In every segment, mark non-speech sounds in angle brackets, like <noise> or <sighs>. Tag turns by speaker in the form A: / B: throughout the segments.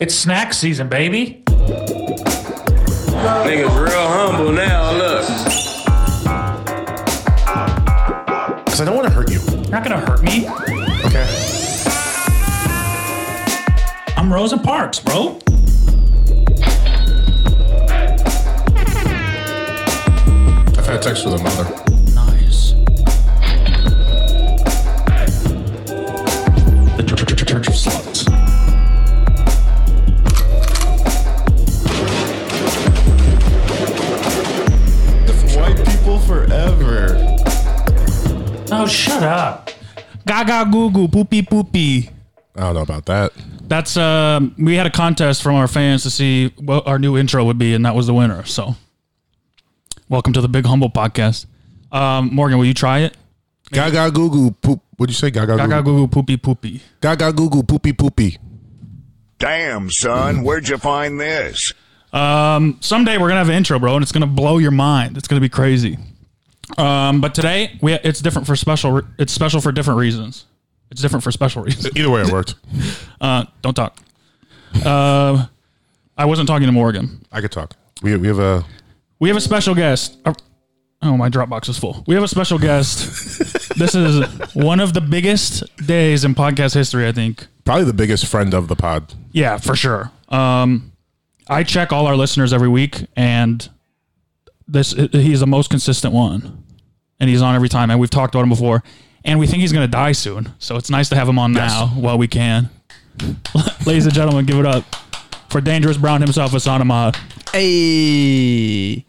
A: It's snack season, baby.
B: Niggas real humble now, look.
C: Because I don't want to hurt you.
A: You're not gonna hurt me.
C: Okay.
A: I'm Rosa Parks, bro.
C: I've had sex with a mother.
A: Nice. The Church, church, church of Sluts.
D: White people forever.
A: No, Oh, shut up.
E: Gaga goo goo poopy poopy.
C: I don't know about that.
E: That's um. We had a contest from our fans to see what our new intro would be, and that was the winner. So, welcome to the Big Humble Podcast. Um, Morgan, will you try it?
C: Gaga goo goo poop. What'd you say? Gaga goo
E: Gaga goo goo poopy poopy.
C: Gaga goo goo poopy poopy.
F: Damn, son, where'd you find this?
E: Um, someday we're gonna have an intro, bro, and it's gonna blow your mind. It's gonna be crazy. Um, but today we it's different for special. re- It's special for different reasons. It's different for special reasons.
C: Either way, it worked.
E: Uh, don't talk. Uh, I wasn't talking to Morgan.
C: I could talk. We, we have a
E: We have a special guest. Uh, Oh, my Dropbox is full. We have a special guest. this is one of the biggest days in podcast history, I think.
C: probably the biggest friend of the pod.
E: Yeah, for sure. Um, I check all our listeners every week, and this he's the most consistent one, and he's on every time. And we've talked about him before, and we think he's going to die soon. So it's nice to have him on now while we can. <laughs> Ladies and gentlemen, give it up for Dangerous Brown himself, Hassan Ahmad.
G: Hey.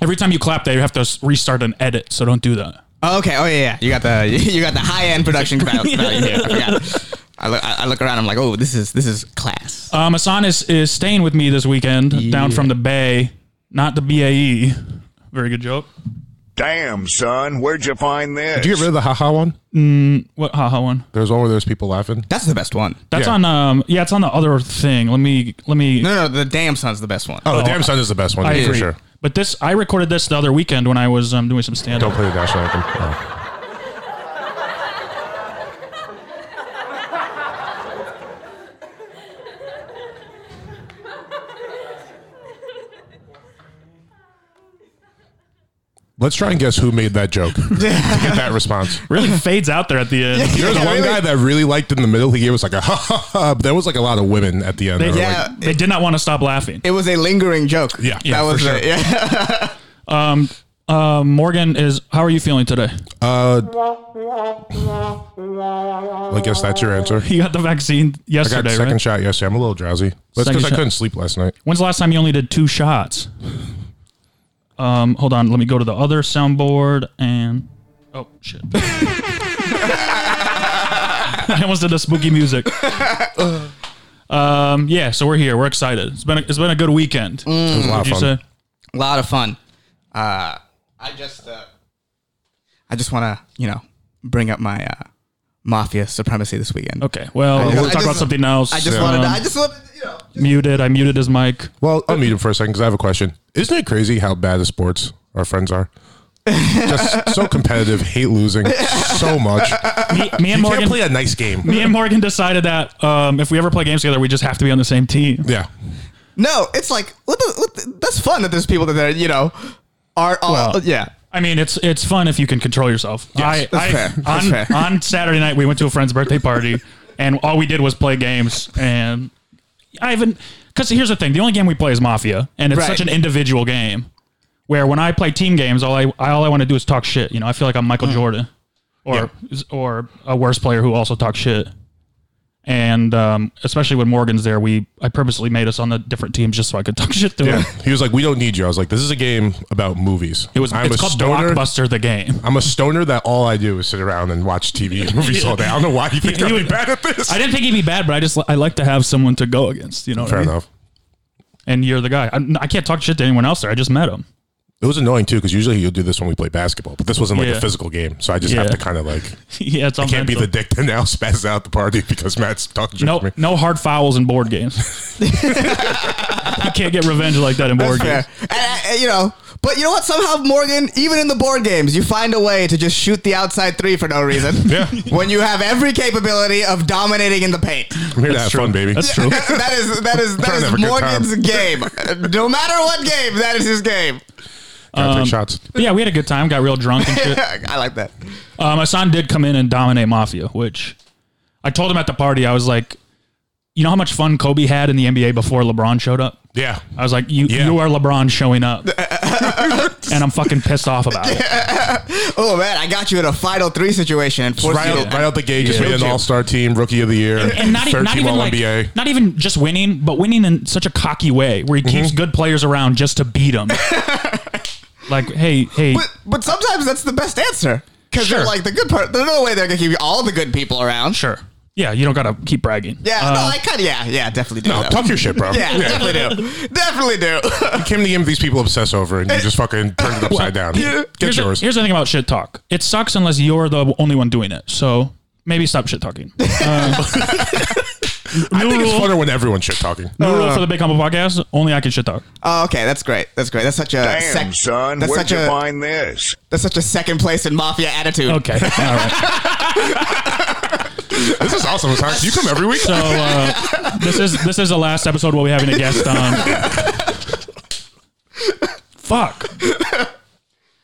E: Every time you clap, there you have to s- restart an edit. So don't do that.
G: Oh, okay. Oh yeah, yeah. You got the <laughs> you got the high end
C: <laughs>
G: production value here. I forgot. I look, I look around. I'm like, oh, this is this is
C: Uh,
G: class.
E: Um, Hassan is, is staying with me this weekend down from the Bay, not the BAE. Very good joke.
F: Damn, son, where'd you find this?
C: Did you get rid of the haha one?
E: What haha one?
C: There's one where there's people laughing.
G: That's the best one.
E: That's
C: Yeah.
E: on um yeah, it's on the other thing. Let me let me
G: No, no, the damn son's the best one.
C: Oh, the damn son is the best one.
E: I
C: yeah,
E: agree.
C: for sure.
E: But this I recorded this the other weekend when I was um doing some stand
C: Don't
E: up.
C: play the national anthem. Oh. Let's try and guess who made that joke to
E: <laughs>
C: get that response.
E: Really <laughs> fades out there at
C: <laughs>
E: the end.
C: There was one guy that really liked in the middle. He gave us like a ha ha ha. But there was like a lot of women at the end.
E: They,
C: that were
G: Yeah.
C: like-
E: they did not want to stop laughing.
G: It was a lingering joke.
C: Yeah, yeah,
G: that was
C: for sure.
G: it. Yeah. <laughs>
E: Um, Morgan is how are you feeling today? <laughs>
C: well, I guess that's your answer.
E: You got the vaccine
C: I got
E: yesterday,
C: second
E: right?
C: shot yesterday. I'm a little drowsy. That's
E: Second
C: because I
E: shot.
C: couldn't sleep last night.
E: When's the last time you only did two shots? Um, hold on, let me go to the other soundboard and oh shit. <laughs> I almost did the spooky music. Um, yeah, so we're here. We're excited. It's been a, it's been a good weekend.
C: It was a
G: Mm.
C: lot
E: Would
C: of
E: you
C: fun.
E: say?
G: A lot of fun. Uh, I just uh, I just want to you know bring up my uh, mafia supremacy this weekend.
E: Okay. Well,
G: just-
E: we'll
G: I
E: talk
G: just-
E: about something else.
G: I just wanted.
E: Um,
G: To, I just wanted. to, You know. just-
E: muted. I muted his mic.
C: Well, I'll mute him for a second because I have a question. Isn't it crazy how bad at sports our friends are? Just so competitive, hate losing so much.
G: <laughs>
E: Me, me and
C: You can't
E: Morgan.
C: play a nice game.
E: Me and Morgan decided that um, if we ever play games together, we just have to be on the same team.
C: Yeah.
G: No, it's like what the, what the, that's fun that there's people that are you know are all
E: Well-
G: yeah.
E: I mean, it's it's fun if you can control yourself. I,
G: that's
E: I-
G: fair. That's
E: on,
G: fair.
E: on Saturday night, we went to a friend's birthday party, and all we did was play games. And I even because here's the thing: the only game we play is Mafia, and it's
G: Right.
E: such an individual game. Where when I play team games, all I, I all I want to do is talk shit. You know, I feel like I'm
G: Mm.
E: Michael Jordan, or or a worse player who also talks shit. And um, especially when Morgan's there, we I purposely made us on the different teams just so I could talk shit to
C: Yeah.
E: him.
C: He was like, We don't need you. I was like, This is a game about movies.
E: It was
C: I'm
E: it's
C: a
E: called
C: stoner.
E: Blockbuster the game.
C: I'm a stoner that all I do is sit around and watch TV
E: <laughs>
C: and movies all day. I don't know why you think
E: He- he
C: I'm
E: would-
C: bad at this.
E: I didn't think he'd be bad, but I just I like to have someone to go against. You know, what I
C: Fair
E: mean?
C: enough.
E: And you're the guy. I, I can't talk shit to anyone else there. I just met him. <laughs>
C: It was annoying too because usually you'll do this when we play basketball, but this wasn't like
E: Yeah.
C: a physical game, so I just have
E: Yeah.
C: to kind of like
E: yeah, it's all
C: can't be
E: mental.
C: the dick that now <laughs> spazzes out the party because Matt's talking shit to
E: no
C: me.
E: no hard fouls in board games.
C: <laughs>
E: you can't get revenge like that in board
G: Fair.
E: games.
G: And, uh, you know, but you know what? Somehow, Morgan, even in the board games, you find a way to just shoot the outside three for no reason.
C: <laughs> Yeah.
G: when you have every capability of dominating in the paint.
C: I'm here to have
E: That's true.
C: fun, baby.
E: That's true.
G: that is that is that
C: Trying to have a
G: is
C: good
G: Morgan's
C: time.
G: game. No matter what game, that is his game.
C: Gotta take shots.
E: But yeah, we had a good time, got real drunk and
C: <laughs>
E: shit.
G: <laughs> I like that.
E: Uh, my son did come in and dominate Mafia, which I told him at the party. I was like, you know how much fun Kobe had in the NBA before LeBron showed up?
C: Yeah,
E: I was like, you,
C: Yeah.
E: you are LeBron showing up.
C: <laughs>
E: and I'm fucking pissed off about it.
G: Oh man, I got you in a final three situation and forced
C: right
G: you
C: out,
G: to-
C: right out the gate, just
E: Yeah.
C: made an All Star team, Rookie of the Year,
E: And not, e-
C: third
E: not
C: team
E: even
C: All
E: like,
C: NBA.
E: not even just winning, but winning in such a cocky way where he
C: Mm-hmm.
E: keeps good players around just to beat
C: <laughs>
E: them. like, hey, hey,
G: But but sometimes that's the best answer because
E: Sure.
G: they're like the good part. There's no way they're gonna keep all the good people around.
E: sure, yeah, you don't gotta keep bragging.
G: Yeah,
E: Uh,
G: no, I kind of yeah, yeah, definitely do.
C: No,
G: though.
C: talk your shit,
E: <laughs>
C: bro. <laughs>
G: yeah, definitely do. Definitely do.
C: You came to the game these people obsess over, and you just fucking turned it upside down. Get
E: Uh, here's, the-
C: yours.
E: here's the thing about shit talk. It sucks unless you're the only one doing it. So maybe stop
C: <laughs>
E: shit talking. Uh,
C: I
E: new
C: think it's
E: rule,
C: funner when everyone's shit talking.
E: new rule for the Big Humble Podcast: only I can shit talk.
G: oh, okay, that's great. That's great. That's such a
F: Damn,
G: sec-
F: son,
G: That's
F: where'd
G: such
F: you
G: a
F: find this?
G: that's such a second place in mafia
C: <laughs>
G: attitude.
E: Okay, all right.
C: This is awesome. Hassan. You come every week.
E: So uh, this is this is the last episode we'll be having a guest on. Fuck.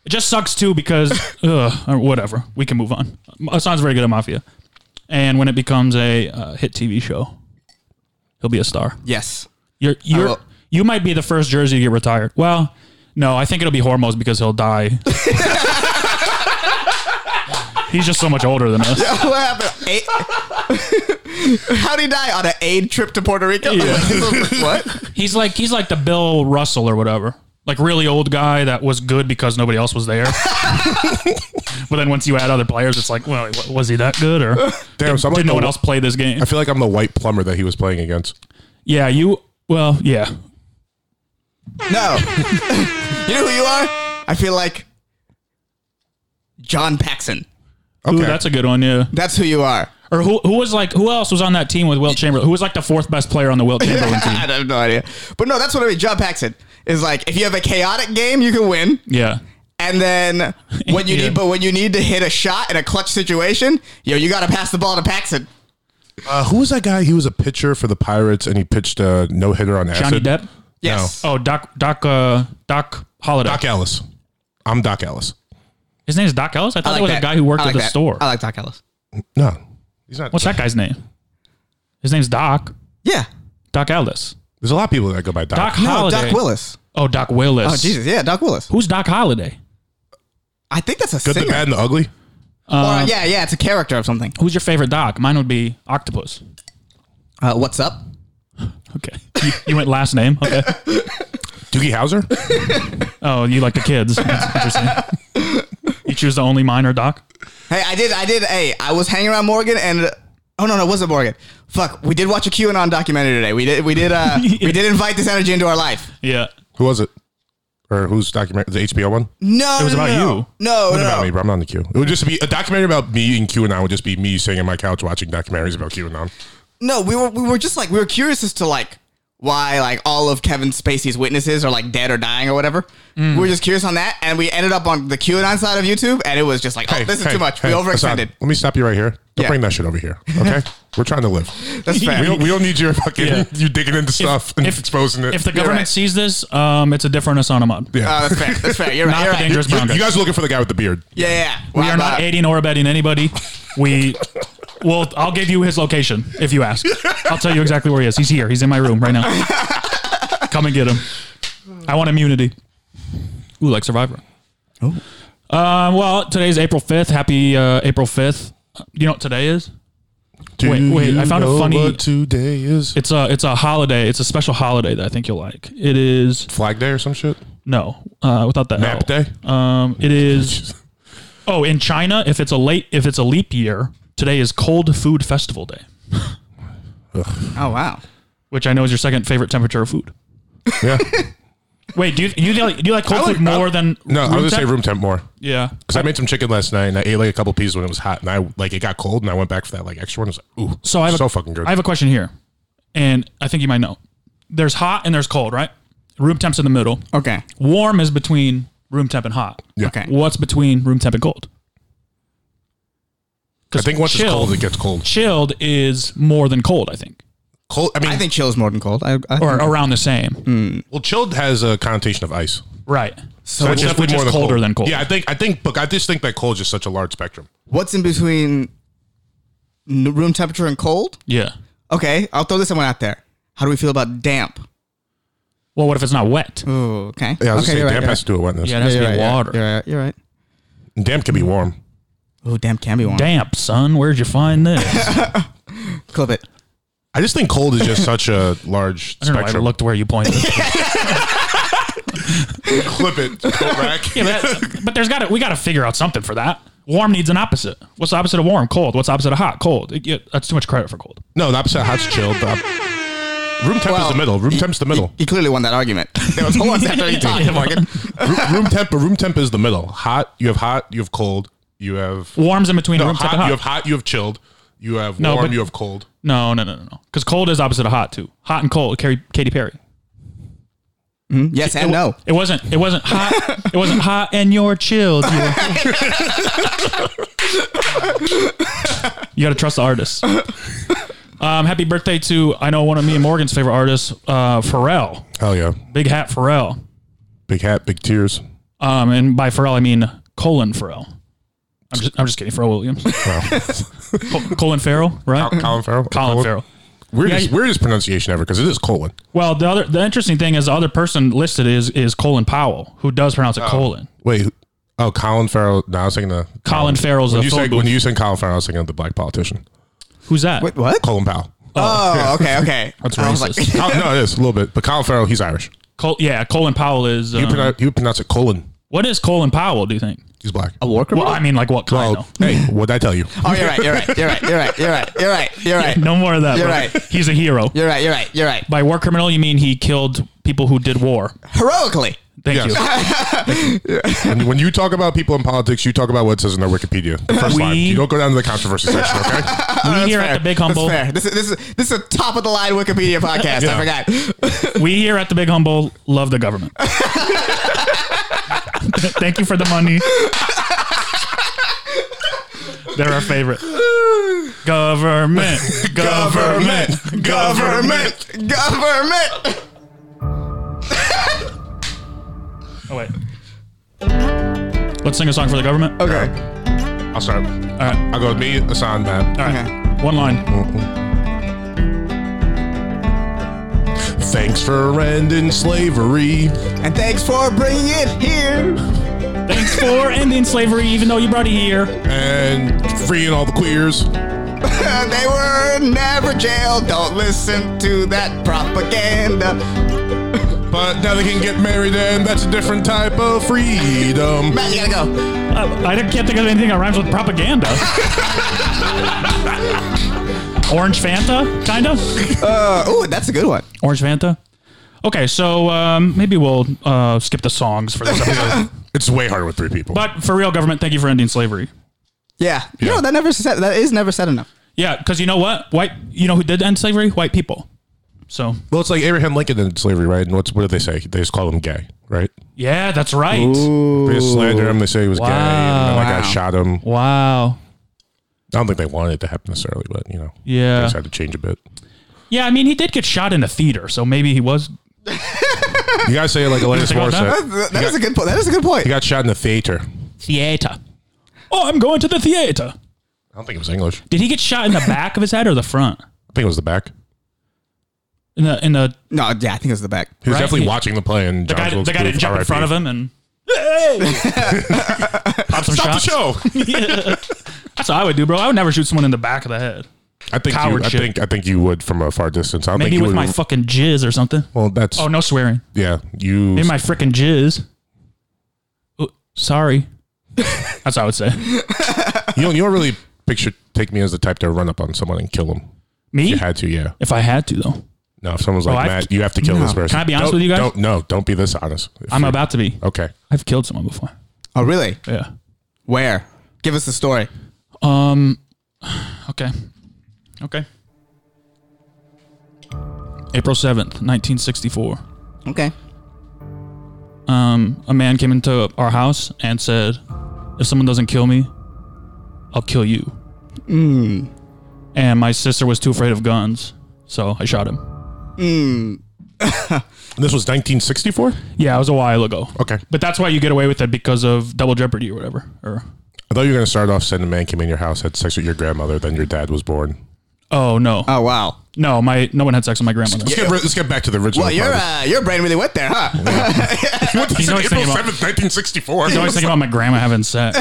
E: It just sucks too because ugh, or whatever. We can move on. Hassan's very good at mafia, and when it becomes a uh, hit TV show, he'll be a star.
G: Yes. <laughs>
E: You're you're
G: will.
E: you might be the first jersey to get retired. Well, no, I think it'll be Hormos because he'll die. He's just so much older than us.
G: what happened? Eight? <laughs> How'd he die on an aid trip to Puerto Rico? <laughs> what?
E: He's like he's like the Bill Russell or whatever. Like really old guy that was good because nobody else was there. <laughs> but then once you add other players, it's like, well, wa- was he that good or
C: <laughs> Damn, so I'm like
E: did no
C: the-
E: one else play this game?
C: I feel like I'm the white plumber that he was playing against.
E: Yeah, you. Well, yeah.
G: No. <laughs> you know who you are? I feel like John Paxson.
E: Ooh,
C: Okay,
E: that's a good one. Yeah.
G: That's who you are.
E: Or who who was like who else was on that team with Wilt Chamberlain? Who was like the fourth best player on the Wilt
C: <laughs>
E: Chamberlain team?
G: I have no idea. But no, that's what I mean. John Paxson is like if you have a chaotic game, you can win.
E: Yeah.
G: And then when
E: <laughs>
G: you
E: Yeah.
G: need, but when you need to hit a shot in a clutch situation, yo, you got to pass the ball to Paxson.
C: uh, who was that guy? He was a pitcher for the Pirates, and he pitched a no hitter on acid.
E: Johnny Depp.
G: Yes.
E: Oh, Doc Doc uh, Doc Holiday.
C: Doc Ellis. I'm Doc Ellis.
E: His name is Doc Ellis. I thought
G: I
E: it was
G: that.
E: a guy who worked
G: I like
E: at the
G: that.
E: store.
G: I like Doc Ellis.
C: No, he's not.
E: What's that guy's name? His name's Doc
G: Yeah.
E: Doc Ellis.
C: There's a lot of people that go by Doc.
E: Doc
G: No,
E: Holiday.
G: Doc Willis.
E: Oh, Doc Willis.
G: Oh Jesus, yeah, Doc Willis.
E: Who's Doc Holiday?
G: I think that's a
C: Good,
G: singer.
C: the bad, and the ugly.
G: Or, yeah, yeah, it's a character of something.
E: Who's your favorite Doc? Mine would be Octopus.
G: Uh, what's up?
E: Okay. You, you went last name.
G: <laughs>
E: Okay.
C: Doogie Howser.
E: Oh, you like the kids. That's interesting. You choose the only minor Doc.
G: Hey, I did, I did. Hey, I was hanging around Morgan and. Oh no, no, it wasn't Morgan. Fuck, we did watch a QAnon documentary today. We did, we
E: <laughs>
G: did, uh, we did invite this energy into our life.
E: Yeah.
C: Who was it? Or whose document? The HBO one?
G: No,
E: It was
G: no,
E: about
G: no.
E: you.
G: No,
C: What
G: no,
C: about
G: no.
C: me, bro? I'm not in the queue. It would just be a documentary about me and QAnon would just be me sitting on my couch watching documentaries about QAnon.
G: Oh, No, we were, we were just like, we were curious as to like why like all of Kevin Spacey's witnesses are like dead or dying or whatever. We were just curious on that, and we ended up on the QAnon side of YouTube, and it was just like, oh, this is
C: Hey,
G: too much.
C: hey,
G: we
C: Hassan,
G: overextended.
C: let me stop you right here. Don't
G: Yeah.
C: bring that shit over here.
G: <laughs>
C: Okay? We're trying to live.
G: That's fair.
C: We don't, we don't need your fucking
E: Yeah.
C: you digging into stuff and
E: if-
C: exposing it.
E: If the government
G: right.
E: sees this, um, it's a different Asana mod.
C: yeah.
G: Oh, that's fair. That's fair. You're
E: Not
G: right. You're
E: the
G: right.
E: dangerous brown guy.
C: you guys are looking for the guy with the beard.
G: Yeah, yeah.
E: We are not aiding or abetting anybody. We well, I'll give you his location if you ask. I'll tell you exactly where he is. He's here. He's in my room right now. Come and get him. I want immunity. Ooh, like Survivor. Oh. Um, well, today's April fifth. Happy uh, April fifth. You know what today is? Wait, wait, I found a
C: you know
E: funny-
C: What today is
E: It's a it's a holiday. It's a special holiday that I think you'll like. It is
C: Flag Day or some shit?
E: no uh, without that
C: Map Day?
E: Um,
C: <laughs>
E: it is. Oh, in China, if it's a late, if it's a leap year, today is Cold Food Festival Day,
G: Oh wow. Oh,
E: which I know is your second favorite temperature of food.
C: Yeah.
E: Wait, do you, you like do you like
C: <laughs>
E: cold
C: I like-
E: food more
C: I-
E: than
C: No, I was
E: room
C: gonna say
E: temp?
C: room temp more
E: Yeah,
C: because I made some chicken last night and I ate like a couple pieces when it was hot and I like it got cold and I went back for that like extra one. I was like, ooh,
E: So I have
C: so
E: a,
C: fucking good.
E: I have a question here, and I think you might know. There's hot and there's cold, right? Room temp's in the middle.
G: Okay.
E: Warm is between room temp and hot.
C: Yeah.
G: Okay.
E: What's between room temp and cold?
C: I think once it's cold, it gets cold.
E: Chilled is more than cold, I think,
C: Cold. I mean,
G: I think chill is more than cold. I, I
E: or
G: think-
E: around the same.
C: well, chilled has a connotation of ice.
E: Right. So,
C: That's
E: which, is, which is colder than cold.
C: Yeah, I think I think, but I just think that cold is just such a large spectrum.
G: what's in between n- room temperature and cold?
E: Yeah.
G: Okay, I'll throw this one out there. How do we feel about damp?
E: Well, what if it's not wet?
G: Ooh, okay.
C: Yeah, I was gonna
G: okay,
C: say
G: you're right,
C: damp
G: you're
C: has to do with wetness.
E: Yeah, it has
G: right.
E: to be
G: You're right,
E: water.
G: You're right. You're right.
C: And damp can be warm.
G: Ooh, damp can be warm.
E: Damp, son. Where'd you find this?
G: Clip it.
C: I just think cold is
E: <laughs>
C: just such a large
E: I don't know. I
C: spectrum.
E: looked where you pointed.
C: clip
E: <laughs>
C: it, coat rack.
E: Yeah, but, but there's got to we got to figure out something for that. Warm needs an opposite. What's the opposite of warm? Cold. What's the opposite of hot? Cold. It- yeah, that's too much credit for cold.
C: No, the opposite hot's chilled. The op- room temp is the middle. Room temp's the
E: <laughs>
C: middle.
G: He clearly won that argument. <laughs> There was no one's after
E: Yeah,
G: 18.
E: yeah, man.
C: room, room temp, but room temp is the middle. Hot, you have hot, you have cold, you have
E: Warm's in between
C: no,
E: room
C: hot,
E: temp and
C: you have
E: hot.
C: hot, you have chilled, you have
E: No,
C: warm,
E: but-
C: you have cold.
E: no, no, no, no, no. Because cold is opposite of hot too. Hot and cold. Carrie, Katy Perry.
G: Yes and no.
E: It wasn't. It wasn't hot. it wasn't hot and you're chilled. You, got to trust the artist. Um, happy birthday to I know one of me and Morgan's favorite artists, uh, Pharrell.
C: Hell yeah,
E: Big Hat Pharrell.
C: big hat, big tears.
E: Um, and by Pharrell, I mean Colin Pharrell. I'm just, I'm just kidding. Pharrell Williams. <laughs> Col- Colin Farrell, right?
C: <laughs> Colin Farrell.
E: Colin Farrell.
C: Weirdest,
E: Yeah.
C: weirdest pronunciation ever because it is colon.
E: Well, the other the interesting thing is the other person listed is is Colin Powell, who does pronounce it Colin.
C: Wait, oh, Colin Farrell. No, I was thinking the
E: Colin Farrell's
C: When
E: a
C: you
E: phone
C: said
E: booth.
C: when you said Colin Farrell, I was thinking of the black politician,
E: Who's that?
G: Wait, what?
C: Colin Powell.
G: Oh, okay, okay.
E: That's
G: I was
E: racist.
G: like-
C: Col- no, it is a little bit, but Colin Farrell, he's Irish.
E: Col- yeah, Colin Powell is.
C: You
E: um,
C: pronounce, you pronounce it colon.
E: what is Colin Powell? Do you think?
C: He's black.
G: a war
E: Well,
G: criminal?
E: Oh, I mean, like what kind?
C: Oh,
E: though?
C: hey, what'd I tell you?
G: oh, you're right, you're right, you're right, you're right, you're right, you're right, you're right.
E: No more of that.
G: You're
E: bro.
G: right.
E: He's a hero.
G: You're right, you're right, you're right.
E: By war criminal, you mean he killed people who did war.
G: Heroically.
E: Thank
C: Yes.
G: <laughs>
E: you.
C: When, when you talk about people in politics, you talk about what it says in their Wikipedia. The first
E: We-
C: line. You don't go down to the controversy section, okay?
E: we here at the Big Humble.
G: That's fair. This is, this is, this is a top of the line Wikipedia podcast.
C: Yeah.
G: I
E: <laughs>
G: forgot.
E: We here at the Big Humble love the
G: <laughs>
E: government. <laughs> Thank you for the money. They're our favorite.
G: <laughs>
E: Government, government, government.
G: Government.
E: Oh wait. Let's sing a song for the government. All
G: Okay.
C: I'll start.
E: right,
C: I'll go with me, Hassan, Matt.
E: all right. One line.
C: Thanks for ending slavery.
G: And thanks for bringing it here. <laughs>
E: Thanks for ending slavery, even though you brought it here.
C: and freeing all the queers.
G: they were never jailed. Don't listen to that propaganda.
C: But now they can get married, and that's a different type of
E: <laughs>
C: freedom.
G: Matt, you gotta go.
E: I, I can't think of anything that rhymes with propaganda. Orange Fanta, kind of.
G: Uh, ooh, that's a good one.
E: Orange Vanta. Okay, so um, maybe we'll uh, skip the songs for this episode.
C: It's way harder with three people.
E: but for real, government, thank you for ending slavery.
G: Yeah. You
C: Yeah.
G: know, that never said, that is never said enough.
E: Yeah, because you know what? White, you know who did end slavery? White people. So
C: well, it's like Abraham Lincoln in slavery, right? And what's what did they say? They just called him gay, right?
E: yeah, that's right.
C: They just slandered him. They say he was gay, and then that guy
G: Wow.
C: shot him. I
E: Wow.
C: don't think they wanted it to happen necessarily, but you know,
E: Yeah.
C: they just had to change a bit.
E: Yeah, I mean he did get shot in a theater, so maybe he was.
C: You guys say it like Alanis
E: think about
C: Morissette.
G: That- that is a good point. That is a good point.
C: He got shot in the theater.
E: Theater. Oh, I'm going to the theater.
C: I don't think it was English.
E: Did he get shot in the back of his head or the front?
C: I think it was the back.
E: In the in the
G: <laughs> No, yeah, I think it was the back.
C: He was
E: Right.
C: definitely watching the play, and
E: the guy, the guy didn't jump in front of him <laughs> and pop some
C: Stop
E: shots.
C: the
E: <laughs>
C: show.
E: That's what I would do, bro. I would never shoot someone in the back of the head.
C: I think you,
E: Coward
C: I
E: shit.
C: think I think you would from a far distance. I don't think
E: Maybe
C: you
E: with
C: would,
E: my fucking jizz or something.
C: Well, that's
E: Oh, no swearing.
C: yeah. You
E: Maybe my freaking jizz. Oh, sorry. That's what I would say.
C: <laughs> you don't, you don't really picture take me as the type to run up on someone and kill him.
E: Me?
C: You had to, yeah.
E: if I had to, though.
C: No, if someone's
E: Oh,
C: like,
E: I've-
C: Matt, you have to kill
G: No.
C: this person.
E: Can I be honest
C: Don't-
E: with you guys?
C: Don't, no, don't be this honest. If
E: I'm
C: you're-
E: about to be.
C: Okay.
E: I've killed someone before.
G: <laughs> Oh, really?
E: Yeah.
G: Where? Give us the story.
E: Um. Okay. Okay. April seventh, nineteen sixty-four.
G: Okay.
E: Um, a man came into our house and said, "If someone doesn't kill me, I'll kill you."
C: Mm.
E: And my sister was too afraid of guns, so I shot him.
C: And this was 1964?
E: Yeah, it was a while ago.
C: Okay.
E: But that's why you get away with it because of double jeopardy or whatever. Or
C: I thought you were going to start off saying a man came in your house, had sex with your grandmother, then your dad was born.
E: oh no,
C: Uh,
G: Oh wow.
E: no, my no one had sex with my grandmother.
C: Let's, get, ri- let's get back to the original.
G: Well, your
C: part.
G: uh, your brain really went there, huh?
C: <laughs> What the
E: He's
C: heck?
E: always
C: April
E: thinking about-
C: 7th, 1964.
E: I always thinking about my grandma
C: <laughs>
E: having sex.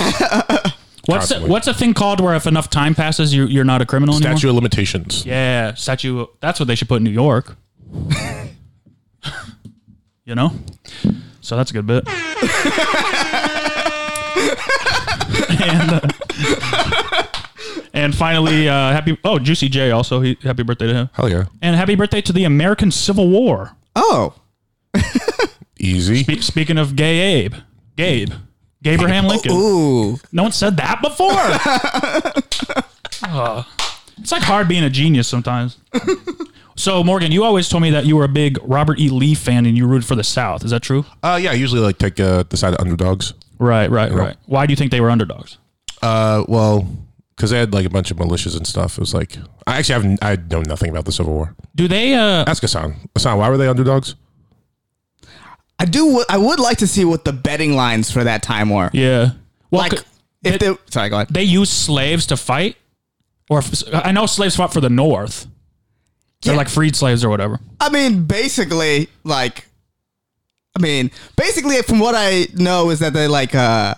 E: What's a,
C: Constantly.
E: what's a thing called where if enough time passes, you you're not a criminal
C: Statue
E: anymore?
C: of limitations.
E: Yeah, statue. That's what they should put in New York. you know, so that's a good bit. <laughs> and, uh, and finally, uh, happy oh Juicy J also he, happy birthday to him
C: Hell yeah.
E: and happy birthday to the American Civil War.
G: <laughs> oh,
C: Easy.
E: Be- speaking of gay Abe, Gabe, Gabraham Lincoln.
G: ooh,
E: No one said that before. <laughs> Ugh. it's like hard being a genius sometimes. so Morgan, you always told me that you were a big Robert E. Lee fan and you rooted for the South. Is that true?
C: Uh, yeah, I usually like take uh, the side of underdogs.
E: Right, right, right. Why do you think they were underdogs?
C: Uh, well, because they had like a bunch of militias and stuff. It was like I actually haven't. I know nothing about the Civil War.
E: Do they? Uh,
C: Ask Hassan. Hassan, why were they underdogs?
G: I do. W- I would like to see what the betting lines for that time were.
E: yeah. Well,
G: Like,
E: c-
G: if they, sorry, go ahead.
E: they used slaves to fight, or if, I know slaves fought for the North. They're
G: Yeah.
E: like freed slaves or whatever.
G: I mean, basically, like, I mean, basically, from what I know is that they like uh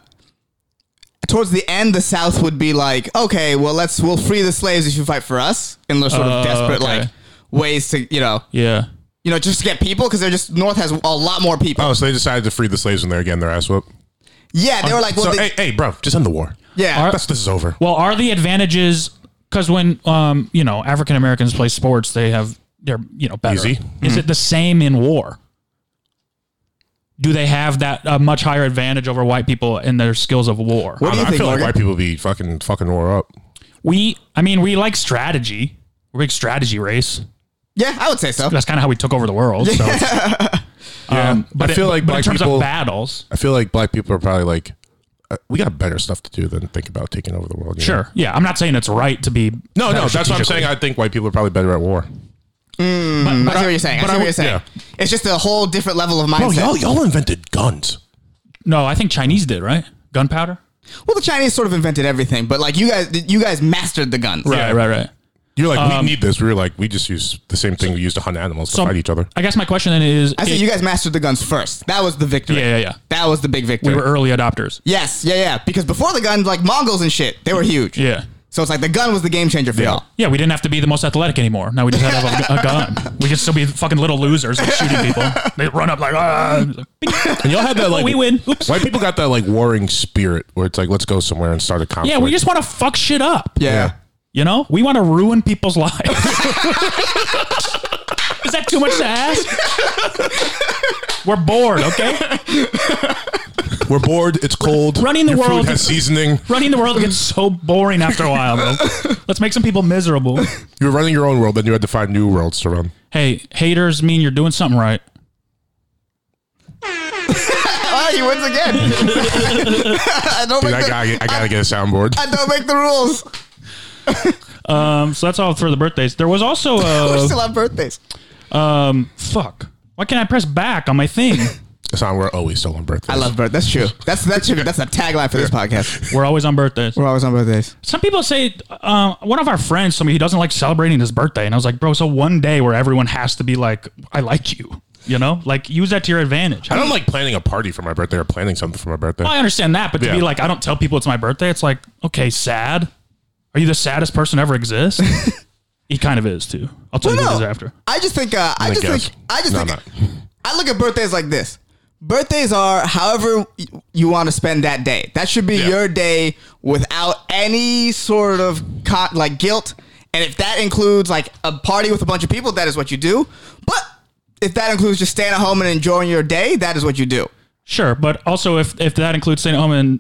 G: towards the end, the South would be like, okay, well, let's we'll free the slaves if you fight for us, in the sort
E: Oh,
G: of desperate
E: okay.
G: like ways to you know
E: Yeah.
G: you know just to get people because they're just North has a lot more people.
C: Oh, so they decided to free the slaves when they were getting their ass whooped.
G: Yeah, they were like, well,
C: so,
G: they-
C: hey, hey, bro, just end the war.
G: yeah,
E: Are-
C: That's this is over.
E: Well, are the advantages because when um you know African Americans play sports, they have they're you know better.
C: Easy.
E: Is it the same in war? Do they have that uh, much higher advantage over white people in their skills of war?
G: What do
C: I,
G: you
C: I
G: think,
C: feel like
G: Morgan?
C: white people be fucking fucking war up.
E: We, I mean, we like strategy. We're a big strategy race.
G: yeah, I would say so.
E: That's kind of how we took over the world.
G: <laughs>
E: So, um, but
C: I
E: it-
C: feel like
E: but in
C: black
E: terms
C: people-
E: of battles,
C: I feel like black people are probably like, uh, we got better stuff to do than think about taking over the world. you know?
E: sure, yeah. I'm not saying it's right to be.
C: No, no,
E: better
C: that's what I'm
E: strategically.
C: saying. I think white people are probably better at war.
G: I see what you're saying. I see what you're saying. It's just a whole different level of mindset.
C: y'all invented guns.
E: No, I think Chinese did right. Gunpowder.
G: Well, the Chinese sort of invented everything, but like you guys, you guys mastered the guns.
E: Yeah, right, right.
C: You're like,
E: Um,
C: we need this. We were like, we just use the same thing we use to hunt animals to
E: So
C: fight each other.
E: I guess my question then is:
G: I said
E: it-
G: you guys mastered the guns first. That was the victory.
E: Yeah, yeah, yeah.
G: That was the big victory.
E: we were early adopters.
G: yes, yeah, yeah. Because before the guns, like Mongols and shit, they were huge.
E: Yeah.
G: So it's like the gun was the game changer for y'all.
E: Yeah, we didn't have to be the most athletic anymore. Now we just had to have a, a gun. We could still be fucking little losers like shooting people.
C: <laughs>
E: They run up like, ah.
C: And y'all had that like
E: we win. Oops.
C: White people got that like warring spirit where it's like, let's go somewhere and start a conflict.
E: Yeah, we just want to fuck shit up.
G: Yeah.
E: You know, we want to ruin people's lives. <laughs> Is that too much to ask? We're bored, okay?
C: we're bored. It's cold.
E: Running the
C: Your
E: world-
C: food has seasoning.
E: Running the world gets so boring after a while, bro. Let's make some people miserable.
C: You were running your own world, then you had to find new worlds to run.
E: Hey, haters mean you're doing something right.
G: Ah, he wins
E: <laughs>
G: again. <laughs> I don't
C: Dude,
G: make
C: I
G: the,
C: gotta, get- I gotta get a soundboard.
G: <laughs> I don't make the rules.
E: Um, so that's all for the birthdays. There was also
G: <laughs> We're still
E: a
G: on birthdays.
E: um, fuck. Why can't I press back on my
G: <laughs>
E: thing?
C: Hassan, we're always still on birthdays.
G: I love birthdays. That's true. That's that's true. That's a tagline for this podcast.
E: We're always on birthdays.
G: We're always on birthdays.
E: Some people say um, one of our friends told me he doesn't like celebrating his birthday, and I was like, bro, so one day where everyone has to be like, I like you, you know, like use that to your advantage.
C: I
E: I,
C: don't like planning a party for my birthday or planning something for my birthday.
E: I understand that, but to be
C: Yeah.
E: like, I don't tell people it's my birthday. It's like, okay, sad. Are you the saddest person to ever
G: <laughs>
E: exist? he kind of is too. I'll tell you who
G: Well,
E: it is
G: no.
E: after.
G: I just think. Uh, I
C: I
G: just
C: guess.
G: think. I just
C: No,
G: think.
C: I'm not.
G: I look at birthdays like this. Birthdays are however y- you want to spend that day. That should be
C: Yeah.
G: your day without any sort of co- like guilt, And if that includes like a party with a bunch of people, that is what you do. But if that includes just staying at home and enjoying your day, that is what you do.
E: Sure, but also if if that includes staying at home and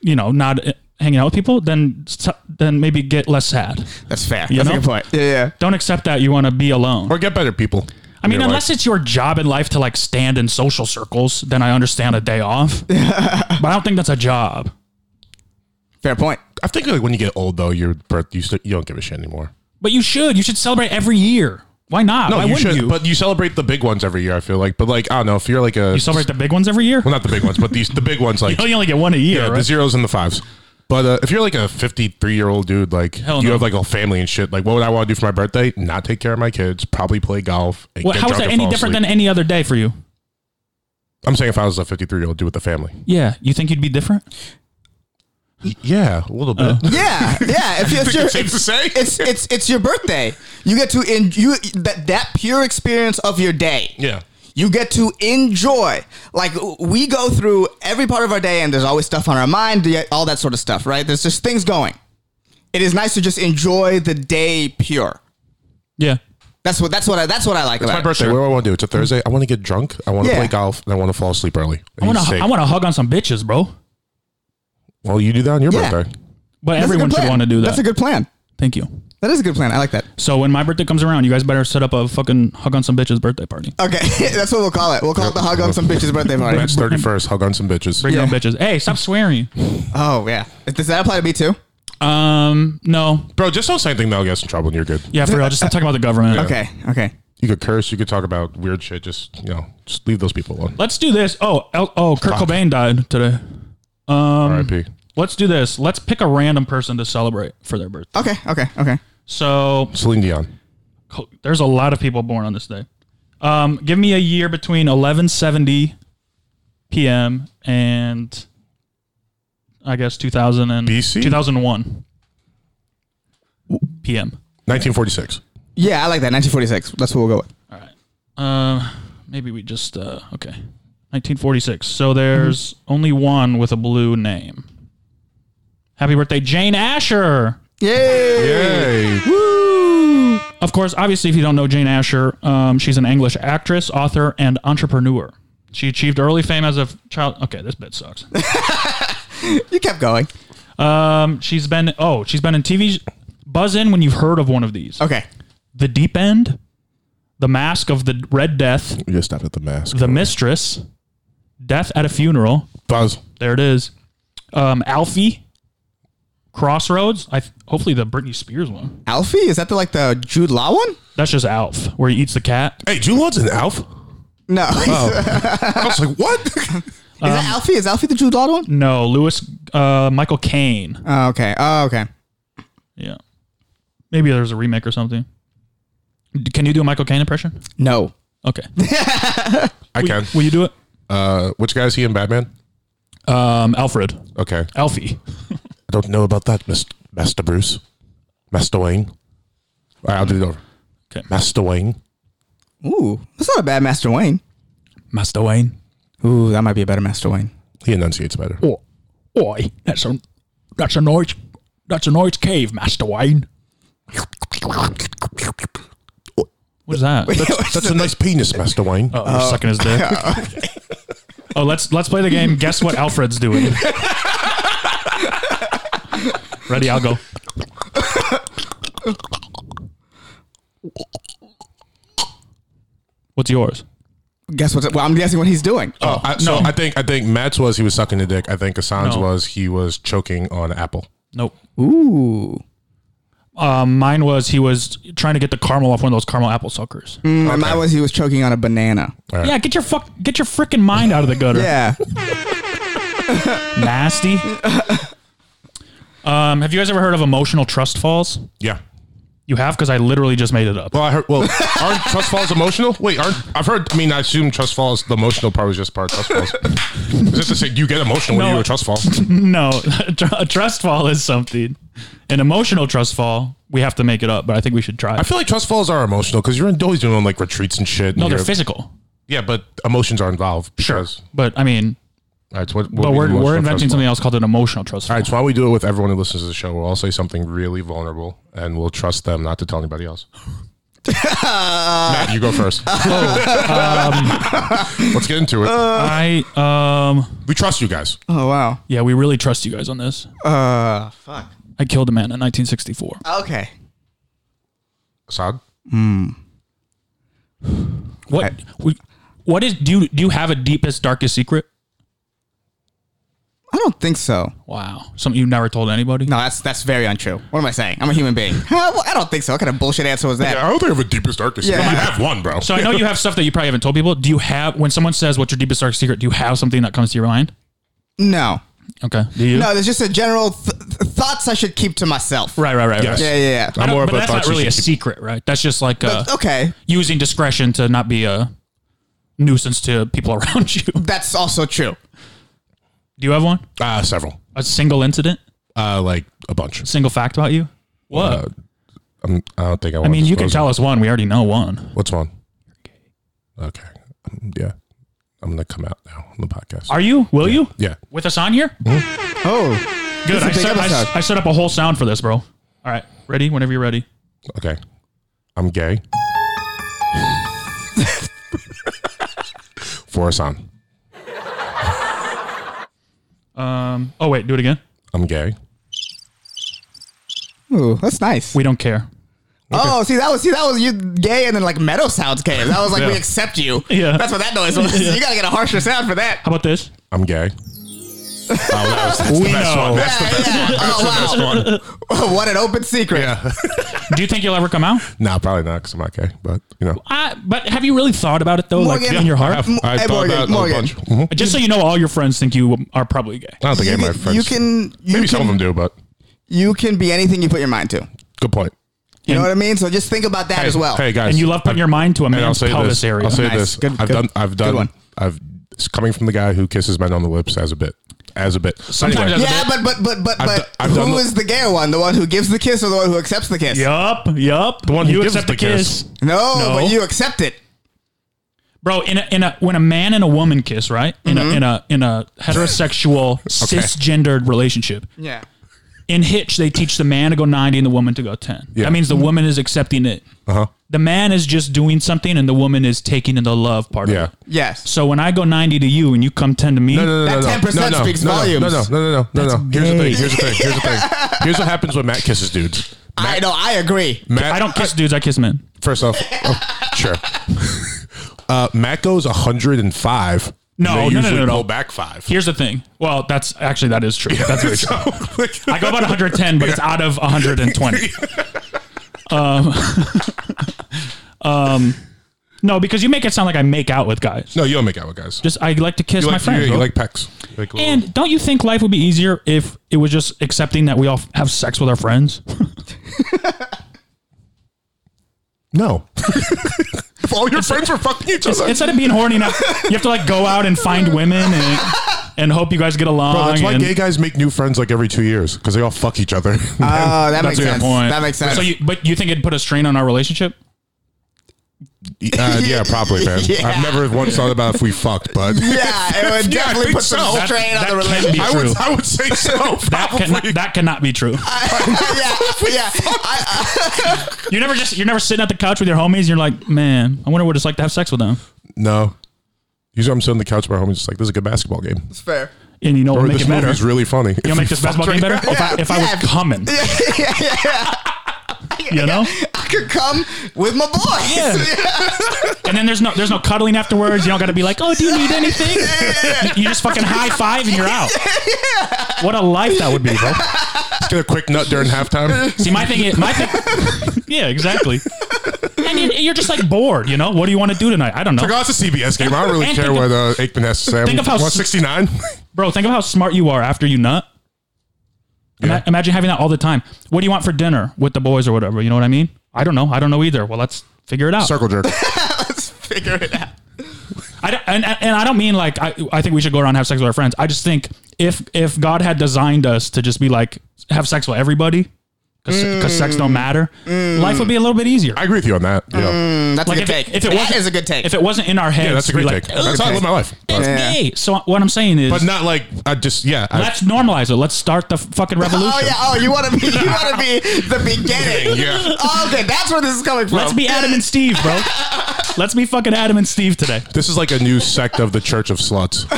E: you know not uh, hanging out with people, then s- then maybe get less sad.
G: That's fair.
E: You
G: That's
E: know?
G: a good point. Yeah, yeah.
E: Don't accept that you want to be alone.
C: Or get better people.
E: I mean, unless it's your job in life to like stand in social circles, then I understand a day
C: <laughs>
E: off. but I don't think that's a job.
G: Fair point.
C: I think like when you get old though, your birth you st- you don't give a shit anymore.
E: But you should. You should celebrate every year. Why not?
C: No,
E: Why
C: you
E: wouldn't
C: should.
E: you?
C: But you celebrate the big ones every year. I feel like, but like I don't know if you're like a
E: you celebrate the big ones every year.
C: well, not the big ones, but these the big ones like
E: <laughs> You only get one a year.
C: yeah,
E: right?
C: the zeros and the fives. But uh, if you're like a 53 year old dude, like
E: Hell
C: you
E: no.
C: have like a family and shit, like what would I want to do for my birthday? Not take care of my kids, probably play golf. And
E: Well,
C: get
E: how is
C: drunk and
E: that any
C: fall
E: different
C: asleep.
E: than any other day for you?
C: I'm saying if I was a 53 year old dude with a family?
E: Yeah, you think you'd be different?
C: Y- yeah, a little bit.
E: Uh.
C: <laughs>
G: Yeah, yeah. If
C: think
G: it's your,
C: it's safe to
G: it's,
C: say?
G: it's it's it's your birthday. You get to en- you that that pure experience of your day.
C: yeah.
G: You get to enjoy. Like w- we go through every part of our day, and there's always stuff on our mind, yeah, all that sort of stuff, right? There's just things going. It is nice to just enjoy the day pure.
E: Yeah.
G: That's what that's what I that's what I like
C: It's
G: about
C: my birthday. What do I want to do? It's a Thursday. I want to get drunk. I want to
G: Yeah.
C: play golf, and I want to fall asleep early.
E: I
C: And
E: want
C: he's
E: to.
C: safe.
E: I want to hug on some bitches, bro.
C: Well, you do that on your
G: Yeah.
C: birthday.
E: But
G: it. That's a good
E: everyone should
G: plan.
E: want to do that.
G: That's a good plan.
E: Thank you.
G: That is a good plan. I like that.
E: So when my birthday comes around, you guys better set up a fucking hug on some bitches birthday party.
G: Okay, <laughs> that's what we'll call it. We'll call it the hug on some bitch's
E: <laughs>
G: birthday party.
C: That's 31st. Hug on some bitches.
E: Bring your own bitches. Hey, stop swearing.
G: Oh yeah, does that apply to me too?
E: Um, no.
C: Bro, just don't say anything that'll get us in trouble and you're good.
E: Yeah, for real. Just stop talking about the government.
G: Okay, okay.
C: You could curse. You could talk about weird shit. Just, you know, just leave those people alone.
E: Let's do this. Oh, El- oh, Kurt
C: Fuck.
E: Cobain died today. Um,
C: RIP.
E: Let's do this. Let's pick a random person to celebrate for their birthday.
G: Okay, okay, okay.
E: So
C: Celine Dion.
E: co- there's a lot of people born on this day. Um, give me a year between 1170 p.m. and I guess 2000 and
C: BC?
E: 2001 p.m.
C: 1946.
G: Yeah, I like that. 1946. That's what we'll go with.
E: Um, maybe we just uh, okay. 1946. So there's only one with a blue name. Happy birthday, Jane Asher.
G: Yay!
C: Yay.
E: Of course, obviously, if you don't know Jane Asher, um, she's an English actress, author, and entrepreneur. She achieved early fame as a f- child. Okay, this bit sucks.
G: You kept going.
E: Um, she's been oh, she's been in TV. Buzz in when you've heard of one of these:
G: Okay.
E: The Deep End, The Mask of the Red Death,
C: You just stopped at the mask.
E: The Mistress, Death at a Funeral,
C: Buzz.
E: There it is. Um, Alfie, Crossroads. I th- hopefully the Britney Spears one.
G: Alfie? Is that the like the Jude Law one?
E: That's just Alf, where he eats the cat.
C: Hey, Jude Law's an elf.
G: No. <laughs>
C: I was like, what?
G: is that Alfie? Is Alfie the Jude Law one?
E: No, Lewis, uh, Michael Caine.
G: Oh, okay. Oh, okay.
E: Yeah, maybe there's a remake or something. D- Can you do a Michael Caine impression?
G: No.
E: <laughs> Okay,
C: I can.
E: will you do it?
C: Uh, which guy is he in Batman?
E: Um, Alfred,
C: Okay. I
E: Alfie.
C: don't know about that, Mis- Master Bruce. Master Wayne. All right, I'll do it over.
E: Okay.
C: Master Wayne.
G: Ooh, that's not a bad Master Wayne.
E: Master Wayne.
G: Ooh, that might be a better Master <laughs> Wayne.
C: He enunciates better.
E: Oh, oi, that's a that's a nice that's a nice cave, Master Wayne. What is that? <laughs>
C: That's a nice penis, Master Wayne.
E: Oh, you're sucking his dick.
G: <laughs>
E: oh, let's let's play the game. Guess what Alfred's doing. Ready? I'll go. What's yours?
G: Guess what? Well, I'm guessing what he's doing.
C: Oh, I, so I think I think Matt's was he was sucking the dick. I think Assange
E: No.
C: was he was choking on an apple.
E: Nope.
G: Ooh.
E: Um, mine was he was trying to get the caramel off one of those caramel apple suckers.
G: Mm, Mine was he was choking on a banana.
E: Yeah, get your fuck, get your freaking mind out of the gutter.
G: Yeah. <laughs>
E: Nasty. um, have you guys ever heard of emotional trust falls?
C: Yeah.
E: You have because I literally just made it up.
C: Well, I heard. Well, aren't trust falls emotional? Wait, aren't I've heard? I mean, I assume trust falls. The emotional part was just part of trust falls. Is this to say you get emotional when
E: No.
C: you do a trust fall?
E: No, <laughs> a tr- a trust fall is something. An emotional trust fall, we have to make it up, but I think we should try.
C: I feel like trust falls are emotional because you're always doing like retreats and shit. and
E: no, they're
C: you're-
E: physical.
C: Yeah, but emotions are involved. Sure.
E: But I mean,
C: That's what.
E: But we're, we're inventing something else called an emotional trust
C: All
E: fund.
C: right, so while we do it with everyone who listens to the show, we'll all say something really vulnerable, and we'll trust them not to tell anybody
E: <laughs>
C: else. Matt, you go first.
E: Oh, um,
C: <laughs> Let's get into it.
E: uh, I um
C: we trust you guys.
G: Oh wow.
E: yeah, we really trust you guys on this.
G: Uh, fuck.
E: I killed a man in 1964.
G: Okay.
C: Assad,
E: What we, what is do you do you have a deepest darkest secret?
G: I don't think so.
E: Wow, something you never told anybody.
G: No, that's that's very untrue. What am I saying? I'm a
E: <laughs>
G: human being. Huh, well, I don't think so. What kind of bullshit answer was that?
C: I don't think I have a deepest darkest.
G: Yeah.
C: Yeah. I have one, bro.
E: So I know you have stuff that you probably haven't told people. Do you have when someone says what's your deepest dark secret? Do you have something that comes to your mind?
G: No.
E: Okay. Do you?
G: No, there's just a general th- th- thoughts I should keep to myself.
E: Right, right, right.
C: Yes.
E: right.
G: Yeah, yeah, yeah.
E: I
C: I'm
E: don't-
C: more of
E: but
C: a
E: that's
C: thought
E: not really
C: you
E: a
C: should
E: secret, right? That's just like uh,
G: Okay.
E: using discretion to not be a nuisance to people <laughs> around you. Do
G: That's also true.
E: you have one?
C: Ah, several.
E: A single incident?
C: Uh, like a bunch.
E: Single fact about you? What?
C: Uh, I'm, I don't think I.
E: I
C: Want
E: mean,
C: to
E: you can
C: disclose
E: tell us one. We already know one.
C: it. What's one? Okay. Um, Yeah, I'm gonna come out now on the podcast.
E: Are you? Will you?
C: yeah. Hmm?
E: With us on here?
G: Oh.
E: Good.
G: a
E: I
G: big
E: set, I,
G: episode.
E: I set up a whole sound for this, bro. All right. Ready? Whenever you're ready.
C: Okay. I'm gay.
G: <laughs>
C: For Assad,
E: Um. Oh, wait. Do it again.
C: I'm gay.
G: Ooh, that's nice.
E: We don't care.
G: Oh, see that was see that was you gay and then like meadow sounds came. That was like we
E: Yeah.
G: accept
C: <laughs>
G: you.
E: Yeah.
G: That's what that noise was. You gotta get a harsher sound for that.
E: How about this?
C: I'm
G: <laughs>
C: gay. oh, that was, that's the best one. Oh, That's the best
G: Yeah, yeah.
C: one. That's
G: <laughs> Oh, wow.
C: the best one.
G: what an open secret.
C: Yeah.
E: Do you think you'll ever come out?
C: nah, probably not because I'm not gay, but you know.
E: <laughs> Uh, but have you really thought about it though, like
G: Morgan-
E: in your heart?
G: M-
C: I
G: hey,
C: thought
G: Morgan,
C: about it a
G: Morgan.
C: bunch. Mhm.
E: Just so you know, all your friends think you are probably gay.
C: I don't think
G: You
C: any of my
G: can-
C: friends.
G: you can- you
C: maybe some of
G: can-
C: them do, but
G: You can be anything you put your mind to. You
C: good point.
E: You
G: know what I mean? So just think about that as well.
C: Hey guys,
E: And you love putting your mind to a
C: And I'll
E: man's
C: say
E: pelvis
C: this.
E: area.
C: I'll say
G: Nice.
C: this.
G: Good-
C: I've
G: good-
C: done. I've done.
G: one.
C: I've it's coming from the guy who kisses men on the lips as a bit, as a bit.
E: Sometimes
C: anyway,
E: that's-
G: yeah, but but but but
C: I've
G: but
C: do- I've done
G: who
C: the-
G: is the gay one? The one who gives the kiss or the one who accepts the kiss?
E: Yup, yup. The
C: one who
E: you
C: gives
E: accept the
C: the
E: kiss.
C: kiss.
G: No,
E: No.
G: but you accept it.
E: bro. In a, in a when a man and a woman kiss, right? In
C: Mm-hmm.
E: a in a in a
C: <laughs>
E: heterosexual cisgendered relationship.
G: Yeah.
E: In Hitch, they teach the man to go ninety and the woman to go ten.
C: Yeah.
E: That means the woman is accepting it.
C: uh-huh.
E: The man is just doing something, and the woman is taking in the love part.
C: Yeah.
E: Of it.
G: Yes.
E: So when I go ninety to you and you come ten to me,
C: No, no, no, no,
G: That
C: no.
G: 10%
C: no, no,
G: speaks
C: no, no,
G: volumes.
C: No, no, no, no, no, no. Here's the thing. Here's the thing. Here's the
G: <laughs>
C: thing. Here's what happens when Matt kisses dudes.
G: I know. I agree.
C: Matt,
E: I don't kiss dudes. I kiss men.
C: First off, oh, sure. <laughs> Uh, Matt goes 105.
E: No,
C: they
E: no, no,
C: usually
E: no, no.
C: Pull back five.
E: Here's the thing. Well, that's actually that is true.
C: <laughs>
E: That's very true.
C: like,
E: I go about 110, but it's out of 120.
C: <laughs>
E: um, um, <laughs> um, no, because you make it sound like I make out with guys.
C: no, you don't make out with guys.
E: Just I like to kiss
C: you
E: my
C: like,
E: friends.
C: You,
E: bro.
C: you like pecs. Like,
E: and don't you think life would be easier if it was just accepting that we all have sex with our friends?
C: <laughs> no. <laughs> if all your friends were fucking each other.
E: Instead of being horny, now, you have to like go out and find women and and hope you guys get along.
C: Bro, that's why
E: and-
C: gay guys make new friends like every two years because they all fuck each
E: <laughs>
C: other.
E: Uh,
G: Oh, that
E: That's
G: makes
E: a good
G: sense.
E: point.
G: That makes sense.
E: So, you, but you think it'd put a strain on our relationship?
C: Uh, <laughs> yeah, probably,
E: <laughs>
C: man. I've never once thought about if we fucked, but
G: <laughs> yeah, it would
C: Yeah, I
G: definitely
C: think
G: put some
C: so. That-
G: strain on the
E: that can
G: relationship.
C: <laughs>
E: be
C: I
E: true.
C: would, I would say so.
E: <laughs> That, can, that cannot be true.
G: <laughs> yeah, yeah. I,
E: You're never just you're never sitting at the couch with your homies. And you're like, man, I wonder what it's like to have sex with them.
C: no. Usually I'm sitting on the couch by home and just like, this is a good basketball game.
G: it's fair.
E: And you know what
C: Or
E: would make
C: this
E: it better?
C: movie's
E: You
C: really funny. If
E: know,
C: we
E: make this
C: fucked
E: basketball game
C: right
E: better
C: now.
E: if I, if I
G: Yeah.
E: was coming. You know,
G: I could come with my boys. <laughs>
E: and then there's no there's no cuddling afterwards. You don't got to be like, oh, do you need anything? You just fucking high five and you're out. What a life that would be,
G: <laughs>
E: bro.
C: Just get a quick nut
E: <laughs>
C: during halftime. <laughs>
E: See, my thing is my thing. <laughs> Yeah, exactly. And you- you're just like bored. You know, what do you want to do tonight? I don't know.
C: Like, oh, it's a CBS game. I don't really
E: And
C: care
E: think
C: what uh, Aikman has to say.
E: think of how-
C: 169?
E: Bro, think of how smart you are after you nut. Ima-
C: Yeah.
E: imagine having that all the time. What do you want for dinner with the boys or whatever? You know what I mean? I don't know. I don't know either. Well, let's figure it
C: <laughs>
E: out.
C: Circle jerk.
G: Let's figure it out.
E: I don't, and, and I don't mean like I, I think we should go around and have sex with our friends. I just think if if God had designed us to just be like have sex with everybody, because sex
G: Mm.
E: don't matter, life would be a little bit easier.
C: I agree with you on that. Yeah.
G: Mm, That's a
E: Like, if
G: good
E: it-
G: take.
E: if it
G: That
E: wasn't-
G: is a good take.
E: If it wasn't in our heads,
C: Yeah, that's a
E: we'd
C: great
E: Mm. like,
C: take. That's how I live my life.
E: It's
G: Yeah.
E: gay. So what I'm saying is,
C: But not like I just yeah. I-
E: let's normalize it. Let's start the fucking revolution.
G: <laughs> Oh yeah! Oh, you want to be you want to <laughs> be the beginning?
C: Yeah.
G: Oh, okay, that's where this is coming from.
E: Let's be Adam and Steve, bro. Let's be fucking Adam and Steve today.
C: This is like a new sect of the Church of Sluts.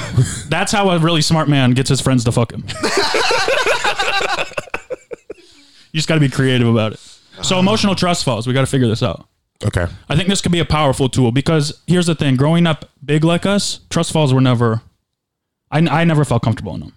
E: That's how a really smart man gets his friends to fuck him. you just got to be creative about it. So emotional trust falls. We got to figure this out.
C: Okay.
E: I think this could be a powerful tool because here's the thing: growing up big like us, trust falls were never. I, I never felt comfortable in them.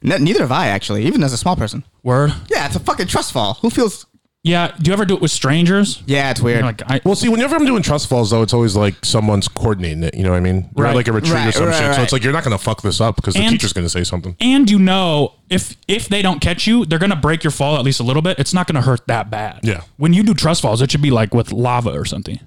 G: Ne- neither have I actually, even as a small person.
E: Word.
G: Yeah, it's a fucking trust fall. Who feels?
E: Yeah. Do you ever do it with strangers?
G: Yeah, it's weird.
E: You're like I,
C: Well, see, whenever I'm doing trust falls, though, it's always like someone's coordinating it. You know what I mean? You're at,
E: Right.
C: like a retreat or
G: Right,
C: some
G: right,
C: shit. So
G: right.
C: it's like you're not going to fuck this up because the
E: And-
C: teacher's going to say something.
E: and you know if if they don't catch you they're gonna break your fall at least a little bit it's not gonna hurt that bad
C: Yeah.
E: when you do trust falls it should be like with lava or something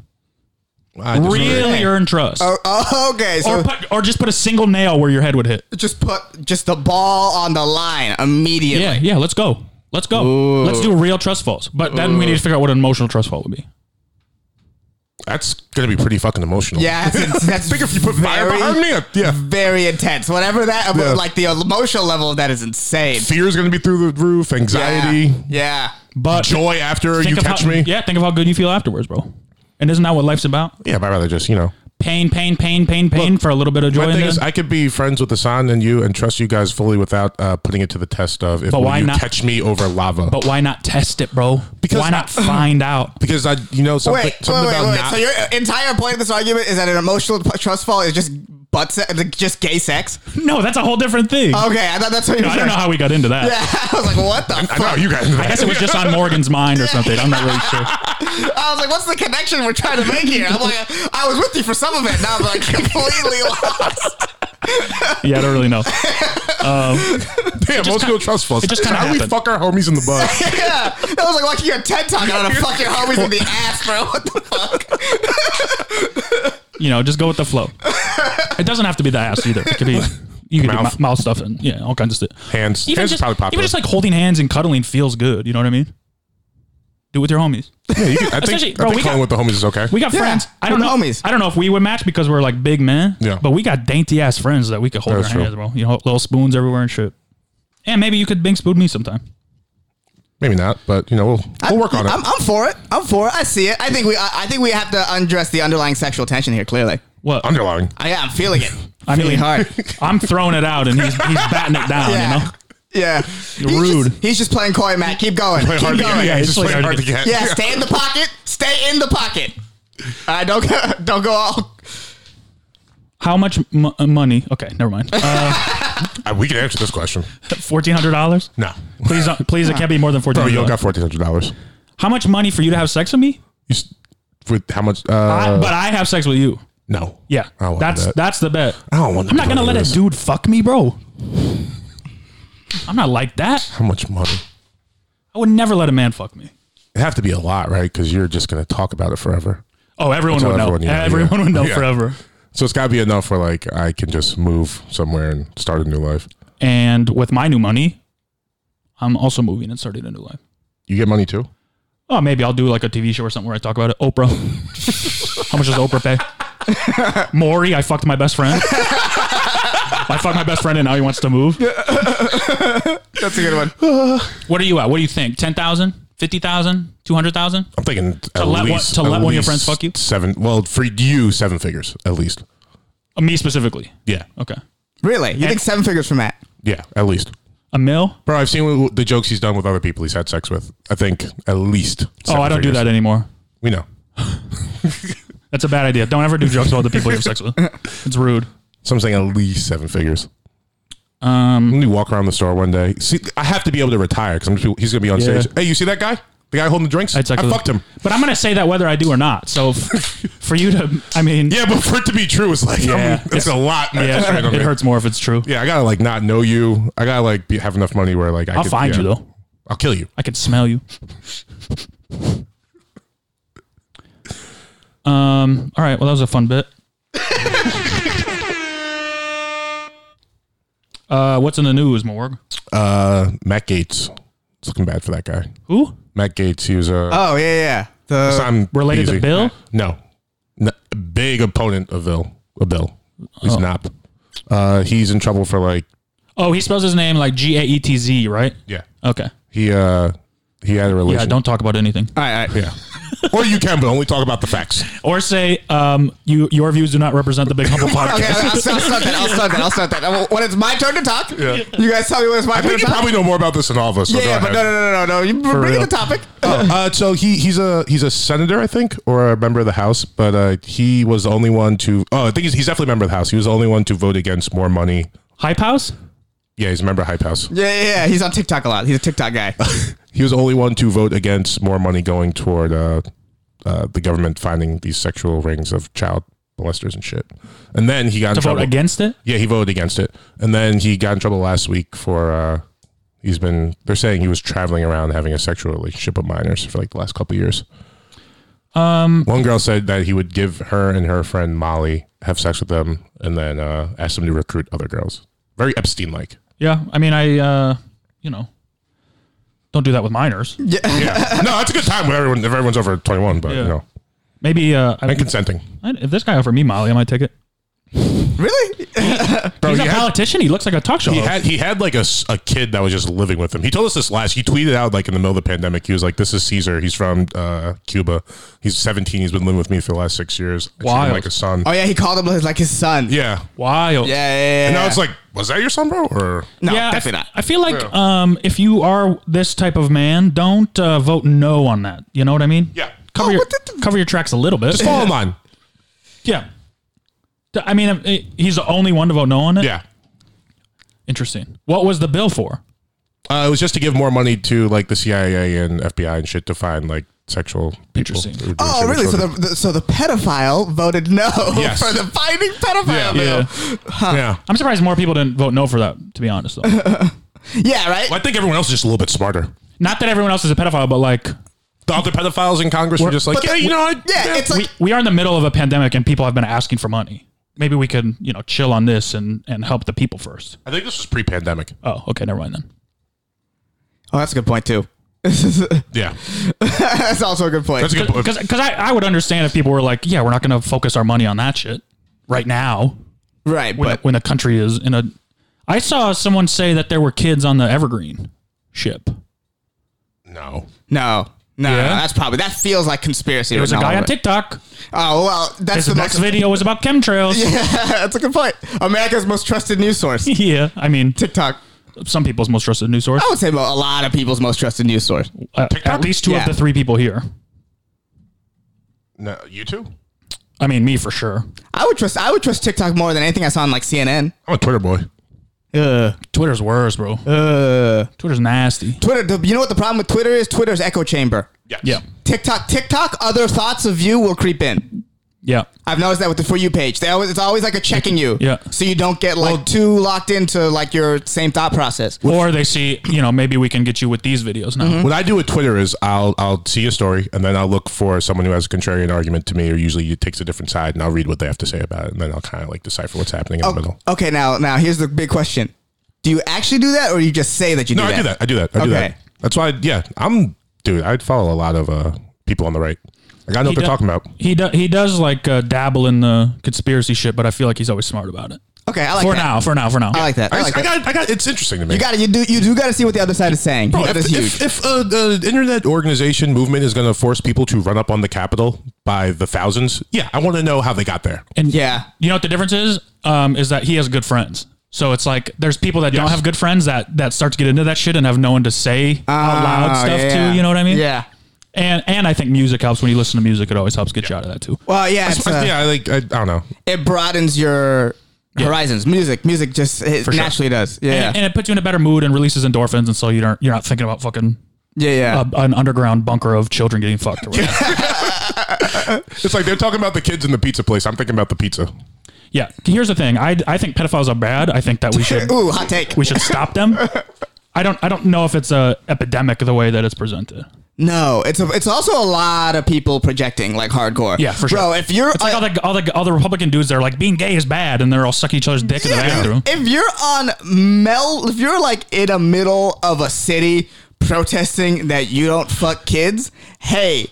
C: I disagree.
E: really earn trust
G: oh, okay, so
E: or put, or just put a single nail where your head would hit
G: just put just the ball on the line immediately.
E: yeah yeah let's go let's go let's do real trust falls but then we need to figure out what an emotional trust fall would be
C: That's going to be pretty fucking emotional.
G: Yeah, that's, <laughs> that's
C: Think if you put fire
G: very,
C: behind me. it- Yeah.
G: very intense. Whatever that,
C: Yeah.
G: like the emotional level of that is insane.
C: Fear's going to be through the roof, anxiety,
G: Yeah.
E: but
C: joy after
E: think
C: you
E: of
C: catch
E: how,
C: me.
E: yeah think of how good you feel afterwards bro and isn't that what life's about
C: Yeah, but I'd rather just, you know.
E: pain pain pain pain pain for a little bit of joy
C: My
E: and
C: thing
E: then,
C: is, I could be friends with Asan and you and trust you guys fully without uh, putting it to the test of if
E: But
C: will
E: why
C: you
E: not?
C: catch me over lava.
E: but why not test it bro
C: Because- uh-huh.
E: why not find out <laughs>
C: because I, you know, something,
G: Wait, wait,
C: something
G: wait,
C: about
G: wait.
C: not.
G: So your entire point of this argument is that an emotional p- trust fall is just butt se- like, just gay sex?
E: no that's a whole different thing
G: Okay, I thought that's what you were
E: I don't know how we got into that
G: <laughs> Yeah, I was like, what the
C: I
G: fuck?
C: know you guys. <laughs>
E: I guess it was just on Morgan's mind or something. I'm not really sure.
G: I was like, what's the connection we're trying to make here? I'm like, I was with you for some of it. Now I'm like completely <laughs> lost.
E: Yeah, I don't really know.
C: Damn, most
E: kinda-
C: people trust falls.
E: it just kinda
C: How do we
E: happened.
C: fuck our homies in the butt?
G: <laughs> yeah. I was like watching your TED talk on how to fuck your homies in the ass, bro. What the fuck?
E: You know, just go with the flow. It doesn't have to be the ass either. It could be you can
C: Mouth.
E: do mou- mouth stuff and yeah, all kinds of stuff.
C: Hands.
E: Even
C: Hands
E: just
C: is probably popular.
E: even just like holding hands and cuddling feels good. You know what I mean? Do it with your homies.
C: yeah, you can, I
E: Especially-
C: think,
E: bro,
C: I
E: we
C: think calling
E: got-
C: with the homies is okay.
E: We got
G: Yeah,
E: friends. I don't
G: with
E: know.
G: homies.
E: I don't know if we would match because we're like big men.
C: Yeah.
E: But we got dainty ass friends that we could hold
C: That's
E: our
C: true.
E: hands, bro. You know, little spoons everywhere and shit. And maybe you could bing spoon me sometime.
C: Maybe not, but you know, we'll, we'll work on it.
G: I'm, I'm for it. I'm for it. I see it. I think we. I, I think we have to undress the underlying sexual tension here. Clearly,
E: What?
C: Underlying.
G: I am feeling <laughs> it.
E: I
G: feeling
E: mean-
G: hard.
E: I'm throwing it out and he's, he's batting it down. You know.
G: Yeah. He's
E: rude.
G: Just, he's just playing coy, Matt. Keep going.
C: Play
G: Keep
C: hard to
G: going.
C: get. <laughs> Yeah,
E: it's
C: just
E: like
C: play hard to get.
G: Yeah, stay in the pocket. Stay in the pocket. Uh, don't go, <laughs> don't go all.
E: How much m- uh, money? Okay, never mind.
C: <laughs> <laughs> Uh, we can answer this question.
E: Fourteen hundred dollars?
C: No.
E: <laughs> Please, don't, please, it can't be more than fourteen
C: Bro, you
E: hundred.
C: don't got $1,400. You,
E: How much money for you to have sex with me?
C: s- with how much? Uh,
E: I, but I have sex with you.
C: no.
E: Yeah,
C: I don't
E: that's
C: want that.
E: that's the bet.
C: I don't want
E: I'm not
C: to
E: gonna
C: do
E: let
C: this.
E: a dude fuck me, bro. I'm not like that.
C: How much money?
E: I would never let a man fuck me.
C: It'd have to be a lot, right? Because you're just going to talk about it forever.
E: Oh, everyone
C: Tell
E: would know.
C: everyone,
E: Everyone,
C: yeah, yeah.
E: would know
C: Yeah.
E: forever.
C: So it's got to be enough where like I can just move somewhere and start a new life.
E: And with my new money, I'm also moving and starting a new life.
C: You get money too?
E: Oh, maybe I'll do like a TV show or something where I talk about it.
C: <laughs>
E: Oprah. How much does Oprah pay? Maury, I fucked my best friend. I fucked my best friend and now he wants
C: <laughs>
E: to move.
G: That's a good one.
E: <sighs> What are you at? What do you think? 10,000? 50,000? 200,000?
C: I'm thinking to
E: let one- to let one of your friends fuck you?
C: Seven. Well, for you, seven figures at least.
E: Uh, Me specifically.
C: Yeah.
E: Okay.
G: Really? You think seven figures for Matt?
C: Yeah, at least.
E: A mil?
C: Bro, I've seen what- the jokes he's done with other people he's had sex with. I think at least.
E: Oh, I don't do that
C: anymore.
E: anymore.
C: We know.
E: That's a bad idea. Don't ever do jokes about the people you have
C: <laughs>
E: sex with. It's rude.
C: So I'm saying at least seven figures.
E: Um,
C: I'm gonna walk around the store one day. See, I have to be able to retire because I'm just, he's gonna be on
E: Yeah.
C: stage. Hey, you see that guy? The guy holding the drinks?
E: I'd
C: I
E: sex with-
C: fucked him.
E: But I'm going to say that whether I do or not. So f- for you to, I mean,
C: Yeah, <laughs> but for it to be true, it's like
E: Yeah.
C: yeah, it's a lot. man. <laughs> It's right
E: yeah
C: on
E: it
C: me.
E: hurts more if it's true.
C: Yeah, I gotta like not know you. I gotta like be, have enough money where like I
E: I'll
C: could-
E: find
C: yeah.
E: you though.
C: I'll kill you.
E: I can smell you. um. All right. Well, that was a fun bit. <laughs> uh, what's in the news, Morg? Uh,
C: Uh, Matt Gates. It's looking bad for that guy.
E: Who?
C: Matt Gates. He was a
G: Oh yeah, yeah. The
C: I'm
E: Related to
C: easy.
E: Bill?
C: No, N- big opponent of Bill. Of Bill, he's not. Uh, he's in trouble for like
E: Oh, he spells his name like G A E T Z, right?
C: yeah.
E: Okay.
C: He uh he had a relation.
E: Yeah, don't talk about anything.
G: all right, all right.
C: Yeah. or you can, but only talk about the facts.
E: Or say, um, you your views do not represent the Big <laughs> Humble
G: Okay,
E: Podcast.
G: I'll, I'll start that. I'll start that. I'll start that. I will- When it's my turn to talk, you guys tell me when it's my
C: I
G: turn
C: think
G: to
C: you
G: talk.
C: probably know more about this than all of us. So
G: yeah, yeah,
C: go
G: but
C: ahead.
G: no, no, no, no, no. You bring
E: real.
G: the topic.
C: Oh, uh, so he he's a he's a senator, I think, or a member of the House. But uh, he was the only one to. Oh, I think he's, he's definitely a member of the House. He was the only one to vote against more money.
E: Hype House?
C: Yeah, he's a member of Hype House.
G: Yeah, yeah, yeah. He's on TikTok a lot. He's a TikTok guy.
C: He was the only one to vote against more money going toward uh, uh, the government finding these sexual rings of child molesters and shit. And then he got
E: To
C: in trouble.
E: vote against it?
C: Yeah, he voted against it, and then he got in trouble last week for. Uh, he's been. They're saying he was traveling around having a sexual relationship with minors for like the last couple of years. Um, one girl said that he would give her and her friend Molly have sex with them, and then uh, ask them to recruit other girls. Very Epstein like.
E: Yeah. I mean, I, uh, you know, don't do that with minors.
C: <laughs> Yeah. no, it's a good time when everyone if everyone's over twenty one, but
E: Yeah.
C: you know,
E: Maybe uh, I,
C: and consenting.
E: I, if this guy offered me Molly, I might take it.
G: really?
C: Bro,
E: He's a
C: he had,
E: politician. He looks like a talk show
C: he
E: host.
C: had he had like a, s- a kid that was just living with him. He told us this last. He tweeted out like in the middle of the pandemic. He was like, "This is Caesar. He's from uh, Cuba. He's 17. He's been living with me for the last six years. I treat him
E: Wild.
C: like a son.
G: Oh yeah, he called him his- like his son. Yeah,
C: yeah.
E: Wild.
G: yeah, yeah.
C: And
G: yeah.
C: now it's like, was that your son, bro?
G: <laughs>
C: Or
G: no,
E: I
G: definitely
E: f-
G: not.
E: I feel like um, if you are this type of man, don't uh, vote no on that. You know what I mean?
C: Yeah.
E: Cover
G: Oh,
E: your
G: what the-
E: cover your tracks a little bit.
C: fall in line.
E: Yeah. D- I mean, uh, he's the only one to vote no on it.
C: Yeah.
E: Interesting. What was the bill for?
C: Uh, it was just to give more money to like the CIA and FBI and shit to find like sexual people.
E: Interesting.
C: who were doing
G: Oh
C: shit with
G: really? So the,
C: children.
G: the so the pedophile voted no <laughs>
C: Yes.
G: for the finding pedophile bill. Yeah.
C: yeah.
E: I'm surprised more people didn't vote no for that. To be honest,
C: <laughs>
E: though,
G: right.
C: Well, I think everyone else is just a little bit smarter.
E: not that everyone else is a pedophile, but like
C: The other pedophiles in Congress were just like,
G: But
C: yeah,
G: the-
C: you know, I,
G: Yeah, it's like
E: we, we are in the middle of a pandemic and people have been asking for money. Maybe we can you know chill on this and and help the people first.
C: I think this was pre-pandemic.
E: Oh, okay, never mind then.
G: oh, that's a good point too.
C: Yeah,
G: <laughs> that's also a good point.
C: that's a good. point.
E: Because I, I would understand if people were like, yeah, we're not going to focus our money on that shit right now
G: right,
E: when,
G: but
E: when the country is in a. I saw someone say that there were kids on the Evergreen ship.
C: No.
G: no. No,
E: Yeah?
G: no, that's probably that feels like conspiracy.
E: There was a
G: written
E: guy
G: all
E: on
G: over it.
E: TikTok.
G: Oh well, that's
E: His
G: the
E: next
G: most. <laughs>
E: video was about <laughs> chemtrails. Yeah.
G: that's a good point. America's most trusted
E: <laughs>
G: news source,
E: I mean,
G: TikTok.
E: some people's most trusted news source.
G: I would say mo- a lot of people's most trusted news source.
E: Uh, at least two
G: Yeah.
E: of the three people here.
C: No, you too?
E: I mean, me for sure.
G: I would trust. I would trust TikTok more than anything I saw on like CNN.
C: I'm a Twitter boy.
G: Ugh.
E: Twitter's worse, bro.
G: uh,
E: Twitter's nasty.
G: Twitter. the- You know what the problem with Twitter is? Twitter's echo chamber.
C: Yes.
E: Yeah.
G: TikTok, TikTok. Other thoughts of you will creep in.
E: Yeah.
G: I've noticed that with the for you page. They always it's always like a checking you.
E: Yeah.
G: So you don't get like too locked into like your same thought process.
E: Or they see, you know, maybe we can get you with these videos now.
C: What I do with Twitter is I'll I'll see a story and then I'll look for someone who has a contrarian argument to me or usually it takes a different side and I'll read what they have to say about it and then I'll kind of like decipher what's happening in the middle.
G: Okay, now now here's the big question. Do you actually do that or you just say that you
C: No,
G: do
C: I
G: that?
C: do that. I do that. I do
G: Okay.
C: that. That's why. yeah, I'm dude. I follow a lot of uh, people on the right. Like I know what
E: He
C: they're
E: do-
C: talking about.
E: He do, he does like uh, dabble in the conspiracy shit, but I feel like he's always smart about it.
G: Okay, I like
E: for
G: that.
E: now, for now, for now.
G: I like that. I
C: I,
G: like
C: I
G: that.
C: got. I got. It's interesting to me.
G: you got to you do you do got to see what the other side is saying.
C: Bro,
G: that
C: if,
G: is huge.
C: if, if uh, the internet organization movement is going to force people to run up on the Capitol by the thousands, yeah, I want to know how they got there.
E: And
G: yeah.
E: you know what the difference is? Um, is that he has good friends. So it's like there's people that don't have good friends that that start to get into that shit and have no one to say out loud
G: Oh,
E: stuff
G: yeah.
E: to. You know what I mean?
G: Yeah.
E: And and I think music helps when you listen to music. It always helps get you out of that too.
G: Well, yeah, it's, uh,
C: yeah, like I, I don't know.
G: it broadens your horizons. Music, music just it
E: sure.
G: naturally does. Yeah,
E: And, and it puts you in a better mood and releases endorphins, and so you don't you're not thinking about fucking
G: yeah, yeah.
E: a, an underground bunker of children getting fucked. Or whatever.
C: It's like they're talking about the kids in the pizza place. I'm thinking about the pizza.
E: yeah. Here's the thing. I I think pedophiles are bad. I think that
G: <laughs>
E: we should
G: Ooh, hot take.
E: we should stop them. I don't I don't know if it's a epidemic the way that it's presented.
G: No, it's a, it's also a lot of people projecting like hardcore.
E: Yeah, for sure.
G: Bro, if you're
E: It's like all the all the all the Republican dudes that are like being gay is bad, and they're all sucking each other's dick in the bathroom.
G: if you're on Mel, if you're like in the middle of a city protesting that you don't fuck kids, hey,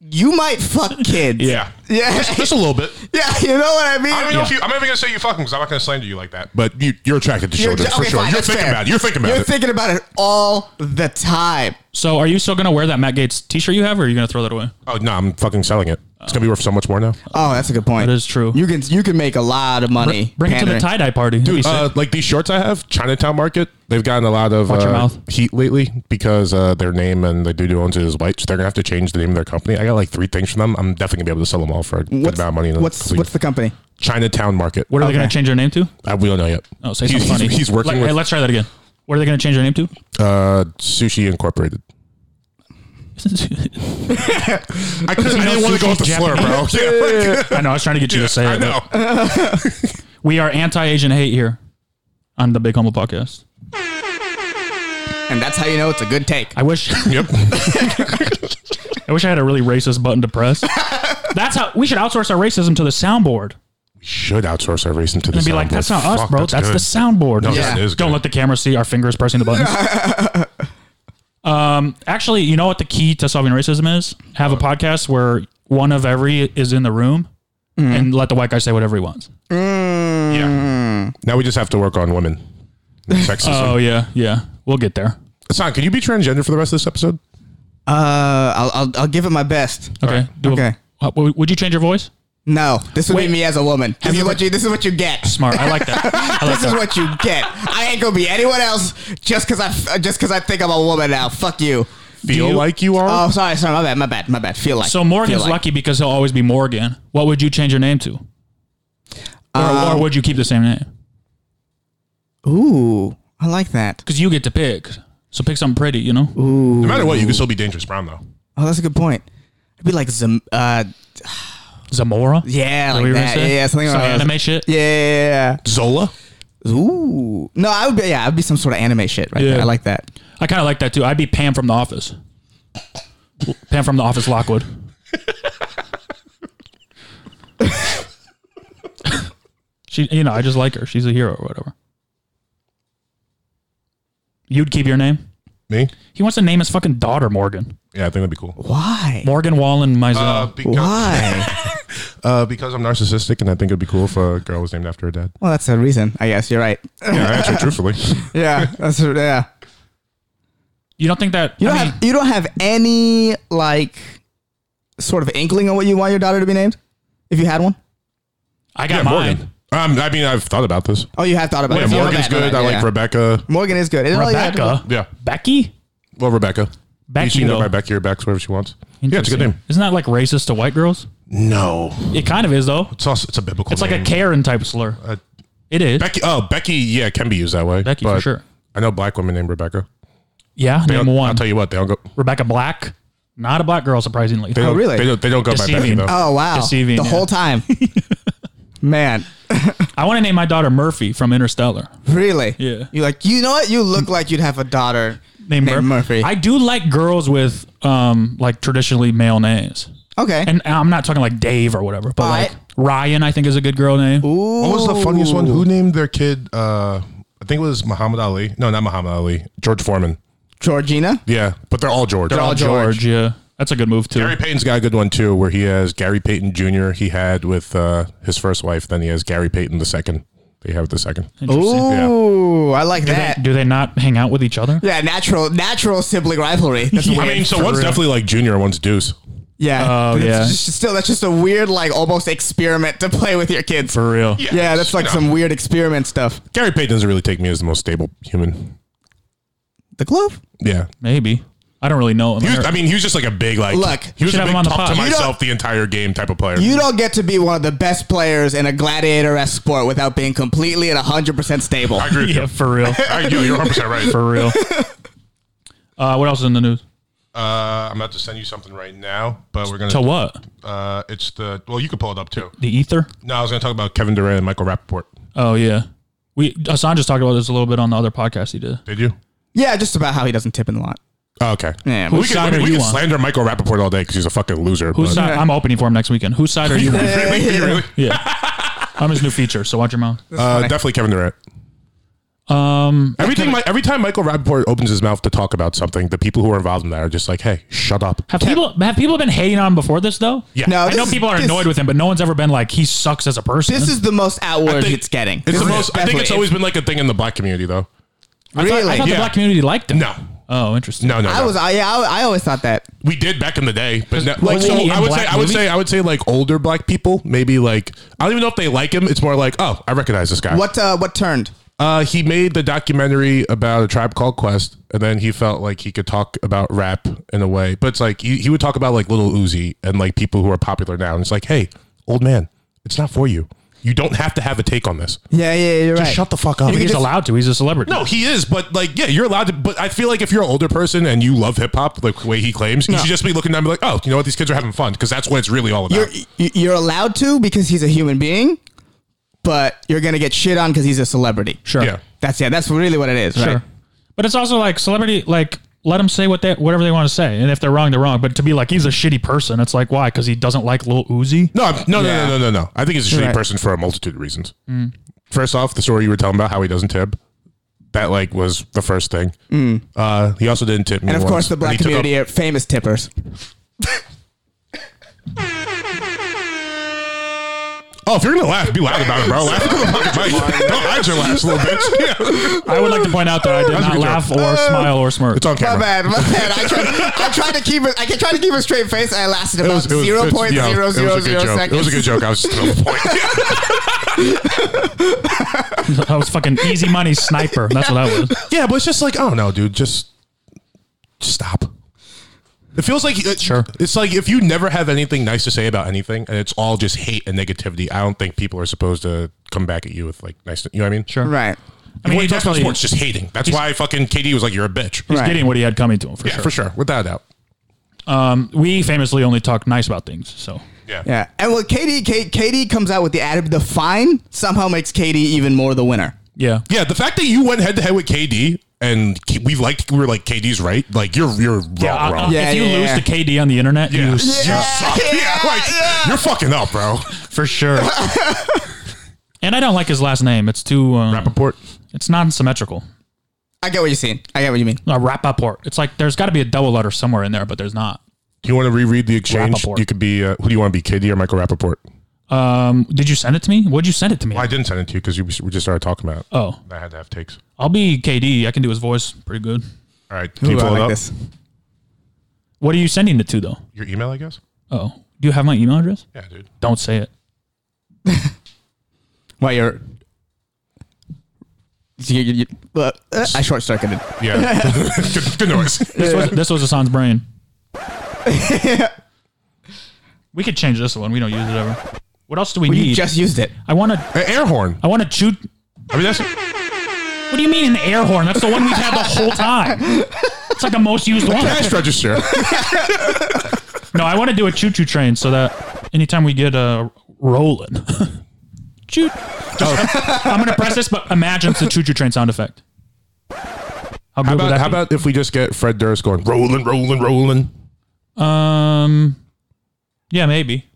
G: you
E: <laughs>
G: might fuck kids.
C: Yeah.
G: <laughs> Yeah.
C: Just a little bit.
G: Yeah, you know what I mean?
C: I don't know if you, I'm not even gonna say you fucking because I'm not gonna slander you like that. But you, you're attracted to children
G: ju-
C: for
G: okay,
C: sure.
G: fine,
C: you're
G: that's
C: thinking
G: fair.
C: about it. You're thinking about
G: You're
C: it.
G: thinking about it all the time.
E: So, are you still gonna wear that Matt Gates T-shirt you have, or are you gonna throw that away?
C: oh no, I'm fucking selling it. It's gonna be worth so much more now.
G: Oh, that's a good point.
E: That is true.
G: You can you can make a lot of money.
E: Bring it to the
G: pandering.
E: tie dye party, That'd be
C: Dude,
E: sick.
C: uh, like these shorts I have, Chinatown Market, they've gotten a lot of
E: Watch your
C: uh,
E: mouth.
C: heat lately because uh, their name and the dude who owns it is white. So they're gonna have to change the name of their company. I got like three things from them. I'm definitely gonna be able to sell them all for a good
G: What's,
C: amount of money. In a
G: what's,
C: couple
G: what's the
C: years.
G: company?
C: Chinatown Market?
E: what are they gonna
G: okay.
E: change their name to?
C: I, we don't know yet.
E: Oh, say
C: he's,
E: something funny.
C: He's, he's working
E: Like,
C: with
E: hey, let's try that again. What are they gonna change their name to?
C: uh, Sushi <laughs> Incorporated. I, couldn't- I didn't want to go with the
E: Sushi's
C: slur, bro. <laughs> Yeah, like-
E: I know. I was trying to get you to say
C: I
E: it. but
C: know.
E: We are anti-Asian hate here on the Big Humble Podcast.
G: And that's how you know it's a good take.
E: I wish. <laughs>
C: Yep.
E: I wish I had a really racist button
C: <laughs>
E: to press. That's how we should outsource our racism to the soundboard
C: should outsource our racing to the
E: and be like,
C: soundboard.
E: "That's not us,
C: Fuck,
E: bro. That's,
C: good.
E: the soundboard."
C: No,
G: Yeah.
C: that is
E: Don't
C: good.
E: let the camera see our fingers pressing the buttons.
G: <laughs>
E: um, actually, you know what the key to solving racism is? Have a podcast where one of every is in the room
G: Mm-hmm.
E: and let the white guy say whatever he wants.
G: Mm.
C: Yeah. Now we just have to work on women.
E: <laughs>
C: and Sexism.
E: Oh yeah, yeah. We'll get there.
C: Hassan, can you be transgender for the rest of this episode?
G: Uh, I'll, I'll I'll give it my best.
E: Okay. do a-
G: Okay.
E: Uh, w- would you change your voice?
G: No, this would
E: Wait.
G: be me as a woman. This is what you. This is what you get.
E: Smart. I like
G: <laughs>
E: that. I like
G: This is
E: that.
G: what you get. I ain't gonna be anyone else just because I just because I think I'm a woman now. Fuck you.
C: Feel
E: you-
C: like you Uh, are?
G: Oh, sorry, sorry. My bad. My bad. My bad. Feel like.
E: So Morgan's
G: Feel like.
E: lucky because he'll always be Morgan. What would you change your name to? Or,
G: Um,
E: or would you keep the same name?
G: Ooh, I like that.
E: Because you get to pick. So pick something pretty, you know?
C: no matter what, you can still be Dangerous Brown, though.
G: Oh, that's a good point. It'd be like Zam. Uh,
E: Zamora?
G: yeah,
E: Is what you
G: like
E: were
G: that.
E: gonna
G: Yeah,
E: say?
G: yeah, something
E: Some
G: around those-
E: anime shit?
G: Yeah, yeah,
C: Zola?
G: yeah. Ooh. No, I would be. Yeah, I'd be some sort of anime shit right
E: Yeah.
G: there. I like that.
E: I kind of like that too. I'd be Pam from The Office. Pam from The Office
G: <laughs>
E: Lockwood. she, you know, I just like her. She's a hero or whatever. You'd keep your name?
C: Me?
E: He wants to name his fucking daughter Morgan.
C: Yeah, I think that'd be cool.
G: Why?
E: Morgan Wallen
C: Uh,
E: Mizell.
C: because,
G: Why?
C: Uh, because I'm narcissistic, and I think it'd be cool if a girl was named after her dad.
G: well, that's a reason. I guess you're right.
C: Yeah, actually,
E: <laughs>
C: truthfully.
G: <laughs> yeah, that's yeah.
E: you don't think that?
G: You
E: I
G: don't
E: mean,
G: have you don't have any like sort of inkling on what you want your daughter to be named, if you had one.
E: I got
C: Yeah,
E: mine.
C: Morgan. Um, I mean, I've thought about this.
G: Oh, you have thought about
C: Yeah,
G: it.
C: Morgan's
G: My bad,
C: good.
G: my
C: I
G: bad,
C: like
G: yeah.
C: Rebecca.
G: Morgan is good. It's all you had to
E: Rebecca.
C: Yeah.
E: Becky.
C: Well, Rebecca.
E: Becky,
C: she can go
E: though.
C: by Becky or Bex, whatever she wants. Yeah, it's a good name.
E: Interesting. Isn't that like racist to white girls?
C: No.
E: It kind of is though.
C: It's, also, it's a biblical
E: It's like a
C: name.
E: Karen type slur.
C: Uh,
E: It is.
C: Becky. Oh, Becky. Yeah, it can be used that way.
E: Becky, for
C: but
E: sure.
C: I know black women named Rebecca.
E: yeah,
C: They
E: name
C: don't-
E: one.
C: I'll tell you what. They don't go.
E: Rebecca Black. Not a black girl, surprisingly.
C: They
G: Oh,
C: don't,
G: really?
C: They don't. They don't go by Becky
E: Deceiving.
C: though.
G: Oh wow,
E: Deceiving,
G: the
E: yeah.
G: whole
E: <laughs>
G: time, man.
E: I want to name my daughter Murphy from Interstellar.
G: Really?
E: Yeah.
G: You like you know what? You look like you'd have a daughter
E: Name Mur-
G: Murphy.
E: I do like girls with um like traditionally male names,
G: okay.
E: and I'm not talking like Dave or whatever, but
G: All
E: like
G: right.
E: Ryan, I think is a good girl name.
C: What was the funniest one? Oh. Who named their kid? Uh, I think it was Muhammad Ali. No, not Muhammad Ali. George Foreman.
G: Georgina.
C: Yeah, but they're all George.
E: They're all George. Yeah, that's a good move too.
C: Gary Payton's got a good one too, where he has Gary Payton Jr. He had with uh, his first wife. Then he has Gary Payton the second. They have the second.
E: Interesting.
G: Ooh, I like
E: Do they,
G: that.
E: do they not hang out with each other?
G: yeah, natural natural sibling <laughs> rivalry. That's
C: I
G: weird.
C: mean, so one's definitely like Junior, and one's Deuce.
G: yeah.
E: Oh,
G: But it's
E: yeah.
G: just- still, that's just a weird, like almost experiment to play with your kids.
E: For real.
G: yeah, that's like
C: No.
G: some weird experiment stuff.
C: Gary Payton doesn't really take me as the most stable human.
G: The glove.
C: Yeah,
E: Maybe. I don't really know. him.
C: He was, I mean, he was just like a big like.
G: Look,
C: he was a
E: should have
C: big
E: him on the
C: talk to
E: pod. You
C: myself the entire game type of player.
G: You don't get to be one of the best players in a gladiator-esque sport without being completely and 100% stable.
C: I agree with
E: <laughs> yeah,
C: you.
E: for real.
C: I, you. You're 100 percent right.
E: For real. <laughs> Uh, what else is in the news?
C: Uh, I'm about to send you something right now, but we're gonna.
E: To what?
C: Uh, it's the well, you can pull it up too.
E: The ether?
C: No, I was gonna talk about Kevin Durant and Michael Rappaport.
E: Oh yeah. We Hassan just talked about this a little bit on the other podcast he did.
C: Did you?
G: Yeah, just about how he doesn't tip in the lot.
C: Oh, okay.
G: Yeah,
C: we
E: whose side
C: can, we,
E: are
C: we
E: you
C: can
E: on?
C: slander Michael Rappaport all day because he's a fucking loser.
E: Whose
C: but- <laughs>
E: side? I'm opening for him next weekend. Whose side are you on?
G: <laughs>
C: Really? Really?
E: Yeah. I'm his new feature, so watch your mouth.
C: Uh, definitely Kevin Durant.
E: Um,
C: Everything, Mi- every time Michael Rappaport opens his mouth to talk about something, the people who are involved in that are just like, hey, shut up.
E: have people have people been hating on him before this though?
C: Yeah.
G: No,
E: I know
G: this-
E: people are
G: this-
E: annoyed with him, but no one's ever been like he sucks as a person.
G: This is the most outward it's getting.
C: It's
G: This
C: the
G: is
C: most, I think it's
G: definitely-
C: always been like a thing in the black community, though.
E: I thought, I
G: really.
E: thought
C: Yeah.
E: the black community liked him.
C: No,
E: Oh, interesting.
C: no, no.
G: I
C: no.
G: was I yeah, I, I always thought that.
C: we did back in the day, but no, like
E: was
C: so,
E: he in
C: I would say,
E: black
C: I would
E: movies?
C: say, I would say, like older black people, maybe like I don't even know if they like him. It's more like, oh, I recognize this guy.
G: What uh, what turned?
C: Uh, he made the documentary about a tribe called Quest, and then he felt like he could talk about rap in a way. But it's like he, he would talk about like Little Uzi and like people who are popular now, and it's like, hey, old man, it's not for you. You don't have to have a take on this.
G: Yeah, yeah, you're
C: Just shut the fuck up.
E: He's allowed to. He's a celebrity.
C: No, he is, but like, yeah, you're allowed to. But I feel like if you're an older person and you love hip hop, like the way he claims, you should just be looking down and be like, oh, you know what? These kids are having fun because that's what it's really all about.
G: You're you- you're allowed to because he's a human being, but you're gonna get shit on because he's a celebrity.
E: sure.
C: yeah.
G: That's yeah. That's really what it is.
E: Sure.
G: Right?
E: But it's also like celebrity, like let them say what they whatever they want to say, and if they're wrong, they're wrong. But to be like he's a shitty person, it's like why? Because he doesn't like Lil Uzi.
C: No, I'm- no,
G: Yeah.
C: no, no, no, no, no. I think he's a shitty
G: Right. Mm.
C: person for a multitude of reasons. First off, the story you were telling about how he doesn't tip. That like was the first thing. Uh, he also didn't tip me.
G: Mm. And of
C: once.
G: course, the
C: he
G: black
C: took up-
G: community are famous tippers.
C: oh, if you're gonna laugh, be loud about it, bro. Laugh into the
G: <laughs>
C: fucking mic. Don't hide your laughs, little bitch. Yeah.
E: I would like to point out that I did
C: That's a
E: not
C: good
E: laugh
C: joke. Uh,
E: or smile or smirk.
C: It's on
G: My
C: camera.
G: bad,
C: <laughs>
G: my bad. I tried, I tried to keep it. I tried to keep a straight face. I lasted
C: It
G: about
C: was, it was,
G: zero
C: it's-
G: point
C: yeah, it
G: zero
C: was a
G: zero
C: good
G: zero
C: joke.
G: seconds.
C: It was a good joke. I was just on the
G: <laughs>
C: point. <laughs>
E: <laughs> I was fucking easy money sniper. That's what I was.
C: <laughs> Yeah, but it's just like I don't know, dude. Just, just stop. It feels like it,
E: Sure.
C: It's like if you never have anything nice to say about anything, and it's all just hate and negativity. I don't think people are supposed to come back at you with like nice. You know what I mean?
E: Sure.
G: Right.
E: I
C: when
E: mean, he
C: you talk about
E: definitely
C: sports, just hating. That's why fucking KD was like, "You're a bitch."
E: he's
G: Right.
E: getting what he had coming to him for
C: Yeah,
E: sure.
C: for sure, without a doubt.
E: We famously only talk nice about things. So
C: Yeah.
G: Yeah. And well, KD, K, KD comes out with the ad. The fine somehow makes KD even more the winner.
E: yeah,
C: Yeah, the fact that you went head to head with KD and K- we liked, we were like, "KD's right." Like you're, you're wrong,
E: Uh,
C: wrong.
G: Yeah,
E: if you
G: yeah,
E: lose
G: yeah.
E: to KD on the internet,
C: Yeah.
E: you
C: You
E: s-
C: suck. <laughs> Yeah,
G: yeah,
C: like
G: yeah.
C: you're fucking up, bro.
E: for
C: <laughs>
E: sure. and I don't like his last name. It's too. Um,
C: Rappaport.
E: it's not symmetrical.
G: I get what you're saying. I get what you mean.
E: A Rappaport. It's like there's got to be a double letter somewhere in there, but there's not.
C: Do you want to reread the exchange?
E: Rappaport.
C: You could be. Uh, who do you want to be, KD or Michael Rappaport?
E: Um, did you send it to me? Would you send it to me?
C: Well, I didn't send it to you because we just started talking about. it.
E: oh,
C: I had to have takes.
E: I'll be KD. I can do his voice pretty good.
C: All right, can you
G: Ooh, I
C: pull it
G: like
C: up?
G: this.
E: What are you sending it to though?
C: Your email, I guess.
E: Oh, do you have my email address?
C: Yeah, dude.
E: Don't say it.
G: Why you're. You, you, you, uh, uh, I short circuited. <laughs>
C: Yeah, <laughs> good, good noise.
E: This was this was Hassan's brain. We could change this one. We don't use it ever. What else do we
G: Well,
E: need?
G: you just used it.
E: I want to.
C: An air horn.
E: I want to shoot.
C: I mean, that's
E: What do you mean an air horn? That's the one we've had the whole
G: <laughs>
E: time. It's like the most used one.
C: cash register. <laughs>
E: No, I want to do a choo choo train so that anytime we get uh, rolling, <laughs> choo. I'm gonna press this, but imagine it's a choo choo train sound effect. How,
C: How
E: good would
C: about
E: that
C: how
E: be?
C: about if we just get Fred Durst going rolling, rolling, rolling?
E: Um, yeah, maybe.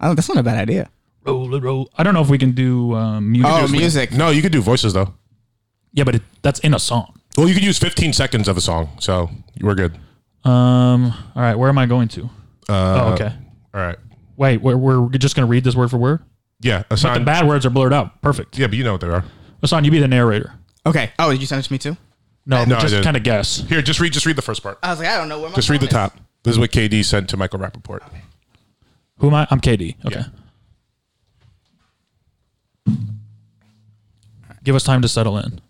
G: Oh, that's not a bad idea.
E: Roll it, roll. I don't know if we can do um, music.
G: Oh, music.
C: No, you could do voices though.
E: Yeah, but it, that's in a song.
C: Well, you could use 15 seconds of a song, so we're good.
E: Um, all right, where am I going to? oh, okay.
C: All right.
E: Wait, we're, we're just gonna read this word for word.
C: Yeah,
E: The
C: assign.
E: bad words are blurred out. Perfect.
C: yeah, but you know what they are.
E: Hassan, you be the narrator.
G: Okay. Oh, did you send it to me too?
E: No,
C: No, I
E: just
C: didn't.
E: kind of guess.
C: Here, just read. Just read the first part.
G: I was like, I don't know where my.
C: Just read the
G: phone is.
C: top. This is what KD sent to Michael Rappaport.
E: Who am I? I'm KD. Okay. Give us time to settle in.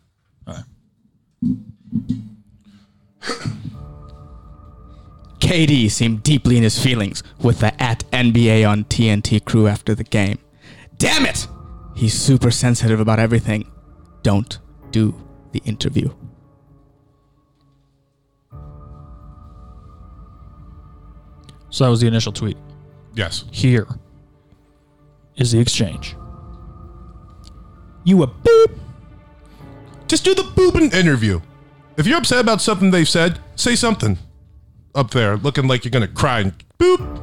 G: KD seemed deeply in his feelings with the at NBA on TNT crew after the game. Damn it! He's super sensitive about everything. Don't do the interview.
E: So that was the initial tweet.
C: Yes.
E: Here is the exchange. You a boop.
C: Just do the boobin interview. If you're upset about something they've said, say something. Up there, looking like you're gonna cry and boop.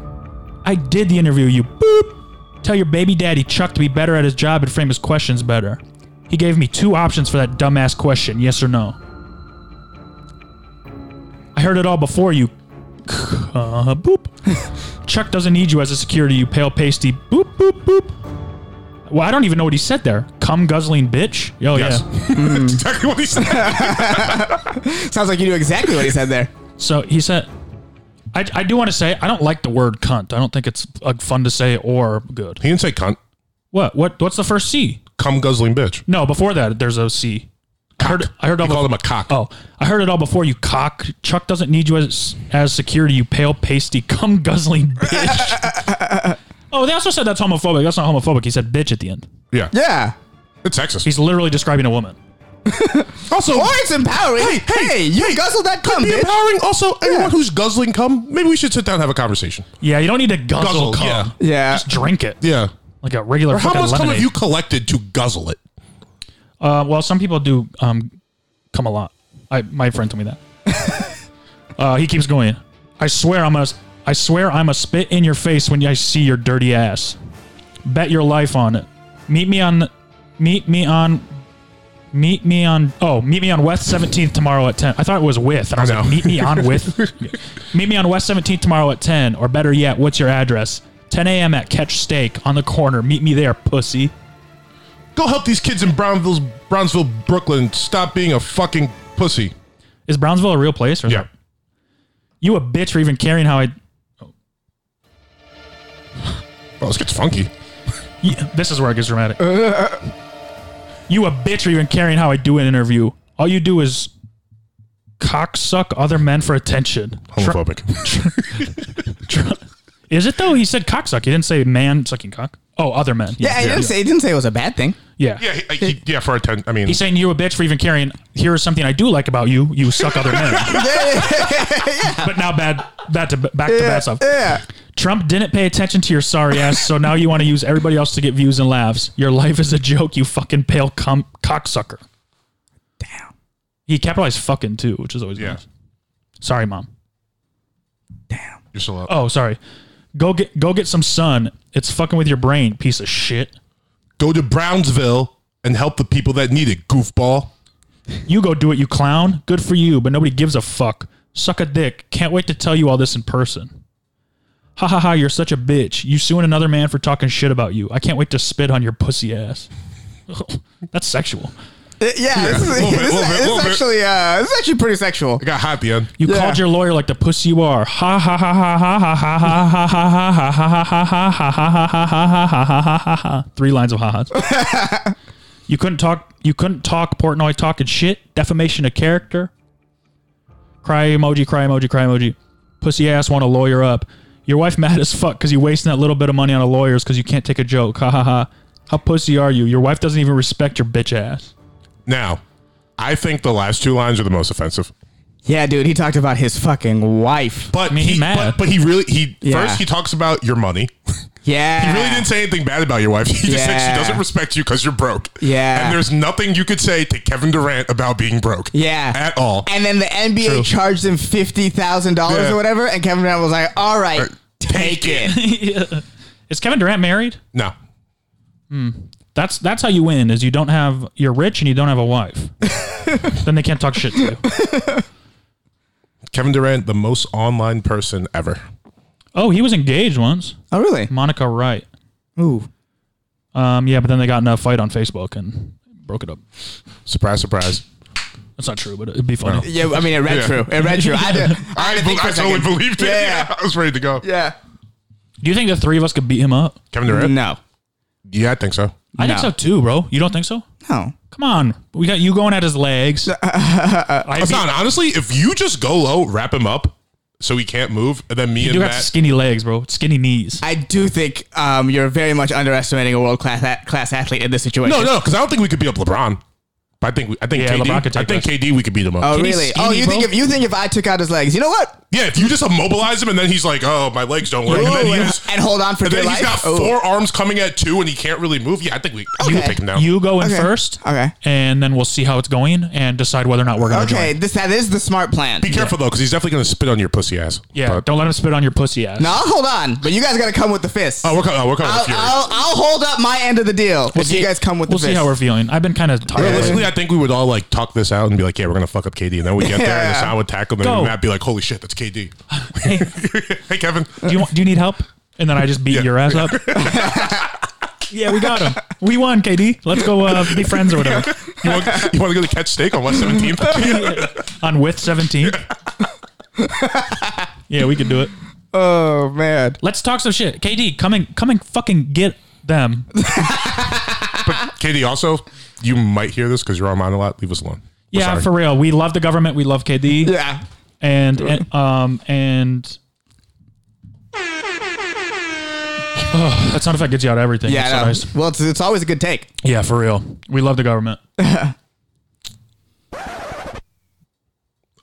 E: I did the interview, you boop. Tell your baby daddy Chuck to be better at his job and frame his questions better. He gave me two options for that dumbass question yes or no. I heard it all before you. Uh, boop. Chuck doesn't need you as a security, you pale pasty. Boop, boop, boop. Well, I don't even know what he said there. Come guzzling bitch? Oh,
C: Yes.
E: yeah.
C: That's <laughs> exactly what he said.
G: Sounds like you knew exactly what he said there.
E: So he said, I, I do want to say, I don't like the word cunt. I don't think it's uh, fun to say or good.
C: He didn't say cunt.
E: What? What? What's the first C?
C: Cum guzzling bitch.
E: No, before that, there's a C. I heard, I heard all
C: He called
E: before,
C: him a cock.
E: Oh, I heard it all before. You cock. Chuck doesn't need you as as security. You pale pasty cum
C: <laughs>
E: guzzling bitch. oh, they also said that's homophobic. That's not homophobic. He said bitch at the end.
C: Yeah.
G: <laughs> Yeah.
C: It's sexist.
E: He's literally describing a woman.
C: also
G: Or it's empowering. Hey, you guzzled that cum,
C: be
G: bitch.
C: empowering. Also,
G: Yeah.
C: anyone who's guzzling cum, maybe we should sit down and have a conversation.
E: Yeah, you don't need to guzzle,
C: Guzzle,
E: cum.
C: yeah.
G: Yeah.
E: Just drink it
C: Yeah.
E: like a regular
C: Or how
E: fucking
C: much cum
E: lemonade.
C: have you collected to guzzle it?
E: Uh, well, some people do um, come a lot. I, my friend told me that.
C: <laughs>
E: uh, he keeps going. I swear I'm a. I swear I'm a spit in your face when I see your dirty ass. Bet your life on it. Meet me on. Meet me on. Meet me on. Oh, meet me on West 17th tomorrow at 10. I thought it was with, and I was
C: I
E: like,
C: know.
E: meet me on with.
C: <laughs>
E: meet me on West 17th tomorrow at 10, or better yet, what's your address? 10 a.m. at Catch Steak on the corner. Meet me there, pussy.
C: Go help these kids in Brownville, Brownsville, Brooklyn. Stop being a fucking pussy.
E: Is Brownsville a real place? Or is
C: Yeah.
E: it- You a bitch for even caring how I.
C: Well, this gets funky.
E: Y- This is where it gets dramatic. you a bitch for even caring how I do an interview. All you do is cocksuck other men for attention.
C: Homophobic.
E: <laughs> Is it though? He said cocksuck. He didn't say man sucking cock. Oh, other men.
G: Yeah, it
E: yeah.
G: didn't say it didn't say it was a bad <laughs> thing.
E: Yeah.
C: yeah, he, he- yeah. For a ten, I mean,
E: He's saying you a bitch for even caring. Here is something I do like about you. You suck other men.
G: <laughs>
E: But now bad. That to back to bad stuff.
G: Yeah.
E: Trump didn't pay attention to your sorry ass, so now you want to use everybody else to get views and laughs. Your life is a joke, you fucking pale cum- cocksucker. Damn. He capitalized fucking too, which is always
C: Yeah.
E: nice. Sorry, mom.
C: you're still up.
E: Oh, sorry. Go get go get some sun. It's fucking with your brain, piece of shit.
C: Go to Brownsville and help the people that need it. Goofball.
E: You go do it, you clown. Good for you, but nobody gives a fuck. Suck a dick. Can't wait to tell you all this in person. Ha ha ha, you're such a bitch. You suing another man for talking shit about you. I can't wait to spit on your pussy ass. <laughs> That's sexual.
G: Uh, Yeah, this is,
C: little bit,
G: this is-
C: little bit,
G: this is
C: little bit.
G: actually uh, this is actually pretty sexual.
C: It got hot at the end.
E: You
G: Yeah.
E: called your lawyer like the pussy you are. Ha ha ha ha ha ha ha ha ha ha ha ha ha ha ha ha ha ha ha ha ha ha ha ha. Three lines of ha ha's. You couldn't talk. You couldn't talk Portnoy talking shit. Defamation of character. Cry emoji. Cry emoji. Cry emoji. Pussy ass want a lawyer up. Your wife mad as fuck because you wasting that little bit of money on a lawyer's because you can't take a joke. Ha ha ha. How pussy are you? Your wife doesn't even respect your bitch ass.
C: Now, I think the last two lines are the most offensive.
G: Yeah, dude, he talked about his fucking wife.
C: But
E: mean, he
C: he,
E: mad.
C: But, but he really he
G: Yeah.
C: first he talks about your money.
G: Yeah,
C: He really didn't say anything bad about your wife. <laughs> He just said
G: Yeah.
C: she doesn't respect you because you're broke.
G: Yeah.
C: And there's nothing you could say to Kevin Durant about being broke.
G: Yeah.
C: At all.
G: And then the NBA
C: True.
G: charged him fifty thousand dollars
C: Yeah. Er,
G: or whatever, and Kevin Durant was like, "All right,
C: Uh,
G: take it."
E: Yeah. Is Kevin Durant married?
C: No.
E: That's that's how you win is you don't have you're rich and you don't have a
G: <laughs>
E: wife. then they can't talk shit to you.
C: Kevin Durant, the most online person ever.
E: Oh, he was engaged once.
G: Oh, really?
E: Monica Wright.
G: Ooh,
E: Um, yeah, but then they got in a fight on Facebook and broke it up.
C: Surprise, surprise.
E: That's not true, but it'd be funny.
G: yeah. I mean, it read
C: Yeah.
G: true. It read true. I,
C: <laughs>
G: did, I,
C: I,
G: did think for
C: I
G: a
C: totally
G: second.
C: believed it.
G: Yeah.
C: <laughs> I was ready to go.
G: Yeah.
E: Do you think the three of us could beat him up?
C: Kevin Durant?
G: No.
C: Yeah, I think so.
E: I think
G: No.
E: so too, bro. You don't think so?
G: No.
E: Come on, we got you going at his
G: <laughs>
E: legs. I beat-
C: Hassan, honestly, if you just go low, wrap him up so he can't move, and then me
E: you
C: and
E: got
C: Matt.
E: skinny legs, bro. Skinny knees.
G: I do think um, you're very much underestimating a world class a- class athlete in this situation.
C: no, no, because I don't think we could beat up LeBron. But I think we, I think
E: Yeah, LeBron could
C: KD.
E: take
C: I think
E: us.
C: KD we could beat him up.
G: Oh
E: Can he
G: really?
E: skinny,
G: Oh, you think
E: bro?
G: if you think if I took out his legs, you know what?
C: Yeah, if you just immobilize him and then he's like, "Oh, my legs don't work," and then,
G: Ooh,
C: he
G: and,
C: just-
G: and hold on for
C: and
G: dear
C: then he's
G: life.
C: got
G: Ooh.
C: four arms coming at two, and he can't really move. Yeah, I think we you
G: Okay.
C: take him down.
E: You go in
G: Okay.
E: first.
G: Okay.
E: And then we'll see how it's going and decide whether or not we're going to
G: Okay,
E: join.
G: this that is the smart plan.
C: Be careful though, because he's definitely going to spit on your pussy ass.
E: Yeah.
C: But-
E: don't let him spit on your pussy ass.
G: No, I'll hold on, but you guys gotta come with the fist.
C: oh, we're coming. Oh, we're coming.
G: I'll,
C: with Fury.
G: I'll, I'll hold up my end of the deal. if
E: see-
G: you guys come with
E: We'll
G: the
E: see
G: fist.
E: how we're feeling. I've been kind of tired.
C: Realistically, I think we would all like talk this out and be like, "Yeah, we're gonna fuck up KD," and then we get there, and
G: Yeah.
C: Hassan would tackle, him,
E: Go.
C: and Matt be like, "Holy shit, that's KD."
E: <laughs> Hey,
C: <laughs> hey, Kevin.
E: do you want, do you need help? And then I just beat
C: Yeah.
E: your
G: <laughs>
E: ass up. yeah, we got him. We won, KD. Let's go uh, be friends or whatever.
C: You want, <laughs> you want to go to catch steak on West 17th?
E: on with
G: <laughs>
E: 17th. yeah, we could do it.
G: Oh man.
E: Let's talk some shit. KD, come and come and fucking get them.
C: KD, also, you might hear this because you're online a lot. Leave us alone. We're
E: Yeah,
C: sorry.
E: for real. We love the government. We love KD.
G: Yeah.
E: And, and um and <sighs> oh, that sound effect gets you out of everything. It's so
G: Yeah.
E: nice.
G: No. Well, it's, it's always a good take.
E: Yeah, for real. We love the government.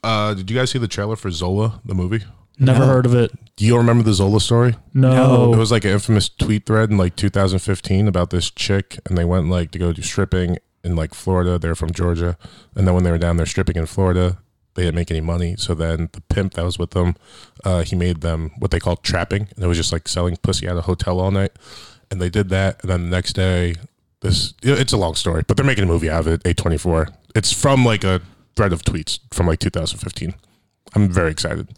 C: Uh, did you guys see the trailer for Zola, the movie?
E: Never heard of it.
C: Do you all remember the Zola story?
E: No.
C: It Oh, was like an infamous tweet thread in like 2015 about this chick, and they went like to go do stripping in like Florida. They're from Georgia, and then when they were down there stripping in Florida, they didn't make any money. So then the pimp that was with them, uh, he made them what they called trapping, and it was just like selling pussy at a hotel all night. And they did that, and then the next day, this it's a long story, but they're making a movie out of it. A24. It's from like a thread of tweets from like 2015. I'm very excited.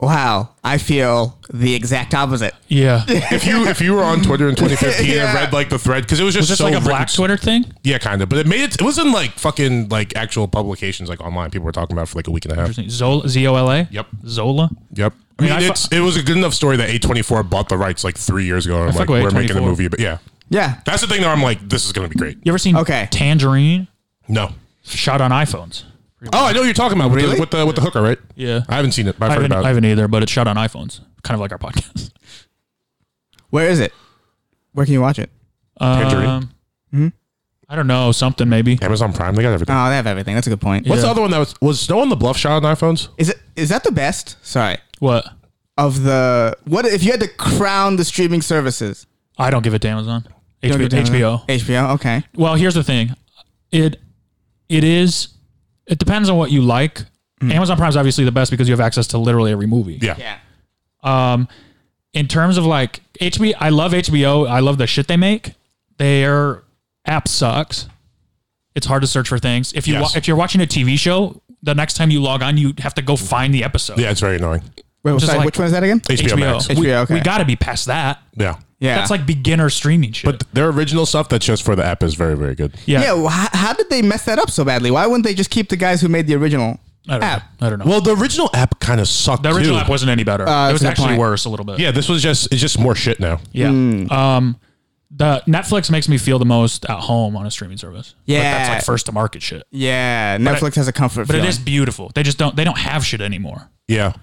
G: Wow. I feel the exact opposite.
E: Yeah.
C: if you if you were on Twitter in 2015
G: Yeah.
C: and read like the thread because it was just
E: Was this
C: so
E: like a
C: written-
E: black Twitter thing?
C: yeah, kind of, but it made it. It wasn't like fucking like actual publications like online. People were talking about it for like a week and a half.
E: Interesting. Zola Z O L A?
C: Yep.
E: Zola?
C: Yep. I
E: mean,
C: mean,
E: I fu-
C: it's, it was a good enough story that A24 bought the rights like three years ago. And I'm
E: fuck
C: like,
E: with
C: we're making a
E: A24.
C: movie, but yeah,
G: Yeah.
C: that's the thing that I'm like, this is gonna be great.
E: You ever seen
G: Okay.
E: Tangerine?
C: No.
E: Shot on iPhones.
C: Oh, I know what you're talking about with, the, with the with the hooker, right?
E: Yeah.
C: I haven't seen it. But I've
E: I
C: heard
E: haven't,
C: about it.
E: I haven't either, but it's shot on iPhones, kind of like our podcast. <laughs>
G: Where is it? Where can you watch it?
C: Tangerine.
E: Um, I don't know, something maybe.
C: Amazon Prime, they got everything.
G: Oh, they have everything. That's a good point.
C: What's
E: yeah.
C: the other one that was was Snow on the Bluff shot on iPhones?
G: Is it is that the best? Sorry.
E: What?
G: Of the what if you had to crown the streaming services?
E: I don't give it to Amazon.
G: Don't
E: HBO.
G: get down to
E: HBO.
G: that. HBO. Okay.
E: Well, here's the thing. It it is it depends on what you like.
G: Hmm.
E: Amazon Prime is obviously the best because you have access to literally every movie.
C: Yeah.
E: Um, in terms of like HBO, I love HBO. I love the shit they make. Their app sucks. It's hard to search for things. If you
C: Yes.
E: wa- if you're watching a TV show, the next time you log on, you have to go find the episode.
C: Yeah, it's very annoying.
G: Wait,
E: Just
G: sorry,
E: like-
G: which one is that again?
C: HBO,
E: HBO.
C: Max.
E: We,
G: HBO, okay.
E: we got to be past that.
C: Yeah.
G: Yeah.
E: That's like beginner streaming shit.
C: But their original stuff that's just for the app is very, very good.
E: yeah,
G: yeah. well, how, how did they mess that up so badly? Why wouldn't they just keep the guys who made the original
E: I don't
G: app? Uh,
E: know. I don't know.
C: Well, the original app kind of sucked.
E: the original
C: too.
E: app wasn't any better. it
G: that's
E: was
G: a good
E: actually
G: point. Hmm.
E: worse a little bit.
C: Yeah, this was just it's just more shit now.
E: yeah. Um, the Netflix makes me feel the most at home on a streaming service. But that's
G: Yeah.
E: like first to market shit.
G: Yeah, Netflix has a comfort.
E: But it
G: feeling.
E: is beautiful. They just don't. They don't have shit anymore.
C: Yeah,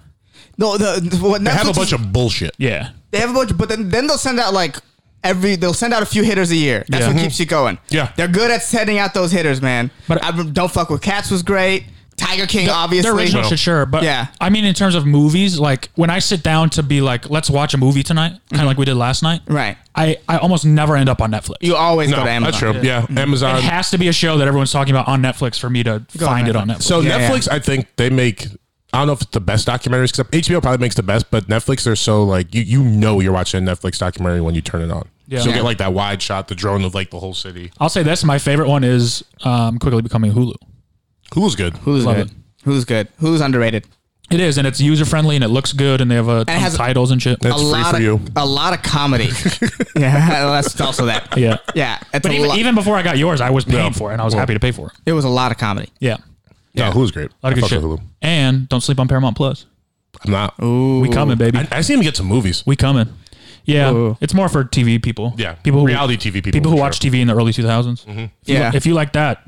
G: no. The, the- what Netflix
C: they have a bunch
G: is-
C: of bullshit.
E: Yeah.
G: they have a bunch, but then then they'll send out like every they'll send out a few hitters a year. That's
E: Yeah.
G: what
E: Mhm.
G: keeps you going.
C: Yeah.
G: they're good at sending out those hitters, man.
E: But-
G: But I, rem- don't fuck with cats was great. Tiger King, obviously.
E: The original
C: No.
E: shit, sure. But
G: Yeah.
E: I mean, in terms of movies, like when I sit down to be like, let's watch a movie tonight, kind of like we did last night.
G: Mm-hmm. Right.
E: I, I almost never end up on Netflix.
G: You always
C: No,
G: go to Amazon.
C: that's true. Yeah, Amazon.
E: it has to be a show that everyone's talking about on Netflix for me to
G: Go on
E: find it on
G: Netflix.
E: Netflix.
C: so
G: Yeah, yeah.
C: Netflix, I think they make. I don't know if it's the best documentaries because HBO probably makes the best, but Netflix they're so like you you know you're watching a Netflix documentary when you turn it on. Yeah.
E: Yeah.
C: So you
E: Yeah.
C: get like that wide shot, the drone of like the whole city.
E: I'll say this: my favorite one is um, quickly becoming Hulu.
C: Hulu's good.
G: Who's
E: Love
G: good?
E: it.
G: Who's good? Who's underrated?
E: It is, and it's user friendly, and it looks good, and they have a ton
G: has-
E: of titles and shit.
C: That's
G: a
C: free
G: lot
C: for
G: of
C: you.
G: a lot
E: <laughs>
G: of comedy. yeah, that's also that.
E: Yeah,
G: Yeah, it's
E: But
G: a
E: even,
G: lot-
E: even before I got yours, I was paying
C: Yeah.
E: for it, and I was
C: Well.
E: happy to pay for it.
G: it was a lot of comedy.
E: Yeah,
C: No, Hulu's great.
E: a lot of
C: I
E: good
C: fuck
E: shit.
C: with Hulu.
E: And don't sleep on Paramount Plus.
C: I'm not.
E: We coming, baby.
C: I, I just need to get some movies.
E: we coming. Yeah,
G: Ooh.
E: it's more for TV people.
C: Yeah,
E: people who
C: reality TV people.
E: people who
C: for
E: watch
C: sure. Mm-hmm.
E: TV in the early two
G: Yeah.
E: If you like that,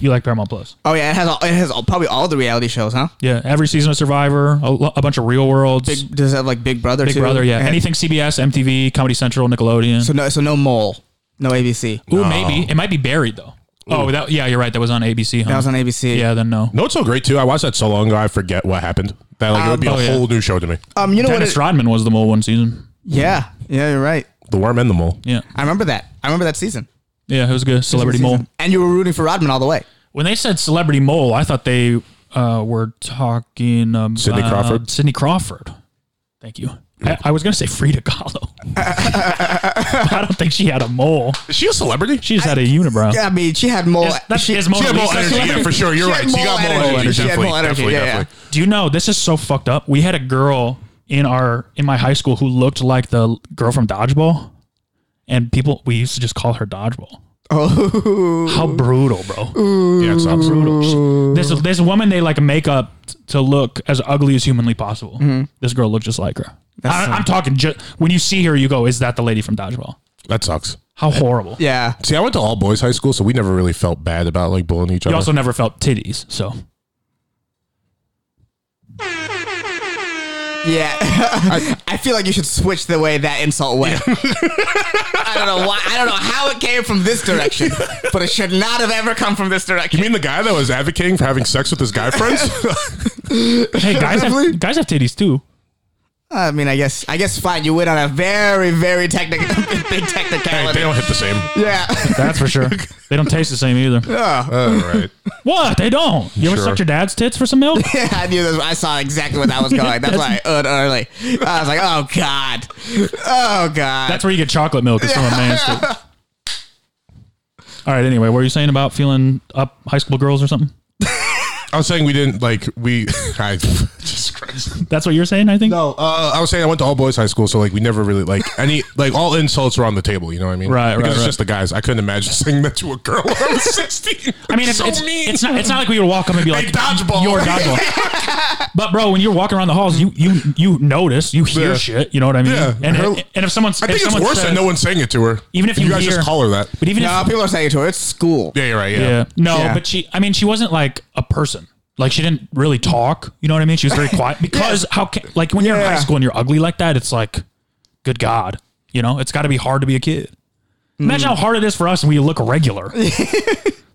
E: you like Paramount Plus.
G: oh yeah, it has all, it has all, probably all the reality shows, huh?
E: Yeah, every season of Survivor, a, lo- a bunch of Real Worlds, Big,
G: Big, does it have like Big Brother? too?
E: Brother. Yeah,
G: And-
E: anything CBS, MTV, Comedy Central, Nickelodeon.
G: So no, so no mole, no ABC.
E: Ooh, maybe it might be buried though. Oh, that yeah, you're right. That was on ABC. Huh?
G: That was on ABC.
E: Um, Yeah, then no.
C: No, it's so great too. I watched that so long ago, I forget what happened. That like it would be
E: oh,
C: a
E: yeah.
C: whole new show to me.
G: Um, you know
E: Dennis
G: what? it-
E: Rodman was the mole one season.
G: yeah, yeah, you're right.
C: The worm and the mole.
E: Yeah,
G: I remember that. I remember that season.
E: yeah, it was good. Celebrity
G: Season.
E: mole.
G: And you were rooting for Rodman all the way.
E: When they said celebrity mole, I thought they uh, were talking about
C: Sidney Crawford?
E: Sidney Crawford. Thank you. I, I was gonna say Frida Kahlo. <laughs> I don't think she had a mole.
C: Is she a celebrity?
E: She just had a unibrow.
G: Yeah, I mean, she had more.
E: Yes, that's
G: she,
E: his Mona
C: She had more
E: Lisa.
C: energy, yeah, for sure. You're
G: She had
C: right. She got
G: more
C: more
G: energy.
C: energy.
G: She had
C: definitely,
G: more energy,
C: definitely,
G: yeah, yeah.
C: definitely.
E: Do you know this is so fucked up? We had a girl in our in my high school who looked like the girl from Dodgeball, and people we used to just call her Dodgeball.
G: Oh,
E: How brutal, bro!
C: Yeah, it sucks.
E: This this woman they like make up t- to look as ugly as humanly possible. This girl looked just like her. I,
G: That's, uh,
E: I'm talking just when you see her, you go, "Is that the lady from Dodgeball?"
C: That sucks.
E: How horrible!
G: yeah.
C: See, I went to all boys high school, so we never really felt bad about like bullying each
E: You
C: other.
E: also never felt titties, so
G: Yeah. <laughs> I, feel like you should switch the way that insult went. <laughs> I don't know why. I don't know how it came from this direction, but it should not have ever come from this
C: you <laughs>
G: direction.
C: mean the guy that was advocating for having sex with his guy <laughs> friends?
E: hey, guys have guys have titties too.
G: I mean, I guess, I guess, fine. You went on a very, very technical, <laughs> big
C: hey, they
G: technicality.
C: don't hit the same.
G: yeah. <laughs>
E: That's for sure. <laughs> they don't taste the same either.
C: All right.
E: What? They don't. You ever
C: Sure.
E: suck your dad's tits for some milk?
G: Yeah, I knew this. I saw exactly where that was going. That's why I uh, early. I was like, oh god, oh god.
E: That's where you get chocolate milk is from a man's tip. All right. Anyway, what were you saying about feeling up high school girls or something?
C: I was saying we didn't like we. <laughs> I, Jesus Christ.
E: That's what you're saying, I think.
C: No, uh, I was saying I went to all boys high school, so like we never really like any like all insults were on the table. You know what I mean?
E: Right, right,
C: Because it's
E: right.
C: just the guys. I couldn't imagine <laughs> saying that to a girl when <laughs> I was sixteen.
E: I mean, it's,
C: so
E: it's,
C: mean.
E: it's not it's not like we would walk up and be like
C: dodgeball.
E: You're a dodgeball.
C: <laughs>
E: but bro, when you're walking around the halls, you you you notice, you hear
C: Yeah.
E: shit. You know what I mean?
C: Yeah.
E: And
C: Her-
E: and if someone's
C: I think
E: if
C: it's
E: someone
C: worse
E: says-
C: than no one saying it to her.
E: Even if you
C: guys
E: hear-
C: just call her that.
E: But even
G: no,
E: if
G: people are saying it to her. It's school.
C: Yeah, you're right. Yeah.
E: yeah, no,
G: Yeah.
E: but she I mean, she wasn't like a person. Like she didn't really talk. You know what I mean? She
C: <laughs>
E: was very quiet because how can like when you're in
G: Yeah.
E: high school and you're ugly like that, it's like, good God, you know, it's got to be hard to be a kid.
C: Mm.
E: Imagine how hard it is for us and we look
C: <laughs>
E: regular.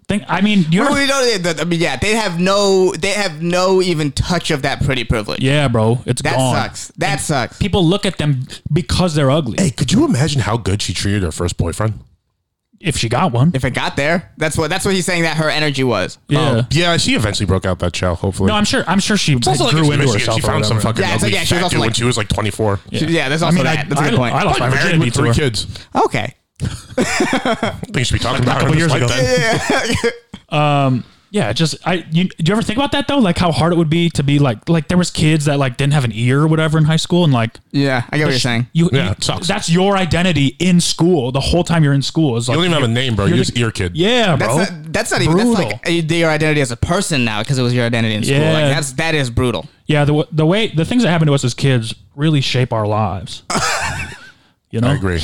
E: Think I mean you're
G: Well, you know, they- the- I mean, yeah, they have no, they have no even touch of that pretty privilege.
E: yeah, bro. It's
G: that
E: gone.
G: sucks. That sucks.
E: People look at them because they're ugly.
C: Hey, could you imagine how good she treated her first boyfriend?
E: If she got one,
G: If it got there, that's what that's what he's saying that her energy was. Oh,
E: yeah.
C: Yeah, she eventually broke out that shell. Hopefully.
E: no, I'm sure. I'm sure she
C: It's also like
E: grew
C: it's
E: into
C: Michigan.
E: herself.
C: She
E: or
C: found some
E: whatever.
C: fucking
G: Yeah, it's
C: ugly
G: like- yeah,
C: fat
G: she was
C: dude
G: also
C: when
G: like-
C: she was like 24.
G: Yeah, that's
E: I
G: also
E: mean,
G: that.
E: I,
G: that's a
E: I-
G: good point.
E: I lost my
C: Like married
E: virginity
C: with
E: to
C: three
E: her.
C: kids.
G: okay. <laughs>
C: I think she should be talking about her
E: couple
C: just
E: years
C: like
E: ago.
C: that.
E: Yeah, just I. You, do you ever think about that though? Like how hard it would be to be like like there was kids that like didn't have an ear or whatever in high school, and like
G: Yeah, I get what you're saying.
E: you,
C: Yeah,
E: you-
C: it sucks.
E: that's your identity in school the whole time you're in school. Is
C: You
E: like
C: don't even have a name, bro. You're just ear kid.
E: yeah,
G: That's
E: bro.
G: not, that's not even
E: Brutal.
G: that's like uh, your identity as a person now because it was your identity in school.
E: Yeah.
G: Like that's that is brutal.
E: yeah, the the way the things that happen to us as kids really shape our
G: <laughs>
E: lives. you know.
C: I agree.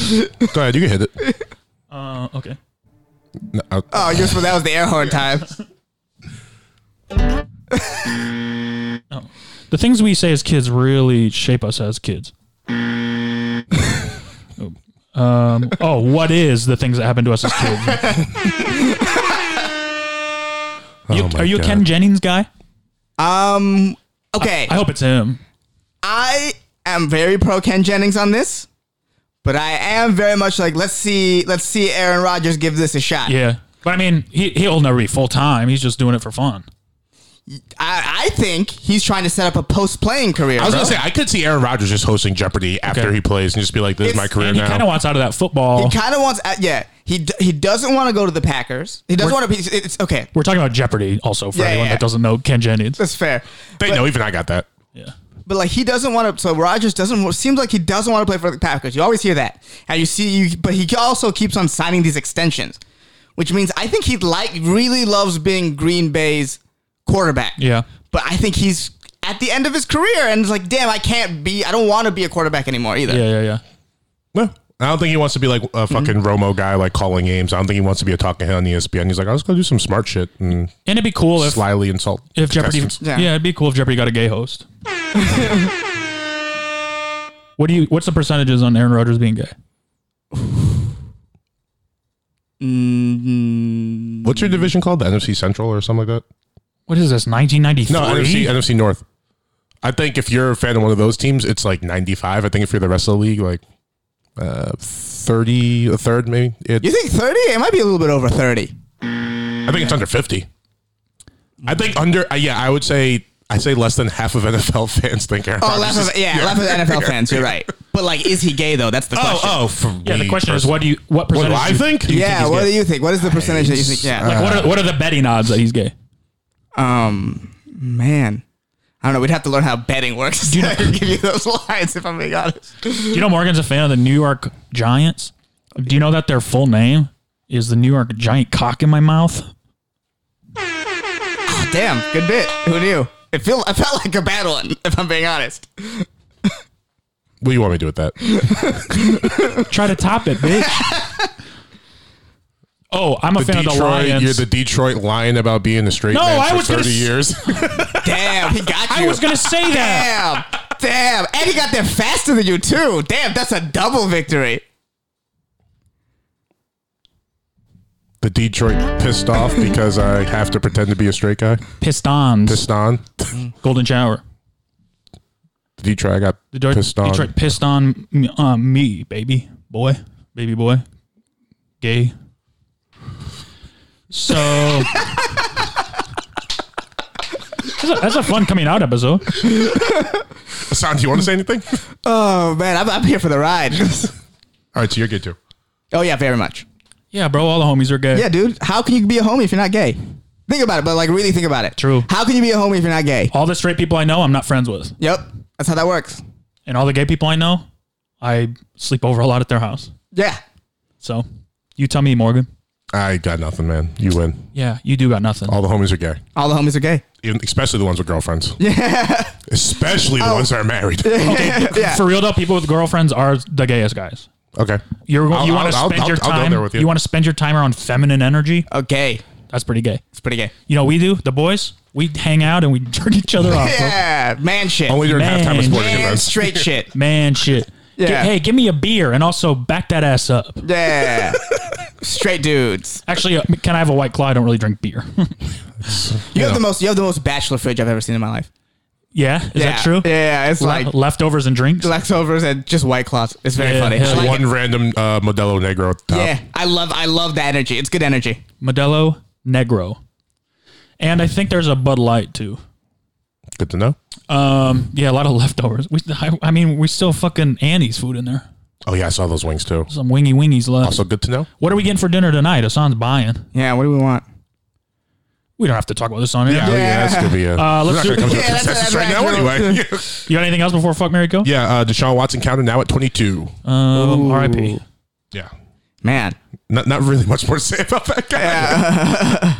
C: Go ahead, you can hit it.
E: Uh, okay.
C: No, uh,
G: Oh, you're supposed that was the air
E: <laughs>
G: horn time.
E: The things we say as kids really shape us as kids. um, oh, what is the things that happen to us as kids? You-
C: oh my
E: are you
C: God.
E: a Ken Jennings guy?
G: Um. Okay.
E: I hope it's him.
G: I am very pro Ken Jennings on this, but I am very much like let's see let's see Aaron Rodgers give this a shot.
E: Yeah. But I mean, he, he'll never be full time. He's just doing it for fun.
G: I, I think he's trying to set up a post playing career.
C: I was
G: bro.
C: gonna say I could see Aaron Rodgers just hosting Jeopardy after
E: Okay.
C: he plays and just be like, "This is
G: It's-
C: my career
E: And he
C: now."
E: kind of wants out of that football.
C: oh.
G: he kind of wants uh, yeah he d- he doesn't want to go to the Packers. He doesn't want to be. It's okay.
E: We're talking about Jeopardy also for
G: Yeah,
E: anyone
G: yeah.
E: that doesn't know Ken
G: <laughs>
E: Jennings.
G: That's fair.
C: they know. Even I got that.
E: Yeah.
G: But like he doesn't want to. So Rodgers doesn't. Seems like he doesn't want to play for the Packers. You always hear that, and you see you. But he also keeps on signing these extensions, which means I think he like really loves being Green Bay's quarterback.
E: Yeah.
G: But I think he's at the end of his career, and it's like, damn, I can't be. I don't want to be a quarterback anymore either.
E: Yeah, yeah, yeah.
C: No, I don't think he wants to be like a
E: Mm-hmm.
C: fucking Romo guy, like calling games. I don't think he wants to be a talking head on E ESPN. He's like, "I was gonna do some smart shit and
E: And it'd be cool if,
C: slyly insult."
E: if Jeopardy.
C: contestants."
E: Yeah.
G: Yeah.
E: it'd be cool if Jeopardy got a gay host. what do you? What's the percentages on Aaron Rodgers being gay?
C: What's your division called? The NFC Central or something like that?
E: What is this?
C: No,
E: 1993.
C: NFC NFC North. I think if you're a fan of one of those teams, it's like 95. I think if you're the rest of the league, like uh, 30, a third maybe. It,
G: You think 30? It might be a little bit over 30.
C: I think it's under 50. I think under. Uh, yeah, I would say. I say less than half of <laughs> NFL fans think Aaron.
G: Oh,
C: Rodgers
G: laugh
C: is-
G: of, yeah, <laughs> laugh of NFL fans. You're right. But like, is he gay though? That's the
C: <laughs> Oh,
G: question.
C: oh. For
E: yeah, the
C: me
E: question is
C: personally.
E: what do you what
C: What
E: percentage
C: do I
E: you-
C: think?
G: oh, yeah. What do you think? What is the percentage that you think? Yeah.
E: Like, what are what are the betting odds that he's gay?
G: um, man, I don't know. We'd have to learn how betting works. Do
E: you
G: you <laughs>
E: know-
G: know? give you those lines if I'm being honest.
E: Do you know Morgan's a fan of the New York Giants? Do you know that their full name is the New York Giant Cock in my mouth?
G: Damn, good bit. Who knew? It feel I felt like a bad one. If I'm being honest.
C: What do you want me to do with that?
E: Try to top it, bitch. <laughs> oh, I'm a
C: The
E: fan
C: Detroit,
E: of the Lions.
C: you're the Detroit lion about being a straight
E: No,
C: man
E: I
C: for
E: was gonna
C: 30
E: s-
C: years.
E: <laughs>
G: Damn, <laughs> he got you.
E: I was gonna
C: <laughs>
E: say that.
G: Damn, damn, and he got there faster than you too. Damn, that's a double victory.
C: the Detroit pissed off because I have to pretend to be a straight guy.
E: Pissed on
C: Pissed on.
E: Golden Shower.
C: The Detroit, I got
E: Detroit
C: pissed on.
E: Detroit pissed on m- uh, me, baby boy, baby boy, gay. So that's, a, that's a fun coming out episode.
C: Hassan, do you want to say <laughs> anything?
G: Oh man, I'm, I'm here for the ride. <laughs>
C: All right, so you're good too.
G: oh yeah, very much.
E: Yeah, bro, all the homies are gay.
G: Yeah, dude. How can you be a homie if you're not gay? Think about it, but like really think about it.
E: True.
G: How can you be a homie if you're not gay?
E: All the straight people I know, I'm not friends with,
G: Yep. That's how that works.
E: and all the gay people I know, I sleep over a lot at their house.
G: Yeah.
E: So you tell me, Morgan.
C: I got nothing, man. You win.
E: Yeah, you do got nothing.
C: All the homies are gay,
G: All the homies
E: <laughs>
G: are gay.
C: Even, especially the ones with girlfriends. <laughs> Yeah. Oh. Especially the ones that are <laughs> married.
E: Okay,
G: Yeah.
E: for real though, people with girlfriends are the gayest guys.
C: Okay.
E: You're,
C: I'll-
E: you want to
C: I'll- I'll-
E: spend your
C: I'll- I'll go
E: time.
C: there with you.
E: you want to spend your time around feminine energy.
G: Okay.
E: That's pretty gay.
G: Oh, It's pretty gay.
E: You know, we do the boys. We hang out and we jerk each other off. bro.
G: Yeah. Man shit.
C: Only during
E: Man.
C: halftime of sporting
G: Man
C: events.
G: straight
E: <laughs>
G: shit.
E: Man, shit.
G: Yeah.
E: Get- hey, give me a beer and also back that ass up.
G: Yeah. straight dudes.
E: Actually, uh, can I have a white claw? I don't really drink beer. <laughs>
G: You have the most you have the most bachelor fridge I've ever seen in my life.
E: yeah, is
G: yeah.
E: that true?
G: Yeah, it's
E: Le-
G: like
E: leftovers and drinks.
G: leftovers and just white cloths. It's very
E: Yeah,
G: funny.
E: hell
G: I like
C: One
G: it.
C: random uh, Modelo Negro at the top.
G: Yeah. I love I love that energy. It's good energy.
E: Modelo Negro, and I think there's a Bud Light too.
C: Good to know.
E: Um, yeah, a lot of <laughs> leftovers. We, I, I mean, we still fucking Annie's food in there.
C: Oh, yeah, I saw those wings too.
E: Some wingy wingies left.
C: Also, good to know.
E: What are we getting for dinner tonight? Hassan's buying.
G: Yeah, what do we want?
E: We don't have to talk about this on air.
C: Oh, yeah, that's going to be a.
E: Uh, let's
C: we're not
E: do-
C: going to come to
G: Yeah,
C: a
G: that's-
C: consensus
G: that's
C: right
G: right.
C: now, anyway. <laughs>
E: You got anything else before fuck Mary Go?
C: yeah, uh, Deshaun Watson counter now at 22.
E: Um, R.I.P.
C: Yeah.
G: <laughs> Man.
C: Not, not really much more to say <laughs> about that guy.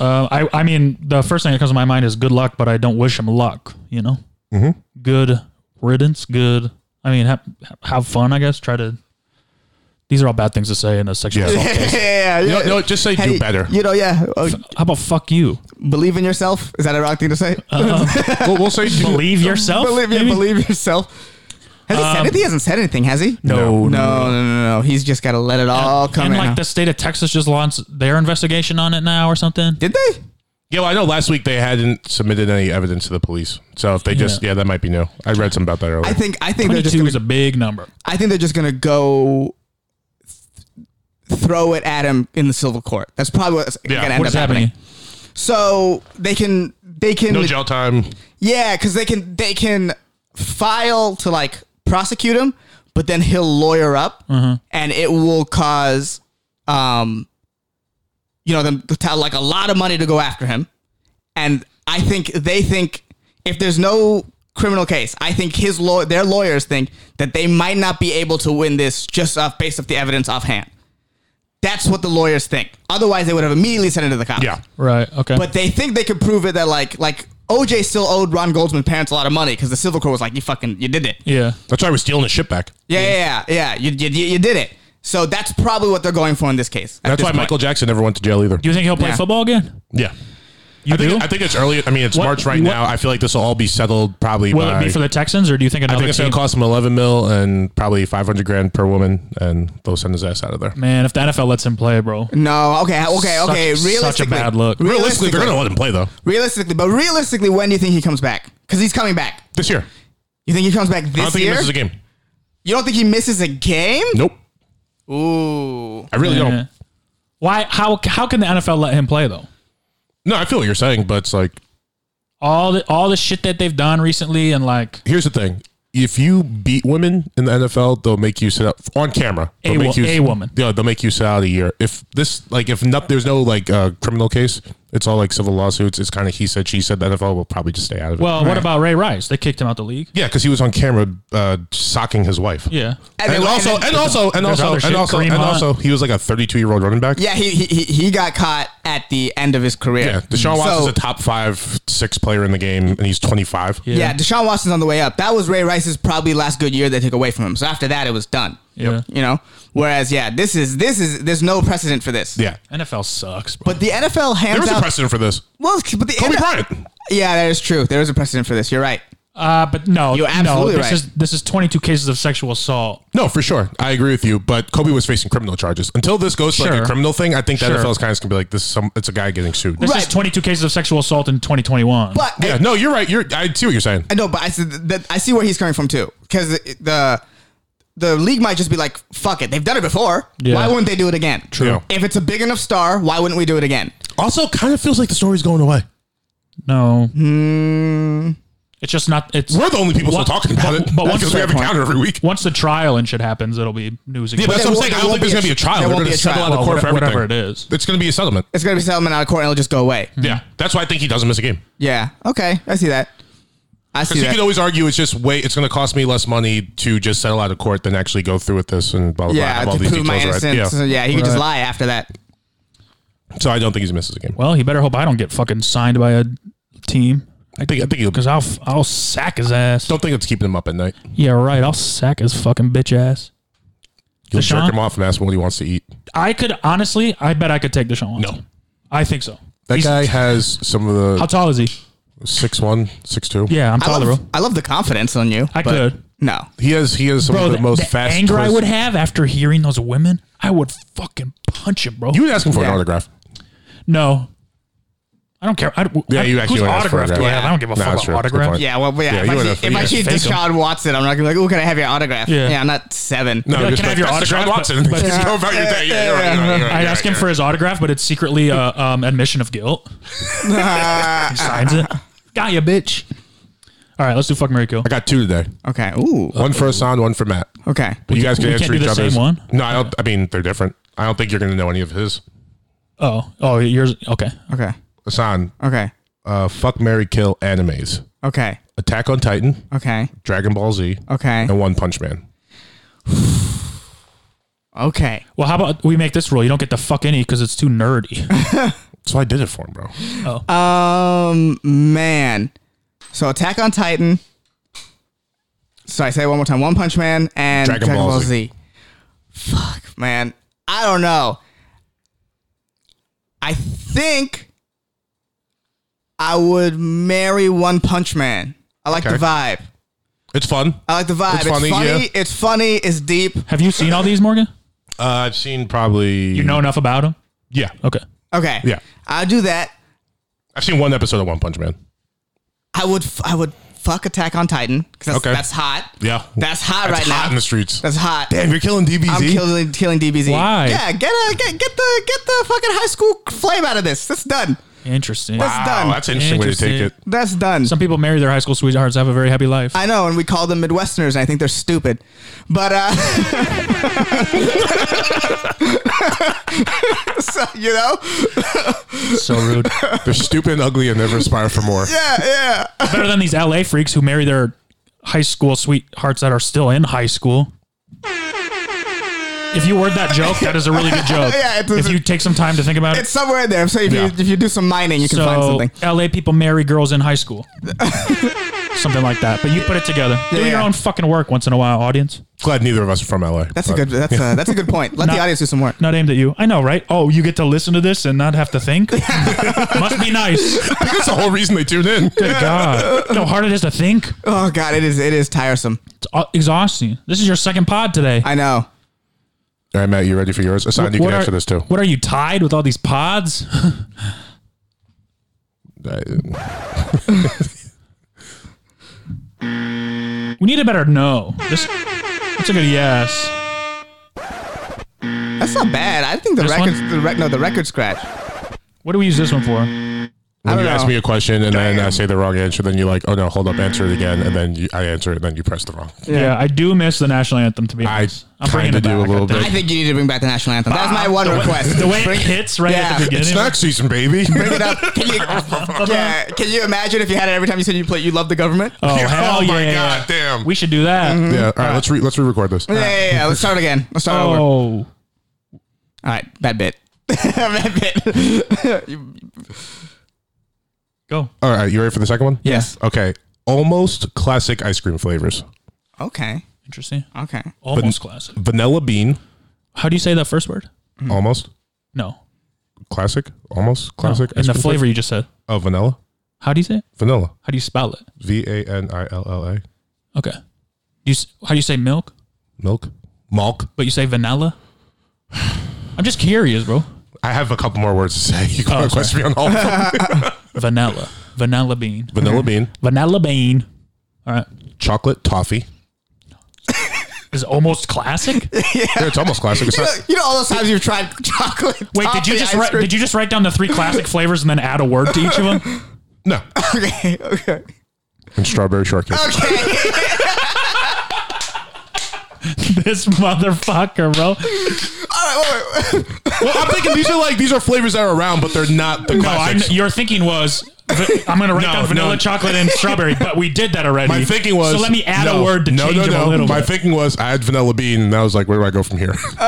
E: Uh, I, I mean, the first thing that comes to my mind is good luck, but I don't wish him luck, you know? Mm-hmm. Good riddance, good. I mean, ha- have fun, I guess. Try to. These are all bad things to say in a sexual
C: Yeah.
E: assault
G: Yeah,
E: case.
G: yeah,
C: No,
G: yeah.
C: no, just say do
G: Hey,
C: better.
G: You know, yeah. uh,
E: How about fuck you?
G: believe in yourself. Is that a wrong thing to say?
C: We'll, we'll say do
E: Believe yourself?
G: <laughs> believe,
E: Uh,
G: yeah,
E: maybe? Um,
G: believe yourself. Has he said it? He hasn't said anything, has he?
E: No,
G: No, no, no, no. He's just got to let it all come
E: and
G: in.
E: like the state of Texas just launched their investigation on it now or something.
G: Did they?
C: Yeah, well, I know last week they hadn't submitted any evidence to the police. So if they just,
E: Yeah.
C: yeah, that might be new. I read something about that earlier.
G: I think. I think they're just
E: 22
G: gonna.
E: is a big number.
G: I think they're just gonna go. th- Throw it at him in the civil court. That's probably what's gonna end
E: What is
G: up happening.
E: happening?
G: So they can, they can,
C: no jail time.
G: yeah, because they can, they can file to like prosecute him, but then he'll lawyer up,
C: Mm-hmm.
G: and it will cause, um, you know, them to tell like a lot of money to go after him, and I think they think if there's no criminal case, I think his law, their lawyers think that they might not be able to win this just off based off the evidence offhand. That's what the lawyers think. Otherwise, they would have immediately sent it to the cops.
C: Yeah.
E: Right. Okay.
G: <laughs> But they think they could prove it that like like OJ still owed Ron Goldsman's parents a lot of money because the civil court was like, you fucking you did it.
E: yeah.
C: That's why we're stealing the shit back.
G: Yeah, yeah, yeah. yeah. You, you, you you did it. So that's probably what they're going for in this case. at
C: That's
G: this
C: why
G: point.
C: Michael Jackson never went to jail either.
E: Do you think he'll play
G: Yeah.
E: football again?
C: Yeah.
E: You
C: I think,
E: do?
C: I think it's early. I mean, it's
E: What-
C: March right
E: what-
C: now. I feel like this will all be settled probably
E: Will
C: by.
E: it be for the Texans, or do you think
C: I
E: another
C: think it's
E: team?
C: going to cost them 11 mil and probably 500 grand per woman, and they'll send his ass out of there.
E: Man, if the NFL lets him play, bro.
G: No, okay, okay,
E: Such-
G: okay.
E: such a
G: Realistically,
E: bad look.
C: Realistically, they're going to
G: Realistically,
C: let him play though
G: realistically, but realistically, when do you think he comes back? Because he's coming back.
C: this year.
G: You think he comes back
C: I don't
G: this
C: think he
G: year?
C: misses a game.
G: You don't think he misses a game?
C: Nope,
G: Ooh.
C: I really
E: Yeah.
C: don't.
E: Why? How? How can the NFL let him play though?
C: No, I feel what you're saying, but it's like
E: All the all the shit that they've done recently, and like
C: here's the thing: if you beat women in the NFL, they'll make you sit out on camera. They'll
E: A wo-
C: make you,
E: a woman.
C: Yeah, they'll make you sit out a year. If this, like, if not, there's no like uh, criminal case. It's all like civil lawsuits. It's kind of he said, she said. The NFL will probably just stay out of it.
E: Well, what about Ray Rice? They kicked him out the league.
C: yeah, because he was on camera uh, socking his wife.
E: Yeah.
C: And,
G: then-
C: also,
G: then-
C: and also, and
E: There's
C: also,
E: other
C: and also,
E: shit,
C: and also,
E: Kareem Hunt.
C: he was like a 32 year old running back.
G: yeah, he, he he he got caught at the end of his career.
C: yeah. Deshaun Watson's
G: So-
C: a top five, six player in the game, and he's 25.
E: Yeah.
G: Yeah, Deshaun Watson's on the way up. That was Ray Rice's probably last good year they took away from him. So after that, it was done.
E: Yep.
G: You know, whereas yeah, this is this is there's no precedent for this.
C: yeah.
E: NFL sucks, bro.
G: But the NFL hands
C: There was a
G: out.
E: uh,
C: precedent for this.
G: well, but the
C: Kobe
G: NFL
C: Bryant.
G: Yeah, that is true. There is a precedent for this. You're right.
E: uh, but no,
G: You're absolutely
E: no, this
G: right.
E: is this is 22 cases of sexual assault.
C: No, for sure. I agree with you, but Kobe was facing criminal charges. Until this goes to like
E: Sure.
C: a criminal thing, I think the
E: Sure.
C: NFL's kind of gonna be like this. Is some it's a guy getting sued.
E: This
G: Right.
E: is 22 cases of sexual assault in 2021.
G: But
C: yeah, no, you're right. You're I see what you're saying.
G: I know, but I see, that, I see where he's coming from too, because the, the league might just be like, "Fuck it, they've done it before.
E: Yeah.
G: Why wouldn't they do it again?"
C: True. Yeah.
G: If it's a big enough star, why wouldn't we do it again?
C: Also, kind of feels like the story's going away.
E: no,
G: Hmm.
E: it's just not. It's
C: We're the only people
E: What-
C: still talking about
E: but-
C: it,
E: but
C: but
E: once-
C: because we have a counter every week.
E: once the trial and shit happens, it'll be news again.
C: Yeah, that's
G: there
C: what I'm saying. I
G: won't- there
C: don't think
G: won't
C: there's gonna
G: be
C: be
G: a-
C: a trial. They're
G: there won't
C: gonna
G: be a
C: settle
G: trial.
C: out of
E: Well,
C: court for
E: whatever- whatever
C: everything.
E: it is.
C: it's gonna be a settlement.
G: It's gonna be settlement out of court and it'll just go away.
C: Yeah, that's why I think he doesn't miss a game.
G: Yeah. Okay, I see that. I see
C: Because you
G: that.
C: could always argue it's just wait, it's going to cost me less money to just settle out of court than actually go through with this and blah blah blah.
G: yeah,
C: have all
G: to
C: these
G: prove my
C: details
G: innocence. So,
C: right.
G: Yeah, he could just
E: Right.
G: lie after that.
C: Yeah. So I don't think he misses a game.
E: Well, he better hope I don't get fucking signed by a team
C: I think I think he'll,
E: because I'll f- I'll sack his ass.
C: don't think it's keeping him up at night.
E: Yeah, right. I'll sack his fucking bitch ass.
C: You'll
E: Deshaun?
C: jerk him off and ask him what he wants to eat.
E: I could honestly, I bet I could take Deshaun Watson.
C: No.
E: I think so.
C: That
E: He's-
C: guy has some of
E: How
C: the
E: tall is he?
C: six one, six two.
E: Yeah, I'm
G: I
E: taller,
G: love,
E: bro.
G: I love the confidence on you.
E: I
G: but
E: could.
G: No.
C: he has he has some
E: Bro,
C: of
E: the,
C: the, most
E: the
C: fast.
E: anger I
C: twist-
E: would have after hearing those women, I would fucking punch him, bro.
C: You would ask him for
G: Yeah.
C: an autograph.
E: no, I don't care. I,
C: Yeah,
E: I,
C: you actually
E: whose
C: would ask for
E: autograph
C: that.
E: do I have? I don't give a
C: Nah, that's
E: fuck
C: true.
E: about
C: That's a good
E: autograph.
C: point.
G: Yeah, well, yeah.
C: Yeah,
G: if
C: you
G: I
C: would've-
G: see, if
C: you
G: I
C: just
G: see
E: fake him.
G: Deshaun Watson, I'm not gonna be like, "Oh, can I have your autograph?"
E: Yeah.
G: I'm not seven.
C: No,
E: Yeah,
C: just
E: can I
C: like,
E: have your
C: that's Deshaun
E: autograph,
C: Watson.
E: but-
C: Just go about your day. Yeah, you're right, you're right, you're right,
E: I'd
C: you're
E: ask
C: right,
E: him
C: you're
E: for his autograph, but it's secretly uh,
C: <laughs>
E: um, admission of guilt. he signs it. Got you, bitch. All right, let's do fuck Mary Kill.
C: I got two today.
G: Okay. Ooh.
C: Uh, One for Hassan, one for Matt.
G: Okay.
C: But you guys can
E: we
C: answer
E: can't do
C: each
E: the same
C: other's.
E: one?
C: No, I don't. I mean, they're different. I don't think you're going to know any of his.
E: Oh, oh, yours. Okay,
G: Okay.
C: Hassan,
G: Okay.
C: uh, fuck Mary Kill animes.
G: Okay.
C: Attack on Titan,
G: Okay.
C: Dragon Ball Z,
G: Okay.
C: and One Punch Man.
G: Okay.
E: Well, how about we make this rule? You don't get to fuck any because it's too
G: <laughs>
E: nerdy.
C: So I did it for him, bro.
G: Um, man. So Attack on Titan. Sorry, say it one more time. One Punch Man and Dragon,
C: Dragon
G: Ball,
C: Ball
G: Z.
C: Z.
G: Fuck, man. I don't know. I think I would marry One Punch Man. I like
C: Okay.
G: the vibe.
C: It's fun.
G: I like the vibe. It's
C: It's
G: funny.
C: funny,
G: It's funny.
C: yeah.
G: It's, deep.
E: Have you seen all these, Morgan?
C: Uh, I've seen probably.
E: You know enough about them.
C: Yeah.
E: Okay.
G: Okay.
C: Yeah.
G: I'll do that.
C: I've seen one episode of One Punch Man.
G: I would. f- I would fuck Attack on Titan because that's,
C: Okay.
G: that's hot.
C: Yeah.
G: That's hot
C: That's
G: right
C: hot
G: now.
C: in the streets.
G: That's hot.
C: Damn, you're killing DBZ.
G: I'm killing killing DBZ.
E: Why?
G: Yeah, get a, get get the get the fucking high school flame out of this. That's done.
E: Interesting.
G: That's done.
C: wow, that's an interesting way to take it.
E: Interesting.
G: That's done.
E: Some people marry their high school sweethearts, have a very happy life.
G: I know, and we call them Midwesterners, and I think they're stupid. But uh, <laughs> so, you know,
E: so rude.
C: They're stupid and ugly and never aspire for more.
G: yeah, yeah.
E: <laughs> Better than these LA freaks who marry their high school sweethearts that are still in high school. If you word that joke, that is a really good joke.
G: <laughs> Yeah, it's-
E: if you take some time to think about
G: It's
E: it.
G: somewhere in there. So if
C: Yeah.
G: you if you do some mining, you can find
E: So
G: something.
E: LA people marry girls in high
G: <laughs>
E: school. Something like that. But you put it together. Do
G: Yeah,
E: your
G: yeah.
E: own fucking work once in a while, audience.
C: Glad neither of us are from LA.
G: That's a
C: but-
G: good.
E: <laughs>
G: That's a, that's a good point. Let the audience do some work.
E: Not aimed at you. I know, right? Oh, you get to listen to this and not have to
C: <laughs>
E: think? Must be nice.
C: I think that's the whole reason they tuned in.
E: Good God. You know how hard it is to think?
G: Oh God, it is it is tiresome.
E: It's uh, exhausting. This is your second pod today.
G: I know.
C: All right, Matt, you ready for yours? Aside, you can
E: What are-
C: answer this too.
E: What are you tied with all these pods?
C: Uh,
E: We need a better no. This, that's a good yes.
G: That's not bad. I think the
E: This
G: record,
E: one?
G: the rec, no, the record scratch.
E: What do we use this one for?
C: When
G: don't
C: you ask
G: know.
C: me a question and then I say the wrong answer, then you're like, oh no, hold up, answer it again. And then you, I answer it, and then you press the wrong.
E: Yeah. I do miss the national anthem. To be
C: I
E: honest, I'm
C: kinda
E: bringing it
C: do
E: back.
C: a little
E: I think.
G: I think you need to bring back the national anthem. That's my one request.
E: Ah, The way
G: bring,
E: it hits right
G: Yeah.
E: at the
G: It's
E: beginning.
C: Snack season,
E: <laughs>
C: baby.
E: Oh,
G: bring it up. Can you, yeah. Can you imagine if you had it every time you said you play "You Love the Government"?
E: oh hell
C: <laughs> <laughs> Oh,
E: yeah!
C: my God, Mm-hmm. damn.
E: We should do that.
C: yeah. All right, let's re- let's re-record this.
G: Yeah, yeah, yeah. Let's start again. Let's start over. All
E: Oh,
G: right, bad bit. <laughs> bad bit. You-
E: go.
C: All right, you ready for the second one?
G: yes.
C: Okay. Almost classic ice cream flavors:
G: Okay.
E: Interesting.
G: Okay.
E: Almost classic.
C: vanilla bean,
E: How do you say that first word?
C: almost
E: No.
C: classic, almost
E: no.
C: classic.
E: And
C: ice
E: the
C: cream
E: flavor you just said.
C: Oh, vanilla,
E: How do you say it?
C: vanilla.
E: How do you spell it?
C: V a n i l l a.
E: Okay. You s- how do you say milk?
C: Milk, malk.
E: But you say vanilla. <sighs> I'm just curious, bro.
C: I have a couple more words to say. <laughs> You can
E: Oh,
C: request me on all of
E: <laughs>
C: them.
E: Vanilla. Vanilla bean.
C: vanilla bean,
E: Vanilla bean. All right.
C: chocolate toffee.
E: Is it almost classic?
C: Yeah, <laughs> it's almost classic. It's
E: <laughs>
G: You know,
C: not,
G: you know all those times you've tried <laughs> chocolate.
E: Uh, Wait, did you just write, did you just write down the three classic flavors and then add a word to each of
C: <laughs>
E: them? <laughs>
C: no,
G: <laughs> Okay. Okay.
C: and strawberry
E: <laughs>
C: shortcake.
G: Okay.
E: this motherfucker, bro.
G: all right. Wait, wait, wait.
C: Well, I'm thinking these are like these are flavors that are around, but they're not the
E: No, I,
C: classics.
E: your thinking was v- I'm going to write
C: No,
E: down vanilla,
C: no.
E: chocolate, and strawberry, but we did that already.
C: my thinking was
E: so. Let me add a
C: no,
E: word to
C: no,
E: change
C: no,
E: them
C: no.
E: a little
C: My
E: bit.
C: thinking was I had vanilla bean, and I was like, where do I go from here? <laughs>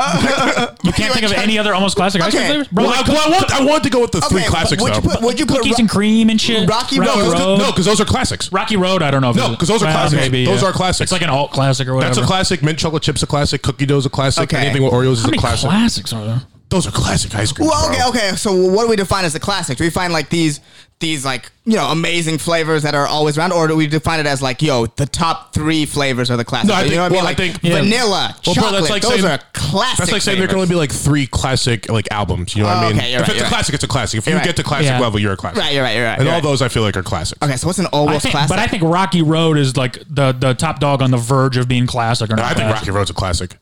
E: you can't think of any other almost classic ice cream
G: Okay.
E: flavors, bro.
C: well,
E: like
C: I, well, I want I want to go with the three
G: Okay,
C: classics
G: would
C: though.
G: you put, would you put
E: cookies
G: ro-
E: and cream and shit.
G: Rocky
E: Rocky
G: Road.
E: Road.
C: no, because those are classics.
E: Rocky Road. I don't know. if
C: No,
E: it's-
C: 'cause those are
E: well,
C: classics. Those
E: yeah.
C: are classics.
E: It's like an alt classic or whatever.
C: That's a classic. Mint chocolate chips a classic. Cookie dough's a classic.
G: Okay.
C: Anything with Oreos is
E: How
C: a
E: many
C: classic.
E: classics are there?
C: those are classic ice cream.
G: Well, okay, okay. So what do we define as a classic? Do we find like these these like you know amazing flavors that are always around, or do we define it as like yo the top three flavors are the classic?
C: No, I
G: you know
C: think-
G: what
C: well, I
G: I mean?
C: think-
G: Like
C: yeah.
G: vanilla,
C: Well, bro,
G: chocolate.
C: that's like
G: those
C: saying-
G: are classic.
C: That's like saying there can
G: flavors.
C: only be like three classic like albums. You know what
G: Oh,
C: I mean?
G: okay, you're
C: if
G: right,
C: it's a
G: you're right.
C: classic, it's a classic. If you
G: You're right.
C: get to classic
E: Yeah.
C: level, you're a classic.
G: Right, you're right, you're right.
C: And
G: you're
C: all
G: right.
C: those I feel like are classics.
G: Okay, so what's an
E: I
G: almost
E: think,
G: classic?
E: but I think Rocky Road is like the the top dog on the verge of being classic or
C: No,
E: not.
C: I think
E: classic.
C: Rocky Road's a classic.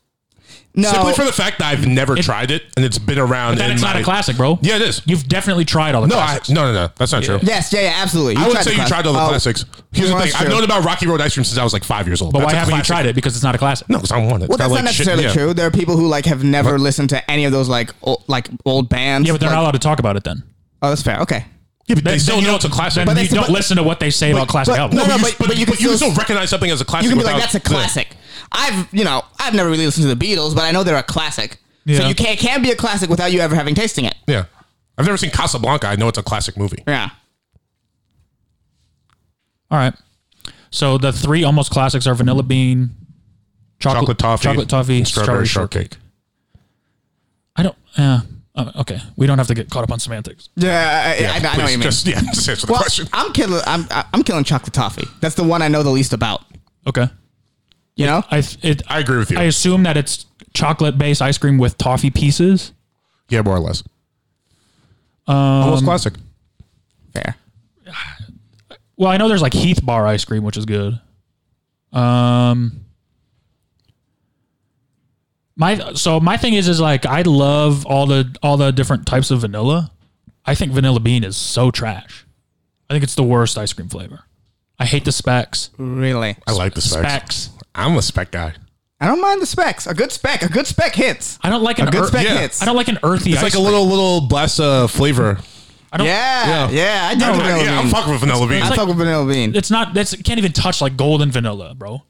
G: no,
C: Simply for the fact that I've never
E: It-
C: tried it and it's been around.
E: Then
C: in
E: it's not
C: my-
E: a classic, bro.
C: Yeah, it is.
E: You've definitely tried all the
C: no, I,
E: classics.
C: no, no, no. That's not true.
G: yes, yeah, yeah, absolutely.
C: I
G: You
C: would
G: tried
C: say
G: the
C: you
G: classic.
C: tried all the
G: Oh,
C: classics. Here's the
G: well,
C: thing:
G: that's
C: I've
G: true.
C: known about Rocky Road ice cream since I was like five years old.
E: But
C: That's
E: why
C: a
E: haven't
C: classic.
E: you tried it? Because it's not a classic.
C: No, because I want it.
G: Well, that's not necessarily true. There are people who like have never listened to any of those like old, like old bands.
E: Yeah, but they're
G: like,
E: not allowed to talk about it then.
G: Oh, that's fair. Okay.
C: Yeah, but
E: Then,
C: they still
E: then you
C: know
E: don't-
C: it's a classic.
E: Then
G: But
E: you
G: they still-
E: don't
G: but-
E: listen to what they say about classic
G: but-
E: albums.
G: no,
C: No,
G: no,
C: you-
G: but- but you can
C: still,
G: still-
C: recognize something as a classic.
G: you can be
C: without-
G: like, that's a
C: Yeah.
G: classic. I've, you know, I've never really listened to the Beatles, but I know they're a classic. So
E: Yeah.
G: you can, it can be a classic without you ever having tasting it.
C: Yeah. I've never seen Casablanca. I know it's a classic movie.
G: Yeah.
E: All right. So the three almost classics are vanilla bean,
C: Chocolate toffee,
E: chocolate toffee,
C: and
E: strawberry, shortcake. I don't. Uh, uh, okay, we don't have to get caught up on semantics.
G: Yeah, I, I, I know what
C: Please,
G: you mean.
C: Just, yeah, just answer the
G: well,
C: question.
G: I'm killing. I'm I'm killing chocolate toffee. That's the one I know the least about.
E: Okay.
G: You know.
E: I th- it,
C: I agree with you.
E: I assume that it's chocolate based ice cream with toffee pieces.
C: yeah, more or less. Almost classic.
G: Fair.
E: Well, I know there's like Heath bar ice cream, which is good. Um, my so my thing is is like I love all the all the different types of vanilla. I think vanilla bean is so trash. I think it's the worst ice cream flavor. I hate the specs.
G: Really.
C: I like the specs.
E: Specs.
C: I'm a spec guy.
G: I don't mind the specs. A good spec. A good spec hits.
E: I don't like an
G: A good
E: ear-
G: spec
C: yeah.
G: hits.
E: I don't like an earthy.
C: It's
E: ice
C: like a
E: cream.
C: little little blast uh, flavor.
E: don't-
G: yeah, yeah. I do
C: I'm,
G: vanilla
C: Oh, yeah, I'm
G: bean.
C: fucking with vanilla bean.
G: I
E: like-
G: fuck with vanilla bean.
E: It's not. That's it can't even touch like golden vanilla, bro.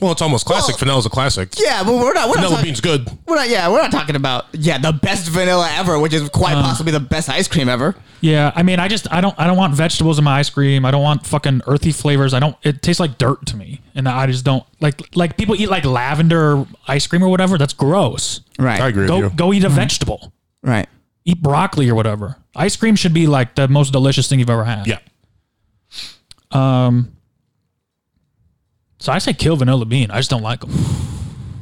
C: Well, it's almost classic.
G: Well-
C: Vanilla's a classic.
G: Yeah, but we're not. We're not
C: Vanilla
G: talking-
C: bean's good.
G: We're not. Yeah, we're not talking about yeah the best vanilla ever, which is
C: Uh.
G: quite possibly the best ice cream ever.
E: Yeah, I mean, I just I don't I don't want vegetables in my ice cream. I don't want fucking earthy flavors. I don't. It tastes like dirt to me, and I just don't like like people eat like lavender ice cream or whatever. That's gross.
G: Right.
C: I agree with
E: Go
C: you.
E: go eat a vegetable.
G: Right.
E: Eat broccoli or whatever. Ice cream should be like the most delicious thing you've ever had.
C: Yeah.
E: So I say kill vanilla bean. I just don't like them.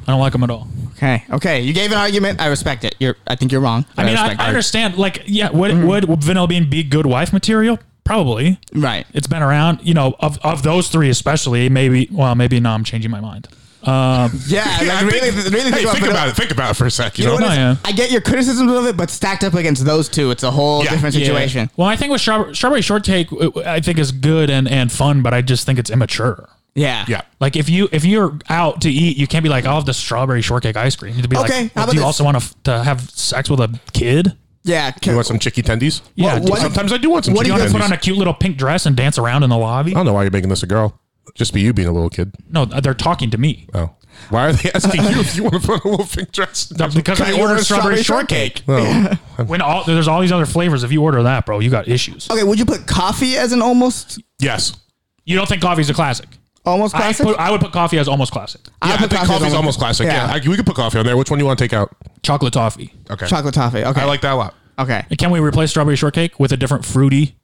E: I don't like them at all.
G: Okay. Okay. You gave an argument. I respect it. You're. I think you're wrong. but
E: I mean, I,
G: respect
E: I
G: it.
E: understand. Like, yeah, would, would would vanilla bean be good wife material? Probably.
G: Right.
E: It's been around. You know, of of those three especially. Maybe. Well, maybe now I'm changing my mind.
C: <laughs>
G: Yeah.
C: I
G: like, really,
C: think-
G: really
C: hey,
G: think,
C: think
G: vanilla-
C: about it. Oh, Think about it for a sec. You,
G: You know
C: know,
G: what it is?
E: yeah.
G: I get your criticisms of it, but stacked up against those two, it's a whole
C: Yeah.
G: different
E: Yeah.
G: situation.
E: Well, I think with strawberry, strawberry shortcake, it- I think is good and, and fun, but I just think it's immature.
G: Yeah.
C: Yeah.
E: Like if you if you're out to eat, you can't be like, I'll have the strawberry shortcake ice cream. You need to be
G: Okay,
E: like,
G: how
E: well,
G: about
E: do you
G: this?
E: also want to f- to have sex with a kid?
G: Yeah.
C: You want some chicky tendies?
E: Yeah,
C: Well,
E: dude.
C: what- sometimes I do want some
E: What do
C: chicky
E: you want to put on a
C: tendies.
E: cute little pink dress and dance around in the lobby?
C: I don't know why you're making this a girl. Just be you being a little kid.
E: No, they're talking to me
C: Oh. Why are they asking you if you want to put on a little pink
E: <laughs>
C: dress? Oh.
E: because I
G: you
E: ordered
G: ordered
E: strawberry
G: strawberry
E: shortcake.
C: Well,
E: When all there's all these other flavors, if you order that, bro, you got issues.
G: Okay. Would you put coffee as an almost
C: yes.
E: You don't think coffee's a classic?
G: almost classic?
E: I, put, I would put coffee as almost classic.
G: I'll
C: Yeah, I
G: put
C: think
G: coffee as
C: coffee's almost classic. Yeah, I- we could put coffee on there. Which one do you want to take out?
E: Chocolate toffee.
C: Okay.
G: chocolate toffee. Okay.
C: I like that a lot.
G: Okay.
E: And Can we replace strawberry shortcake with a different fruity?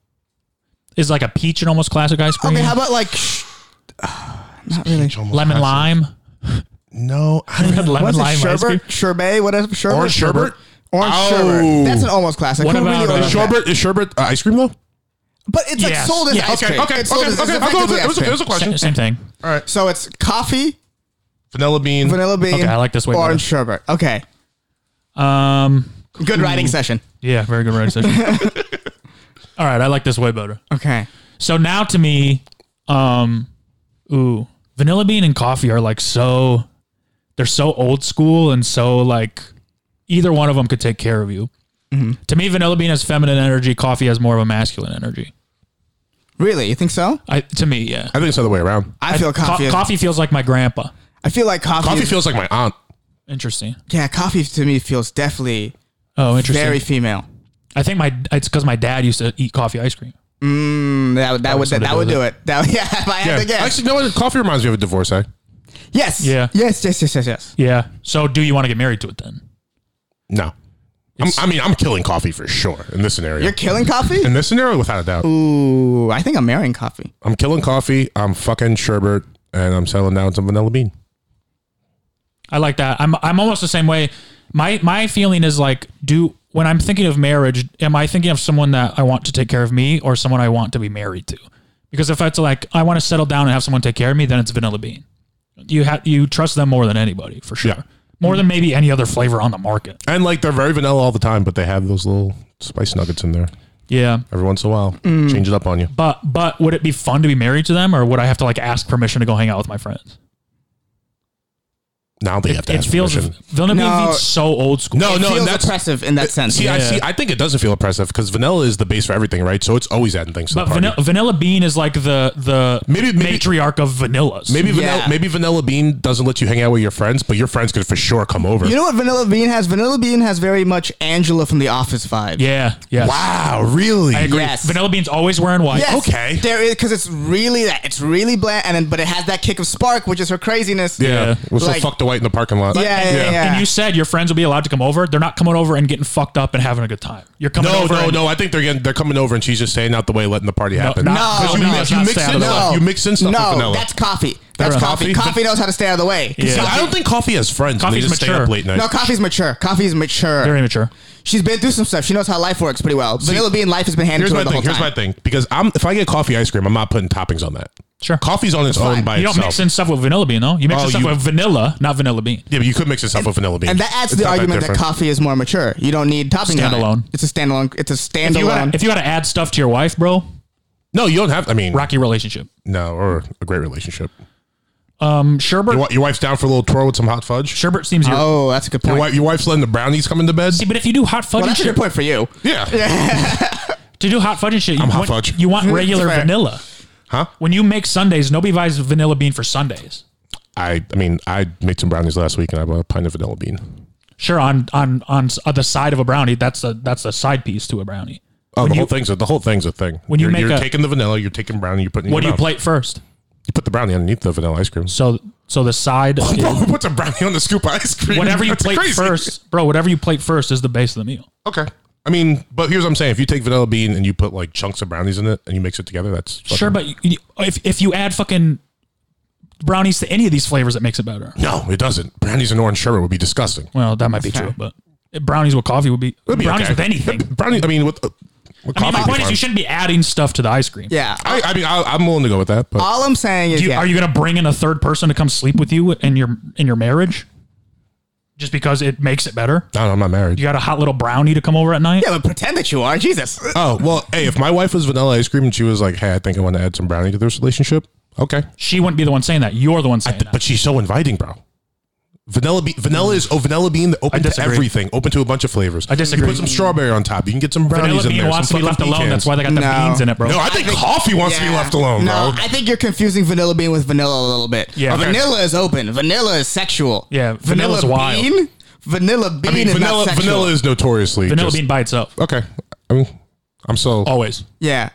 E: Is like a peach and almost classic ice cream.
G: Okay. How about like? Sh- <sighs> not really.
E: lemon lime?
C: No. I
E: Red lemon
G: What's
E: lime
G: it?
E: ice cream.
G: Sherbet. Sherbet. What is sherbet?
C: Orange sherbet.
G: Orange
C: Oh.
G: sherbet. That's an almost classic.
E: What
G: Who
E: about, uh,
G: orders that?
C: Sherbet is sherbet uh, ice cream though.
G: But it's like
E: Yes.
G: sold as
E: Yeah,
G: ice
C: Okay,
G: cream.
C: okay, okay,
G: It's sold as- it's
C: okay. I'll go with
G: oh, effectively
C: it. It was,
G: ice
C: a, it was a
G: cream.
E: Same,
C: question.
E: same thing.
G: So it's coffee,
C: Vanilla bean.
G: vanilla bean,
E: Okay, I like this way
G: orange sherbet. Okay.
E: Um,
G: Good writing session.
E: yeah, very good writing session. <laughs> All right, I like this way better.
G: Okay.
E: So now to me, um, ooh, vanilla bean and coffee are like so, they're so old school and so like either one of them could take care of you.
G: Mm-hmm.
E: To me, vanilla bean has feminine energy. Coffee has more of a masculine energy.
G: Really? You think so?
E: I to me, yeah.
C: I think it's the other way around.
G: I feel
E: Co-
G: coffee. is-
E: coffee feels like my grandpa.
G: I feel like coffee.
C: Coffee
G: is-
C: feels like my aunt.
E: Interesting.
G: Yeah, coffee to me feels definitely
E: Oh, interesting.
G: very female.
E: I think my it's because my dad used to eat coffee ice cream.
G: Mm, that would that would that,
E: something to do
G: would <laughs>
E: with
G: do it. That yeah. If I had to guess.
C: Actually, no. Coffee reminds me of a eh? divorcee.
G: yes.
E: Yeah.
G: Yes. Yes. Yes. Yes. Yes.
E: Yeah. So do you want to get married to it then?
C: No. I'm, I mean, I'm killing coffee for sure in this scenario.
G: You're killing coffee.
C: in this scenario, without a doubt,
G: Ooh, I think I'm marrying coffee.
C: I'm killing coffee. I'm fucking sherbet, and I'm settling down to vanilla bean.
E: I like that. I'm I'm almost the same way. My my feeling is like do when I'm thinking of marriage, am I thinking of someone that I want to take care of me or someone I want to be married to? Because if it's like I want to settle down and have someone take care of me, then it's vanilla bean. You have you trust them more than anybody for sure.
C: Yeah.
E: More than maybe any other flavor on the market.
C: And like they're very vanilla all the time, but they have those little spice nuggets in there
E: Yeah.
C: every once in a while.
G: Mm.
C: Change it up on you.
E: But but would it be fun to be married to them or would I have to like ask permission to go hang out with my friends?
C: Now they have to.
E: It
C: ask
E: feels
C: permission.
E: vanilla bean
G: No.
E: feels so old school.
C: No,
G: It
C: no,
G: feels
C: and that's
G: oppressive in that sense.
C: See, I
E: Yeah.
C: see. I think it doesn't feel oppressive because vanilla is the base for everything, right? So it's always adding things to
E: But
C: the party.
E: vanilla, vanilla bean is like the the
C: Maybe- maybe-
E: matriarch of vanillas.
C: Maybe vanilla,
G: Yeah.
C: maybe vanilla bean doesn't let you hang out with your friends, but your friends could for sure come over.
G: You know what Vanilla Bean has? Vanilla Bean has very much Angela from The Office vibe.
E: Yeah. Yeah.
C: wow, really?
E: I agree.
G: Yes.
E: Vanilla beans always wearing white.
G: Yes,
C: Okay.
G: There is because it's really that it's really bland, and then, but it has that kick of spark, which is her craziness.
C: Yeah,
E: Yeah.
C: we'll still
G: Like-
C: fuck the white in the parking lot.
G: yeah, yeah, yeah.
E: And you said your friends will be allowed to come over. They're not coming over and getting fucked up and having a good time. You're coming
C: No,
E: over.
C: no,
E: and-
C: no. I think they're getting, they're coming over, and she's just staying out the way, letting the party happen.
E: no,
C: 'Cause you,
E: no,
C: mix,
E: it's
C: you
E: not
C: mix
E: staying
C: in
E: out of
C: stuff.
G: no,
C: You mix in stuff
G: No,
C: with vanilla.
G: that's coffee. That's
E: Fair enough.
G: coffee.
C: Coffee-
G: Coffee knows how to stay out of the way. 'Cause
E: Yeah.
C: See, I don't think coffee has friends. and they
E: Coffee's
C: just stay
E: mature.
C: up late night.
G: No, coffee's mature. Coffee's mature.
E: Very immature.
G: She's been through some stuff. She knows how life works pretty well. Vanilla Bean life has been handed
C: here's
G: to her
C: my
G: the
C: thing.
G: whole
C: Here's my
G: time.
C: thing. Because I'm if I get coffee ice cream, I'm not putting toppings on that.
E: Sure.
C: Coffee's on its own
G: fine.
C: by
E: You don't
C: itself.
E: mix in stuff with vanilla bean though. You mix
C: Oh,
E: in stuff
C: you-
E: with vanilla, not vanilla bean.
C: yeah, but you could mix it stuff with vanilla bean.
G: And that adds to
C: It's
G: the
C: not
G: argument that,
C: different.
G: coffee is more mature. You don't need topping.
E: Standalone.
G: It's a standalone. It's a
E: If you,
G: standalone.
E: gotta, uh, if you gotta add stuff to your wife, bro,
C: No, you don't have. I mean,
E: rocky relationship.
C: no, or a great relationship.
E: Um,
C: Your,
E: sherbet.
C: wi- your wife's down for a little twirl with some hot fudge.
E: sherbet seems your.
G: oh, that's a good
C: Your,
G: point.
C: wi- your wife's letting the brownies come into bed.
E: See, but if you do hot fudge
G: well,
E: and
G: that's a
E: shit,
G: good point for you.
C: Yeah.
E: to do hot fudge and shit, you
C: I'm hot
E: want,
C: fudge.
E: you want
G: It's
E: regular
G: fair.
E: vanilla.
C: Huh?
E: When you make Sundays, nobody buys vanilla bean for Sundays.
C: I, I mean, I made some brownies last week, and I bought a pint of vanilla bean.
E: Sure, on on on s- uh, the side of a brownie, that's a that's a side piece to a brownie.
C: Oh, the
E: you-
C: whole thing's a, the whole thing's a thing.
E: When you
C: You're-
E: make
C: you're
E: a-
C: taking the vanilla, you're taking brownie, you're putting. it in
E: What do
C: your
E: you
C: mouth.
E: plate first?
C: You put the brownie underneath the vanilla ice cream.
E: So so the side,
C: Bro, <laughs> who puts a brownie on the scoop of ice cream?
E: <laughs> whatever you
C: That's
E: plate
C: crazy.
E: first, bro. Whatever you plate first is the base of the meal.
C: <laughs> Okay. I mean, but here's what I'm saying: if you take vanilla bean and you put like chunks of brownies in it and you mix it together, that's fucking-
E: Sure, but you, you- if if you add fucking brownies to any of these flavors, it makes it better.
C: No, it doesn't. Brownies and orange sherbet would be disgusting.
E: Well, that might be true, but brownies with coffee would be,
C: It'd be
E: brownies
C: okay.
E: with anything.
C: <laughs> Brownie. I mean, with, uh, with
E: I mean,
C: coffee
E: my
C: would be
E: point is
C: fine.
E: you shouldn't be adding stuff to the ice cream.
G: Yeah.
C: I, I mean, I, I'm willing to go with that, but
G: All I'm saying is,
E: Do you,
G: yeah.
E: Are you going to bring in a third person to come sleep with you in your in your marriage? Just because it makes it better?
C: no, no, I'm not married.
E: You got a hot little brownie to come over at night?
G: yeah, but pretend that you are. Jesus.
C: Oh well, hey, if my wife was vanilla ice cream and she was like, "Hey, I think I want to add some brownie to this relationship," okay,
E: She wouldn't be the one saying that. You're the one saying that.
C: but she's so inviting, bro. Vanilla, be- vanilla is oh, vanilla bean open to
E: disagree.
C: everything, open to a bunch of flavors.
E: I disagree.
C: You put some strawberry on top. You can get some brownies
E: Vanilla
C: in
E: bean
C: there.
E: wants to
C: some
E: be left
C: fucking
E: alone. That's
C: pecans.
E: why they got the
G: No.
E: beans in it, bro.
C: No, I think coffee wants to be
G: Yeah.
C: left alone,
G: No,
C: bro.
G: I think you're confusing vanilla bean with vanilla a little bit.
E: Yeah. Okay.
G: Vanilla is open. Vanilla is sexual.
E: Yeah, vanilla's wild.
G: bean? Vanilla bean
C: I mean,
G: is
C: vanilla,
G: not sexual.
C: vanilla is notoriously
E: Vanilla
C: just-
E: bean by itself.
C: Okay, I mean, I'm so
E: Always.
G: yeah.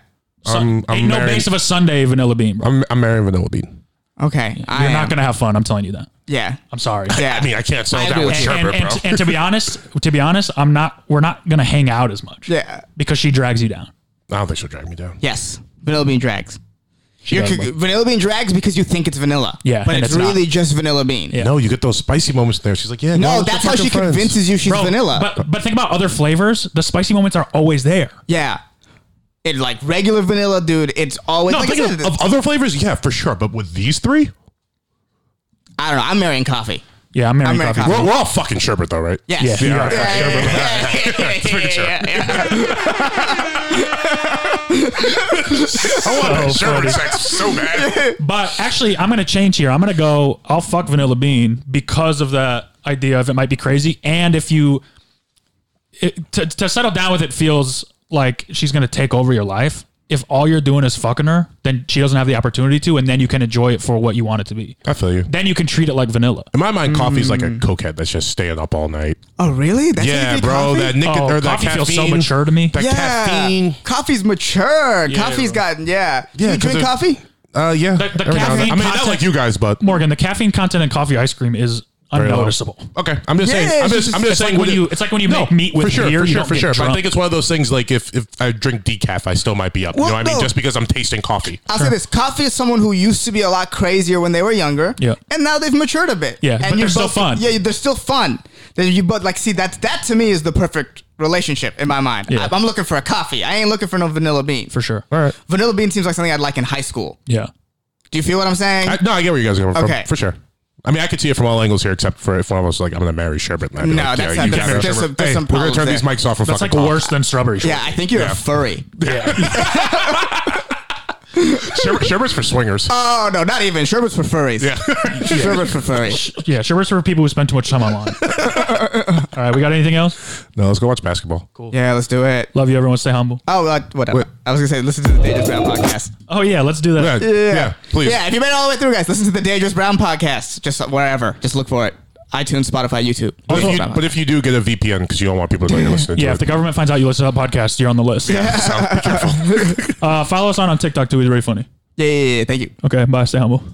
C: I'm, I'm
E: Ain't no
C: marrying,
E: base of a Sunday vanilla bean, bro.
C: I'm, I'm marrying vanilla bean.
G: Okay. You're
E: You're not going to have fun. I'm telling you that.
G: Yeah.
E: I'm sorry.
G: Yeah.
C: I mean, I can't settle
G: I
C: down
G: agree
C: with
G: with you.
E: and,
C: sherbet,
E: and,
C: bro.
E: and to be honest, to be honest, I'm not. We're not gonna hang out as much.
G: Yeah.
E: because she drags you down.
C: I don't think she'll drag me down.
G: Yes. Vanilla bean drags. You're
E: does,
G: c-
E: but-
G: vanilla bean drags because you think it's vanilla.
E: Yeah,
G: But
E: and
G: it's,
E: it's not.
G: really just vanilla bean.
E: Yeah.
C: No, you get those spicy moments there. She's like, yeah,
G: No,
C: we're
G: that's how
C: fucking
G: she
C: friends.
G: convinces you she's
E: Bro,
G: vanilla.
E: But but think about other flavors. The spicy moments are always there.
G: yeah. It like regular vanilla, dude. It's always
C: No,
G: like I,
C: thinking
G: said,
C: of, of other flavors, yeah, for sure. But with these three,
G: I don't know. I'm marrying coffee.
E: Yeah, I'm married.
G: I'm marrying
E: coffee.
G: coffee.
C: we're, we're all fucking sherbet, though, right?
G: Yes.
E: Yeah, you are.
G: <laughs>
C: <laughs> I want
E: So
C: sherbet sex so bad.
G: <laughs>
E: But actually, I'm gonna change here. I'm gonna go. I'll fuck vanilla bean because of the idea of it might be crazy, and if you it, to to settle down with it feels like she's gonna take over your life. If all you're doing is fucking her, then she doesn't have the opportunity to, and then you can enjoy it for what you want it to be.
C: I feel you.
E: Then you can treat it like vanilla.
C: In my mind, coffee's like a
E: Mm.
C: cokehead that's just staying up all night.
G: Oh, really? That's how you
C: yeah,
G: drink
C: bro.
G: coffee?
C: That nicotine
E: Oh,
C: or that
E: coffee
C: caffeine.
E: feels so mature to me.
C: That
G: yeah.
C: caffeine.
G: Coffee's mature. Coffee's gotten, yeah.
C: Yeah,
G: you
C: 'cause
G: drink
C: it-
G: coffee?
C: Uh, yeah.
E: The- the
C: every now and then.
E: caffeine
C: I mean, not
E: content-
C: like you guys, but
E: Morgan, the caffeine content in coffee ice cream is
C: low.
E: unnoticeable.
C: okay. I'm just saying.
G: Yeah,
C: I'm
G: it's
C: just,
G: just-
C: I'm just
E: It's
C: saying
E: like when
C: what
E: you,
C: it-
E: it's like when you make meat with
C: for sure,
E: beer,
C: for
E: you
C: sure,
E: don't
C: for
E: get
C: sure. But I
E: drunk.
C: think it's one of those things. Like if if I drink decaf, I still might be up. you
G: Well,
C: know what I mean?
G: no.
C: Just because I'm tasting coffee.
G: I'll say this: coffee is someone who used to be a lot crazier when they were younger,
E: Yeah.
G: and now they've matured a bit.
E: Yeah,
G: and
E: but
G: you
E: they're still
G: both-
E: fun.
G: Yeah, they're still fun. Then you but like see that that to me is the perfect relationship in my mind.
E: Yeah.
G: I, am looking for a coffee. I ain't looking for no vanilla bean.
E: for sure.
C: All right.
G: vanilla bean seems like something I'd like in high school.
E: Yeah.
G: Do you feel what I'm saying?
C: I, no, I get where you guys are going
G: Okay.
C: from. For sure. I mean, I could see it from all angles here, except for if one of us was like, I'm going to marry Sherbet. And I'd be
G: No,
C: like,
G: that's not-
C: you
G: that's-
C: gotta-
G: there's some- there's
C: Hey,
G: some
C: We're going to turn
G: problems
C: these mics off and
E: That's
C: fucking
E: like
C: talk.
E: worse than strawberry
G: yeah, I think you're a furry.
C: Sherbet, Sherbet's for swingers.
G: Oh no, not even sherbets for furries. <laughs> Yeah, sherbets
C: <laughs>
G: for furries.
E: Yeah, sure. It's for people who spend too much time online. All right, we got anything else?
C: no, let's go watch basketball. Cool.
G: Yeah, let's do it.
E: Love you, everyone. Stay humble.
G: Oh, uh, whatever.
C: Wait.
G: I was gonna say, listen to the Dangerous Brown podcast.
E: Oh yeah, let's do that.
C: Yeah, yeah. please.
G: Yeah, if you made it all the way through, guys, listen to the Dangerous Brown podcast. Just wherever. Just look for it. iTunes, Spotify, YouTube.
C: But, if
G: Dangerous
C: you,
G: Brown
C: but if you do get a VPN, because you don't want people to know you're listening
E: <laughs> Yeah,
C: to
E: if
C: it.
E: the government finds out you listen to that podcast, you're on the list.
C: so be careful.
E: <laughs> Uh, follow us on on TikTok too. He's really funny.
G: Podcast. yeah, yeah, yeah. Thank you.
E: Okay, bye. Stay humble.